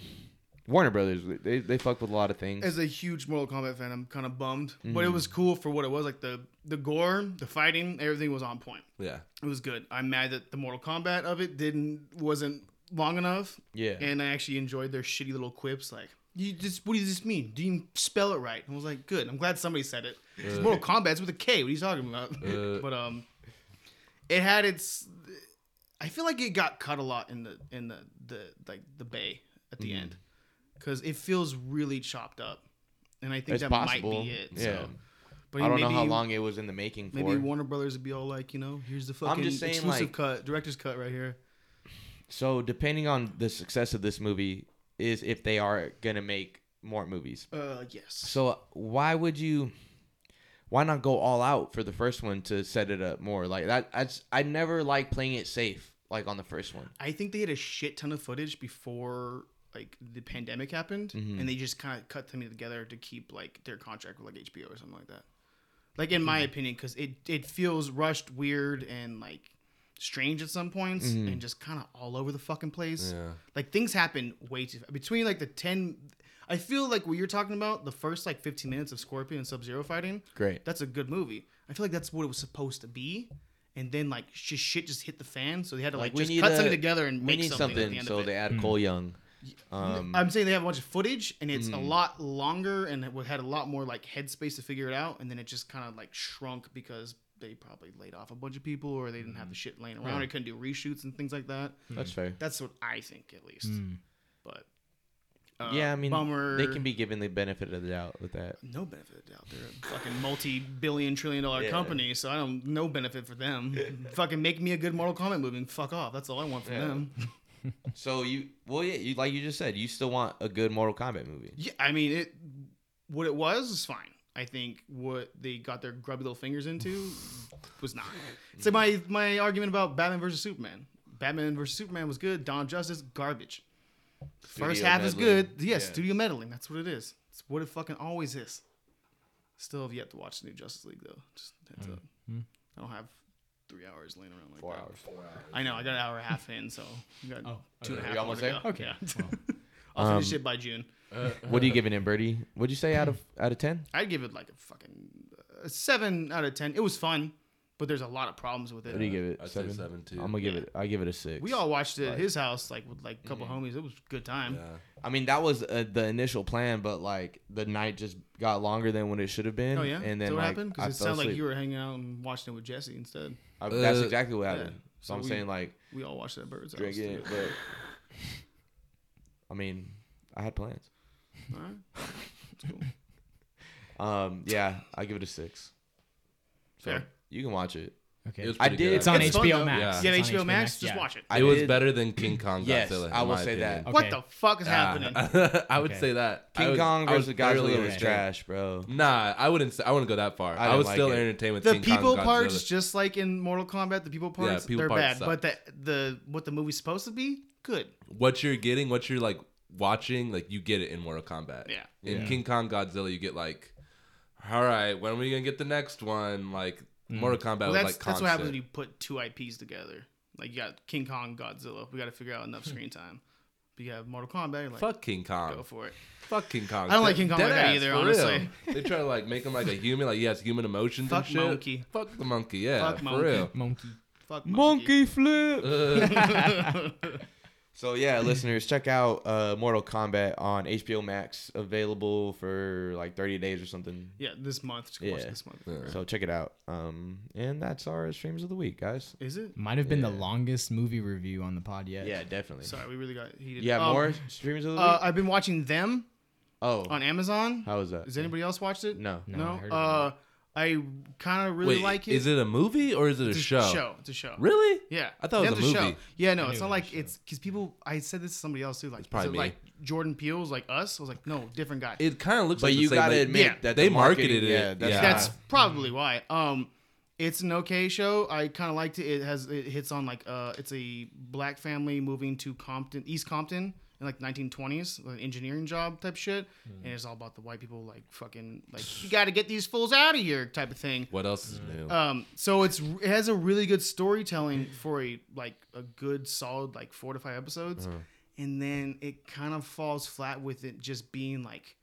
S1: Warner Brothers they they fuck with a lot of things.
S4: As a huge Mortal Kombat fan, I'm kind of bummed, but
S1: Mm.
S4: it was cool for what it was. Like the the gore, the fighting, everything was on point.
S2: Yeah,
S4: It was good. I'm mad that the Mortal Kombat of it didn't wasn't long enough.
S1: Yeah.
S4: And I actually enjoyed their shitty little quips like you just what does this mean? Do you spell it right? And I was like, good. I'm glad somebody said it.
S1: Uh,
S4: 'Cause Mortal Kombat's with a K. What are you talking about?
S2: Uh.
S4: but um, it had its. I feel like it got cut a lot in the in the the like the bay at
S1: Mm-hmm.
S4: the end. 'Cause end because it feels really chopped up, and I think
S1: it's
S4: that
S1: possible.
S4: might be it.
S1: Yeah.
S4: So. But
S1: I don't know how
S4: maybe-
S1: long it was in the making for.
S4: Maybe Warner Brothers would be all like, you know, here's the fucking
S1: just saying,
S4: exclusive
S1: like-
S4: cut, director's cut right here.
S1: So depending on the success of this movie is if they are gonna make more movies.
S4: Uh, yes.
S1: So why would you? Why not go all out for the first one to set it up more? Like that, I just- I never like playing it safe like on the first one.
S4: I think they had a shit ton of footage before like the pandemic happened,
S1: Mm-hmm.
S4: and they just kind of cut them together to keep like their contract with like HBO or something like that. Like in
S1: Mm-hmm.
S4: my opinion, because it it feels rushed, weird, and like strange at some points,
S1: Mm-hmm.
S4: and just kind of all over the fucking place.
S2: yeah.
S4: Like things happen way too between like the ten. I feel like what you're talking about, the first like 15 minutes of Scorpion and Sub Zero fighting,
S1: Great.
S4: that's a good movie. I feel like that's what it was supposed to be, and then like just shit just hit the fan, so they had to like,
S1: Like, we
S4: just
S1: need
S4: cut
S1: a-
S4: something together and
S1: We
S4: make
S1: need
S4: something.
S1: something,
S4: at the end
S1: so
S4: of
S1: they
S4: it.
S1: add Cole Young. Um, Mm-hmm.
S4: I'm saying they have a bunch of footage, and it's a lot longer, and it had a lot more like headspace to figure it out, and then it just kind of like shrunk because they probably laid off a bunch of people, or they didn't have
S1: Mm-hmm.
S4: the shit laying around. They couldn't do reshoots and things like that.
S1: that's fair.
S4: That's what I think, at least. But uh,
S1: Mm. yeah, I mean,
S4: bummer.
S1: they can be given the benefit of the doubt with that.
S4: no benefit of the doubt. They're a fucking multi-billion trillion dollar company, so I don't no benefit for them. fucking make me a good Mortal Kombat movie and fuck off. That's all I want from them.
S1: So you, well, yeah, you like you just said, you still want a good Mortal Kombat movie.
S4: Yeah, I mean it. What it was is fine. I think what they got their grubby little fingers into was not. It's like my my argument about Batman versus Superman. Batman versus Superman was good. Dawn of Justice garbage. First
S1: Studio
S4: half is
S1: meddling.
S4: good. Yes,
S1: Yeah.
S4: studio meddling. That's what it is. It's what it fucking always is. Still have yet to watch the new Justice League though. Just heads
S1: Hmm.
S4: up. I don't have three hours laying around like that.
S1: hours.
S4: I know. I got an hour and a half in, so I got
S8: Oh,
S4: two and
S1: okay. um,
S4: a half.
S1: We almost
S4: more to
S1: there?
S4: go.
S8: Okay,
S4: Yeah.
S8: well.
S4: I'll finish it by June.
S1: What are you giving it, Birdie? What'd you say out of out of ten?
S4: I'd give it like a fucking a seven out of ten. It was fun, but there's a lot of problems with it.
S1: What do you give it?
S2: I'd say seven, too.
S1: I'm gonna give it. I give it a six.
S4: We all watched it at his house, like with like a couple
S8: Mm-hmm.
S4: homies. It was a good time.
S1: I mean, that was uh, the initial plan, but like the night just got longer than when it should have been.
S4: Oh yeah,
S1: and then
S4: so what
S1: like,
S4: happened?
S1: I
S4: Because it
S1: fell
S4: sounded like
S1: asleep.
S4: you were hanging out and watching it with Jesse instead.
S1: I, that's
S2: Uh,
S1: exactly what happened.
S4: yeah.
S1: So, I'm
S4: So we-
S1: saying like
S4: We all watched it at Bird's
S1: drink
S4: house.
S1: it,
S4: too.
S1: but I mean, I had plans.
S4: All right.
S1: Um, yeah, I give it a six. So uh,
S4: Fair.
S1: you can watch it.
S8: Okay.
S2: It was
S1: I
S2: pretty
S1: did-
S2: Good.
S8: it's on
S4: It's fun,
S8: HBO
S4: though.
S8: Max.
S4: You have
S8: It's on
S4: HBO Max? Just
S8: yeah.
S4: watch it.
S1: I
S2: it was
S1: did-
S2: better than King Kong
S1: Yes,
S2: Godzilla. in
S1: I will
S2: my
S1: say
S2: opinion.
S1: that.
S4: What
S8: Okay.
S4: the fuck
S1: Uh,
S4: is happening?
S2: happening? I would
S8: Okay.
S2: say that I
S1: King
S2: was-
S1: Kong
S2: I was
S1: versus
S2: barely
S1: Godzilla was
S2: entertained.
S1: trash, bro.
S2: Nah, I wouldn't. Say, I wouldn't go that far.
S1: I
S2: I, was
S1: didn't
S2: still
S1: like it.
S2: entertained with
S4: the
S2: King Kong
S4: people
S2: Godzilla.
S4: parts, just like in Mortal Kombat, the people parts,
S2: people
S4: they're
S2: parts
S4: bad.
S2: suck.
S4: But the the what the movie's supposed to be, good.
S2: what you're getting, what you're like watching, like you get it in Mortal Kombat.
S4: Yeah.
S2: In King Kong Godzilla, you get like, all right, when are we gonna get the next one? Like
S1: Hmm.
S2: Mortal Kombat
S4: Well,
S2: was
S4: that's,
S2: like
S4: that's
S2: constant.
S4: what happens when you put two IPs together. Like you got King Kong, Godzilla. We got to figure out enough screen time. But you have Mortal Kombat. You're like,
S2: Hmm. Fuck King Kong.
S4: go for it.
S2: Fuck King Kong.
S4: I don't like
S2: Dead-
S4: King Kong like that
S2: deadass,
S4: either,
S2: for
S4: honestly.
S2: real. they try to like make him like a human, like he has human emotions and
S4: Fuck
S2: shit.
S4: monkey.
S2: Fuck the monkey. Yeah,
S4: Fuck
S2: for
S4: monkey.
S2: real.
S8: Monkey.
S4: Fuck monkey.
S1: flip. So yeah, listeners, check out uh, Mortal Kombat on HBO Max, available for like 30 days or something.
S4: Yeah, this month. Just watch
S1: Yeah.
S4: this month.
S1: So check it out. Um, and that's our streams of the week, guys.
S4: Is it?
S8: Might have been the longest movie review on the pod yet.
S1: Yeah, definitely.
S4: Sorry, we really got heated.
S1: You have
S4: Um,
S1: more streams of the week?
S4: Uh, I've been watching them
S1: oh,
S4: on Amazon.
S1: how was that?
S4: Has anybody else watched it?
S1: no.
S8: No, I
S4: No.
S8: heard
S4: uh, I kind of really
S2: Wait,
S4: like it.
S2: Is it a movie or is it a
S4: It's a
S2: show?
S4: It's a show.
S2: Really?
S4: Yeah.
S2: I thought it was
S4: Them's
S2: a
S4: show.
S2: movie.
S4: Yeah, no, it's
S8: knew
S4: not
S8: it was
S4: like
S8: a
S4: it's because people. I said this to somebody else too. Like, is
S2: probably
S4: it
S2: me.
S4: like Jordan Peele's like us? I was like, no, different guy.
S2: It kind of looks
S1: But
S2: like
S1: you
S2: the same,
S1: gotta
S2: like-
S1: admit
S4: Yeah.
S1: that
S2: They
S1: the
S2: marketed
S1: marketing-
S2: it,
S1: Yeah, that's
S2: yeah.
S1: not-
S4: That's probably why. Um, it's an okay show. I kind of liked it. It has it hits on like uh, it's a black family moving to Compton, East Compton, in like 1920s, like engineering job type shit, and it's all about the white people like fucking like you got to get these fools out of here type of thing.
S2: What else is new?
S4: Um, so it's it has a really good storytelling for a like a good solid like four to five episodes,
S2: Uh-huh.
S4: and then it kind of falls flat with it just being like,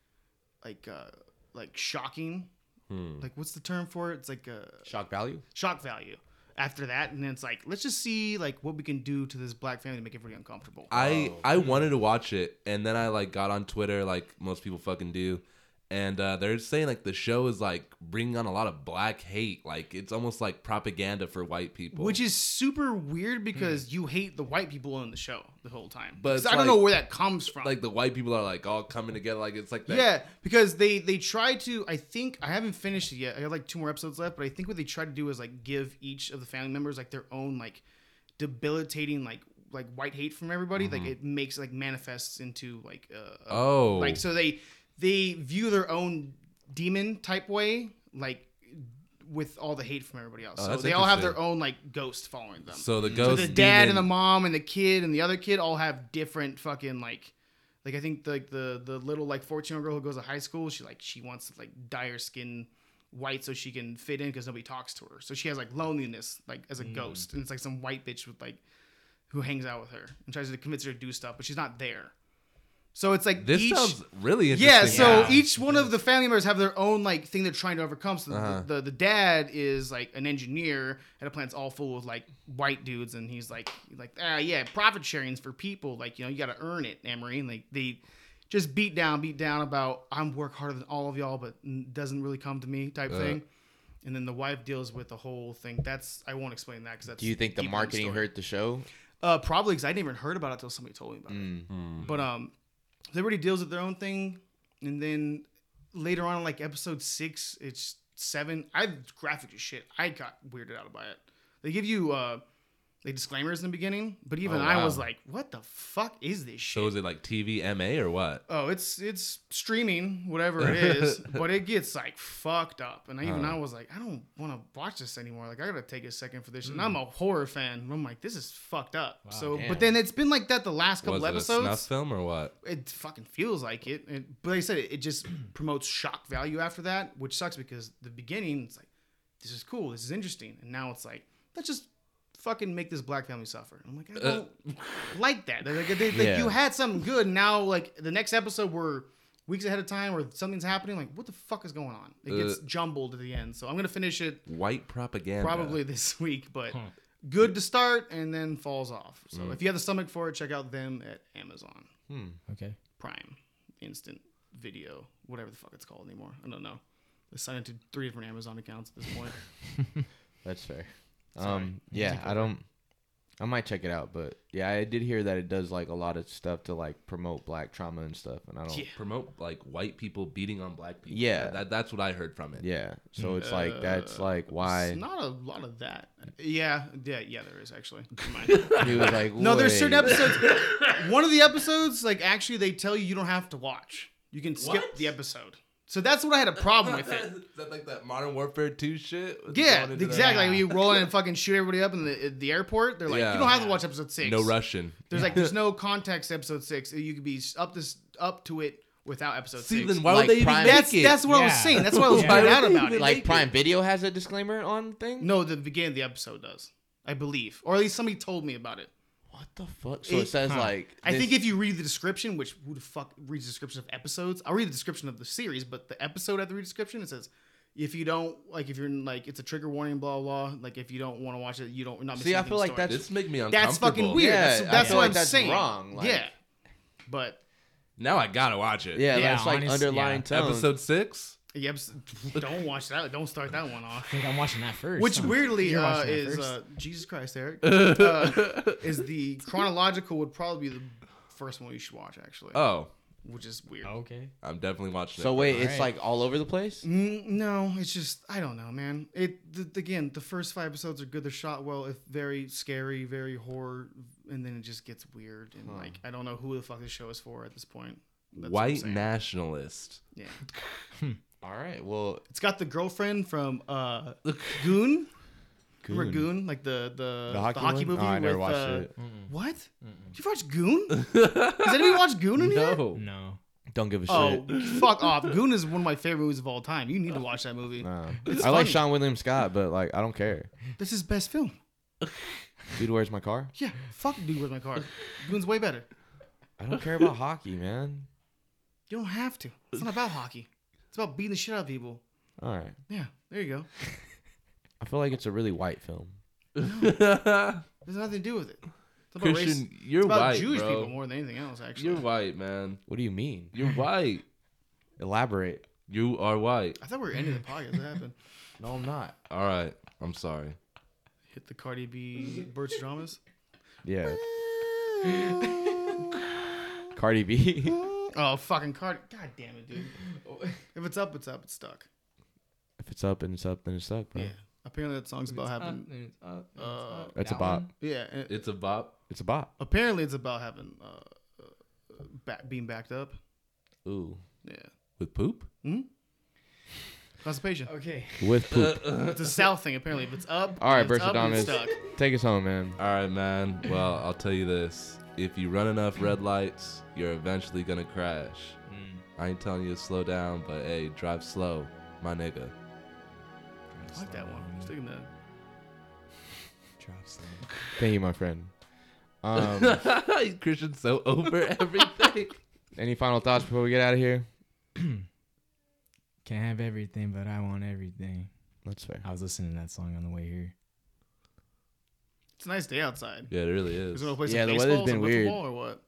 S4: like uh, like shocking.
S2: Hmm.
S4: Like what's the term for it? It's like a
S1: Shock value?
S4: shock value. After that, and then it's like let's just see like what we can do to this black family to make everybody uncomfortable.
S2: I I wanted to watch it, and then I like got on Twitter, like most people fucking do, and uh, they're saying like the show is like bringing on a lot of black hate, like it's almost like propaganda for white people.
S4: which is super weird because you hate the white people in the show the whole time.
S2: Hmm. But
S4: But
S2: it's
S4: I don't
S2: like-
S4: know where that comes from.
S2: like the white people are like all coming together, like it's like that.
S4: yeah, because they they try to. I think I haven't finished it yet. I have like two more episodes left, but I think what they try to do is like give each of the family members like their own like debilitating like like white hate from everybody. Like it makes like manifests into like uh, uh
S2: Mm-hmm. Oh,
S4: like so they they view their own demon type way like with all the hate from everybody else.
S2: Oh,
S4: so
S2: that's
S4: they all have their
S2: interesting.
S4: own like ghost following them.
S2: So the
S4: So
S2: ghost,
S4: the dad
S2: demon-
S4: and the mom and the kid and the other kid all have different fucking like like I think like the the little like 14 year old girl who goes to high school she like she wants like dyer skin white so she can fit in because nobody talks to her so she has like loneliness like as
S2: Mm.
S4: a ghost and it's like some white bitch with like who hangs out with her and tries to convince her to do stuff but she's not there so it's like
S2: This
S4: each,
S2: sounds really interesting.
S4: yeah, so each
S1: ah,
S4: one of the family members have their own like thing they're trying to overcome. So the-
S1: Uh-huh.
S4: the, the dad is like an engineer at a plant that's all full of like white dudes, and he's like like ah yeah, profit sharing's for people. Like you know you got to earn it, Emery. And like they just beat down, beat down about I'm work harder than all of y'all, but n- doesn't really come to me
S1: Uh.
S4: type thing. And then the wife deals with the whole thing. That's I won't explain that because that's
S1: Do you think the
S4: deep in
S1: marketing
S4: story.
S1: hurt the show?
S4: Uh, probably because I didn't even heard about it until somebody told me about it.
S2: Mm.
S4: But um, everybody deals with their own thing, and then later on, like episode six, it's seven. I graphic as shit. I got weirded out by it. They give you uh, like disclaimers in the beginning, but even
S2: Oh,
S4: I was
S2: wow.
S4: like, "What the fuck is this shit?"
S2: So is it like TVMA or what?
S4: oh, it's it's streaming, whatever it is, but it gets like fucked up. And I, even
S2: Uh-huh.
S4: I was like, I don't want to watch this anymore. Like I gotta take a second for this. shit. And I'm
S2: Mm.
S4: a horror fan. and I'm like, this is fucked up. so,
S1: damn.
S4: but then it's been like that the last couple
S2: Was it a snuff
S4: episodes.
S2: film or what?
S4: It fucking feels like it. And, but like I said, it, it just promotes shock value after that, which sucks because the beginning it's like, this is cool, this is interesting, and now it's like, let's just fucking make this black family suffer. I'm like, I don't like that. Like, they- like,
S1: Yeah.
S4: you had something good, now like the next episode we're weeks ahead of time or something's happening. Like, what the fuck is going on? It gets
S2: Uh.
S4: jumbled at the end. So I'm gonna finish it
S2: White propaganda.
S4: probably this week, but good to start and then falls off. So if you have the stomach for it, check out them at Amazon
S8: Okay.
S4: Prime Instant Video, whatever the fuck it's called anymore. I don't know. I signed into three different Amazon accounts at this point.
S1: That's fair. Um, yeah, I don't. I might check it out, but yeah, I did hear that it does like a lot of stuff to like promote black trauma and stuff, and I don't. Yeah.
S4: Yeah.
S2: promote like white people beating on black people.
S1: Yeah.
S2: that, that's what I heard from it.
S1: So
S4: Mm,
S1: it's like that's
S4: uh,
S1: like why
S4: It's not a lot of that. Yeah, yeah, yeah. There is actually. Never mind.
S1: he was like.
S4: no, there's certain
S1: "Wait."
S4: episodes. One of the episodes, like actually, they tell you you don't have to watch. You can skip the episode. So that's what I had a problem with it.
S2: Is that like that Modern Warfare 2 shit?
S4: Yeah,
S2: Going into that-
S4: exactly. Like you roll in and fucking shoot everybody up in the at the airport. They're like,
S2: Yeah.
S4: you don't have to watch episode six.
S2: No Russian.
S4: There's like, there's no context to episode six. You could be up this up to it without episode
S2: See,
S4: six.
S2: then why
S1: Like
S2: would they even
S1: Prime-
S2: make
S4: that's
S2: it?
S4: that's what I was
S8: Yeah.
S4: saying. That's what I was
S8: Why
S4: weirded
S2: would
S4: out
S2: they
S4: about
S2: even
S4: it.
S1: like Prime Video has a disclaimer on thing.
S4: no, the beginning of the episode does, I believe, or at least somebody told me about it.
S1: What the fuck? So it,
S4: It-
S1: says like.
S4: I
S1: this-
S4: think if you read the description, which who the fuck reads the description of episodes? I'll read the description of the series, but the episode at the read description it says if you don't like, if you're in, like, it's a trigger warning, blah blah. Like, if you don't want to watch it, you don't. You're not missing
S1: See, I
S4: anything
S1: feel like
S4: story.
S1: that's-
S2: This make me uncomfortable.
S4: that's fucking weird.
S1: Yeah,
S4: that's
S1: I
S4: that's
S1: feel
S4: what
S1: like
S4: I'm
S1: that's
S4: saying.
S1: wrong, like-
S4: yeah, but
S2: Now I gotta watch it.
S1: Yeah,
S8: Yeah,
S1: that's like
S8: honest-
S1: underlying
S8: yeah.
S1: tone.
S2: Episode six.
S4: yep. Don't watch that. Don't start that one off.
S8: I think I'm watching that first.
S4: Which
S8: huh?
S4: weirdly
S8: You're
S4: uh,
S8: watching that
S4: is
S8: first.
S4: uh, Jesus Christ, Eric. Uh, is the chronological would probably be the first one you should watch actually,
S2: Oh,
S4: which is weird.
S8: okay.
S2: I'm definitely watching it.
S1: So wait, it's
S8: Alright.
S1: like all over the place.
S4: Mm, no, it's just I don't know, man. It th- again, the first five episodes are good. They're shot well, if very scary, very horror, and then it just gets weird and like I don't know who the fuck this show is for at this point. That's what I'm
S2: white
S4: saying.
S2: nationalist.
S4: Yeah,
S1: All right, well,
S4: it's got the girlfriend from uh, Goon. Remember Goon, like the the, Uh, the hockey,
S1: one?
S4: movie?
S1: No, Oh, I never
S4: with,
S1: watched
S4: uh,
S1: it.
S4: What? Did you watch Goon? Has anybody watched Goon in here?
S2: No.
S8: No.
S1: Don't give a
S4: Oh,
S1: shit.
S4: fuck off! Goon is one of my favorite movies of all time. You need to watch that movie.
S1: Nah. I
S4: It's
S1: like
S4: funny.
S1: Sean William Scott, but like I don't care.
S4: This is best film.
S1: Dude, where's my car?
S4: Yeah, fuck dude with my car. Goon's way better.
S1: I don't care about hockey, man.
S4: You don't have to. It's not about hockey. It's about beating the shit out of people.
S1: All right,
S4: Yeah, there you go.
S1: I feel like it's a really white film.
S4: There's nothing to do with it. It's about race.
S2: Christian,
S4: It's
S2: you're
S4: about
S2: white,
S4: Jewish
S2: bro.
S4: people more than anything else. Actually,
S2: You're white, man.
S1: What do you mean?
S2: You're white.
S1: Elaborate.
S2: You are white.
S4: I thought we were ending the podcast. What happened?
S1: No, I'm not.
S2: All right. I'm sorry.
S4: Hit the Cardi B Birch dramas.
S1: Yeah. Cardi B.
S4: Oh fucking Cardi! God damn it, dude. If it's up, it's up. It's stuck.
S1: if it's up and it's up, then it's stuck, bro.
S4: Yeah. Apparently that song's about having. Uh,
S1: It's a bop.
S4: yeah. and
S2: It's a bop.
S1: It's a bop.
S4: apparently it's about having uh, uh, back, being backed up.
S1: Ooh.
S4: Yeah. Hmm?
S2: With poop?
S4: Constipation.
S8: Okay.
S1: With poop.
S4: It's a south thing apparently. If it's up,
S1: All right,
S4: it's up, it's
S1: Bertradamus.
S4: stuck.
S1: Take us home, man.
S2: All right, man. Well, I'll tell you this. If you run enough red lights, you're eventually going to crash.
S4: Hmm.
S2: I ain't telling you to slow down, but hey, drive slow, my nigga.
S4: I like that one. I'm sticking that.
S8: Drops
S1: Thank you, my friend. Um,
S2: Christian's so over everything.
S1: any final thoughts before we get out of here?
S8: Can't have everything, but I want everything.
S1: That's fair.
S8: I was listening to that song on the way here.
S4: It's a nice day outside.
S2: yeah, it really
S4: Is
S2: is.
S4: gonna play some
S1: Yeah, the
S4: baseball,
S1: weather's been
S4: some
S1: weird.
S4: football, or what?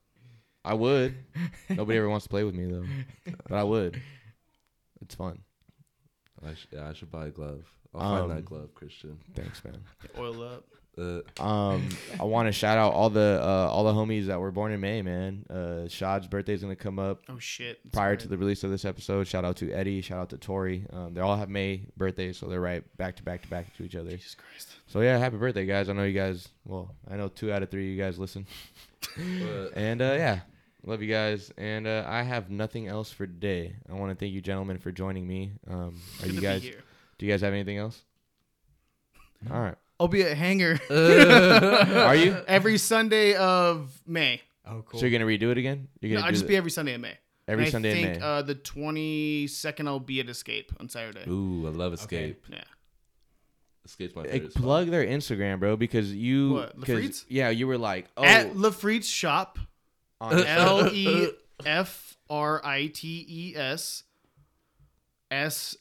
S1: I would. Nobody ever wants to play with me though, but I would. It's fun.
S2: I, sh- yeah, I should buy a glove. I'll
S1: Um,
S2: find that glove, Christian.
S1: Thanks, man.
S4: Oil up.
S2: Uh,
S1: Um, I want to shout out all the uh, all the homies that were born in May, man. Uh, Shad's birthday's gonna come up
S4: Oh shit. It's
S1: prior
S4: weird.
S1: to the release of this episode. Shout out to Eddie. Shout out to Tori. Um, they all have May birthdays, so they're right back to back to back to each other.
S4: Jesus Christ.
S1: So yeah, happy birthday, guys. I know you guys. Well, I know two out of three of you guys listen.
S2: but-
S1: And uh, yeah, love you guys. And uh, I have nothing else for today. I want to thank you, gentlemen, for joining me. Um, are
S4: Good
S1: you
S4: to
S1: guys?
S4: be here.
S1: Do you guys have anything else? All right.
S4: I'll be at Hanger
S1: Are you?
S4: every Sunday of May.
S8: Oh, cool.
S1: So you're gonna redo it again? You're
S4: No,
S1: gonna
S4: I'll
S1: do
S4: just
S1: the-
S4: be every Sunday in May.
S1: every
S4: And I
S1: Sunday in
S4: think,
S1: May.
S4: Uh, the twenty second, I'll be at Escape on Saturday.
S2: ooh, I love Escape.
S4: Yeah.
S2: Escape's my
S1: Hey,
S2: favorite. spot.
S1: plug their Instagram, bro, because you.
S4: What,
S1: because-
S4: Lafritte's?
S1: Yeah, you were like, oh,
S4: At Lafritte's shop.
S1: on-
S4: L E F R I T E S S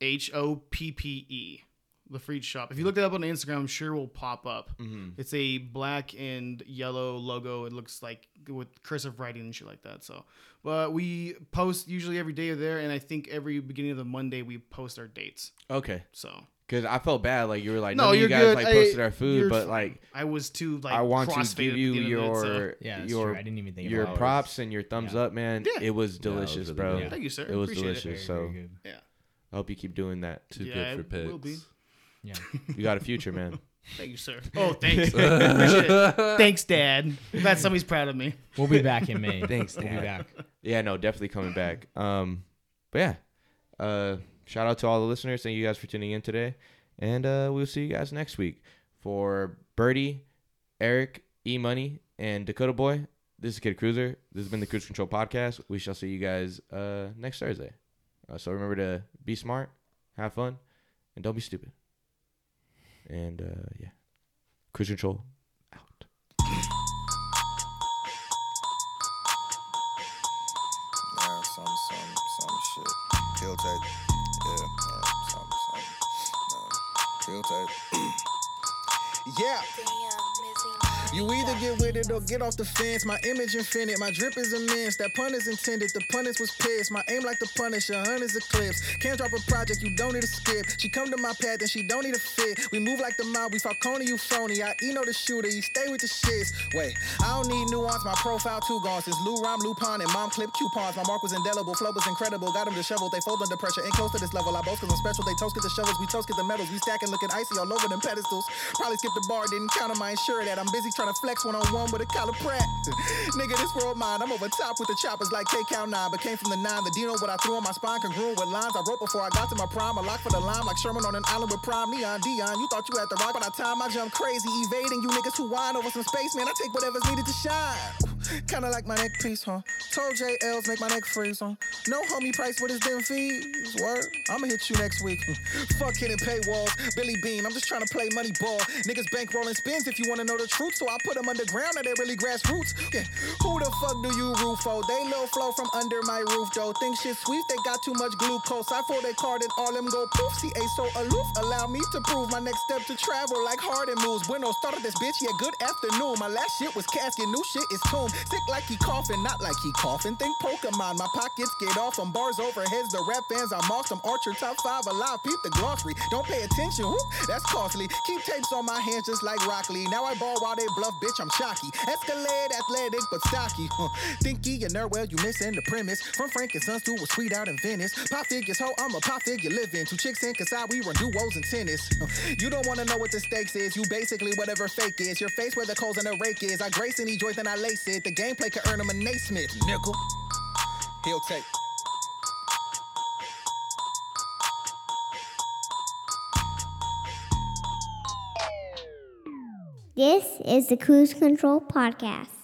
S4: H O P P E. The Freed Shop. If you look that up on Instagram, I'm sure it will pop up.
S1: mm-hmm.
S4: It's a black and yellow logo. It looks like with cursive writing and shit like that. So, but we post usually every day there, and I think every beginning of the Monday we post our dates.
S1: okay.
S4: So
S1: Because I felt bad, like you were like,
S4: No,
S1: no, you
S4: you're
S1: guys
S4: good.
S1: like
S4: I-
S1: posted our food,
S4: you're
S1: but
S4: fine.
S1: like
S4: I was too like
S1: I want to
S4: crossfaded
S1: give
S4: at
S1: you
S4: the end of it, so-
S1: your
S8: Yeah, that's
S1: your
S8: true. I didn't even think
S1: your
S8: about it.
S1: props and your thumbs
S8: Yeah.
S1: up, man.
S4: Yeah.
S1: It was
S2: Yeah, it was
S1: delicious,
S2: really
S1: bro.
S2: good.
S4: Thank you, sir.
S1: It was
S4: Appreciate
S1: delicious.
S8: Very,
S1: so
S8: very good.
S4: Yeah.
S1: I hope you keep doing that.
S2: Too
S4: Yeah,
S2: good for
S4: it will be.
S2: pigs.
S8: Yeah.
S1: You got a future, man.
S4: Thank you, sir. Oh, thanks. Appreciate it. thanks, Dad. Glad somebody's proud of me.
S8: We'll be back in May.
S1: Thanks,
S8: We'll be
S1: Dad.
S8: back.
S1: yeah, no, definitely coming back. Um, but yeah, uh, shout out to all the listeners. Thank you guys for tuning in today, and uh, we'll see you guys next week for Birdie, Eric, E Money, and Dakota Boy. This is Kid Cruiser. This has been the Cruise Control Podcast. We shall see you guys uh, next Thursday. Uh, so remember to be smart, have fun, and don't be stupid. And uh, yeah, Cruise Control out.
S9: Yeah, some, some, some shit. He'll take, yeah, yeah, some. Real tight. yeah. You either get with it or get off the fence. My image infinite, my drip is immense. That pun is intended, the punish was pissed. My aim like the punisher, hun is eclipse. Can't drop a project, you don't need a skip. She come to my path and she don't need a fit. We move like the mob, we Falcone, you phony. I E know the shooter, he stay with the shits. Wait, I don't need nuance, my profile too gone. Since Lou Rom, Lupon, and mom clip coupons. My mark was indelible, flow was incredible. Got them disheveled, they fold under pressure. Ain't close to this level, I boast cause I'm special. They toast, get the shovels, we toast, get the medals. We stacking, looking icy all over them pedestals. Probably skipped the bar, didn't count on my insurance that. I'm busy trying to flex one on one with a collar prat. Nigga, this world mine. I'm over top with the choppers like K Count 9. But came from the 9. The Dino, what I threw on my spine, congruent with lines I wrote before I got to my prime. I lock for the lime like Sherman on an island with prime neon. Dion, you thought you had the rock by the time I jump crazy, evading you niggas who whine over some space, man. I take whatever's needed to shine. Kinda like my neck piece, huh? Told JLs make my neck freeze, huh? No homie price with his damn fees. Word, I'ma hit you next week. Fuck hitting paywalls. Billy Bean, I'm just trying to play money ball. Niggas bankrolling spins if you wanna know the truth. So I put them underground and they really grassroots. Yeah. Who the fuck do you root for? They little flow from under my roof, though. Think shit sweet, they got too much glucose. I fold they card and all them go poof. CA so aloof, allow me to prove my next step to travel like Harden moves. Bueno started this bitch, yeah, good afternoon. My last shit was casket, new shit is tomb. Sick like he coughing, not like he coughing. Think Pokemon, my pockets get off them bars over heads. The rap fans, I'm off some Archer top five alive. Peep the glossary, don't pay attention, whoop, that's costly. Keep tapes on my hands just like Rock Lee. Now I ball while they bluff, bitch, I'm shocky. Escalade, athletic, but stocky. Huh. Thinky and Nerwell, you missing the premise. From Frank and Sons to a sweet out in Venice. Pop figures, ho, I'm a pop figure living. Two chicks in Kasai, we run duos and tennis. Huh. You don't wanna know what the stakes is. You basically whatever fake is. Your face where the coals and the rake is. I grace any joint and I lace it. The gameplay could earn him a Naismith. Nickel, he'll take.
S6: This is the Cruise Control Podcast.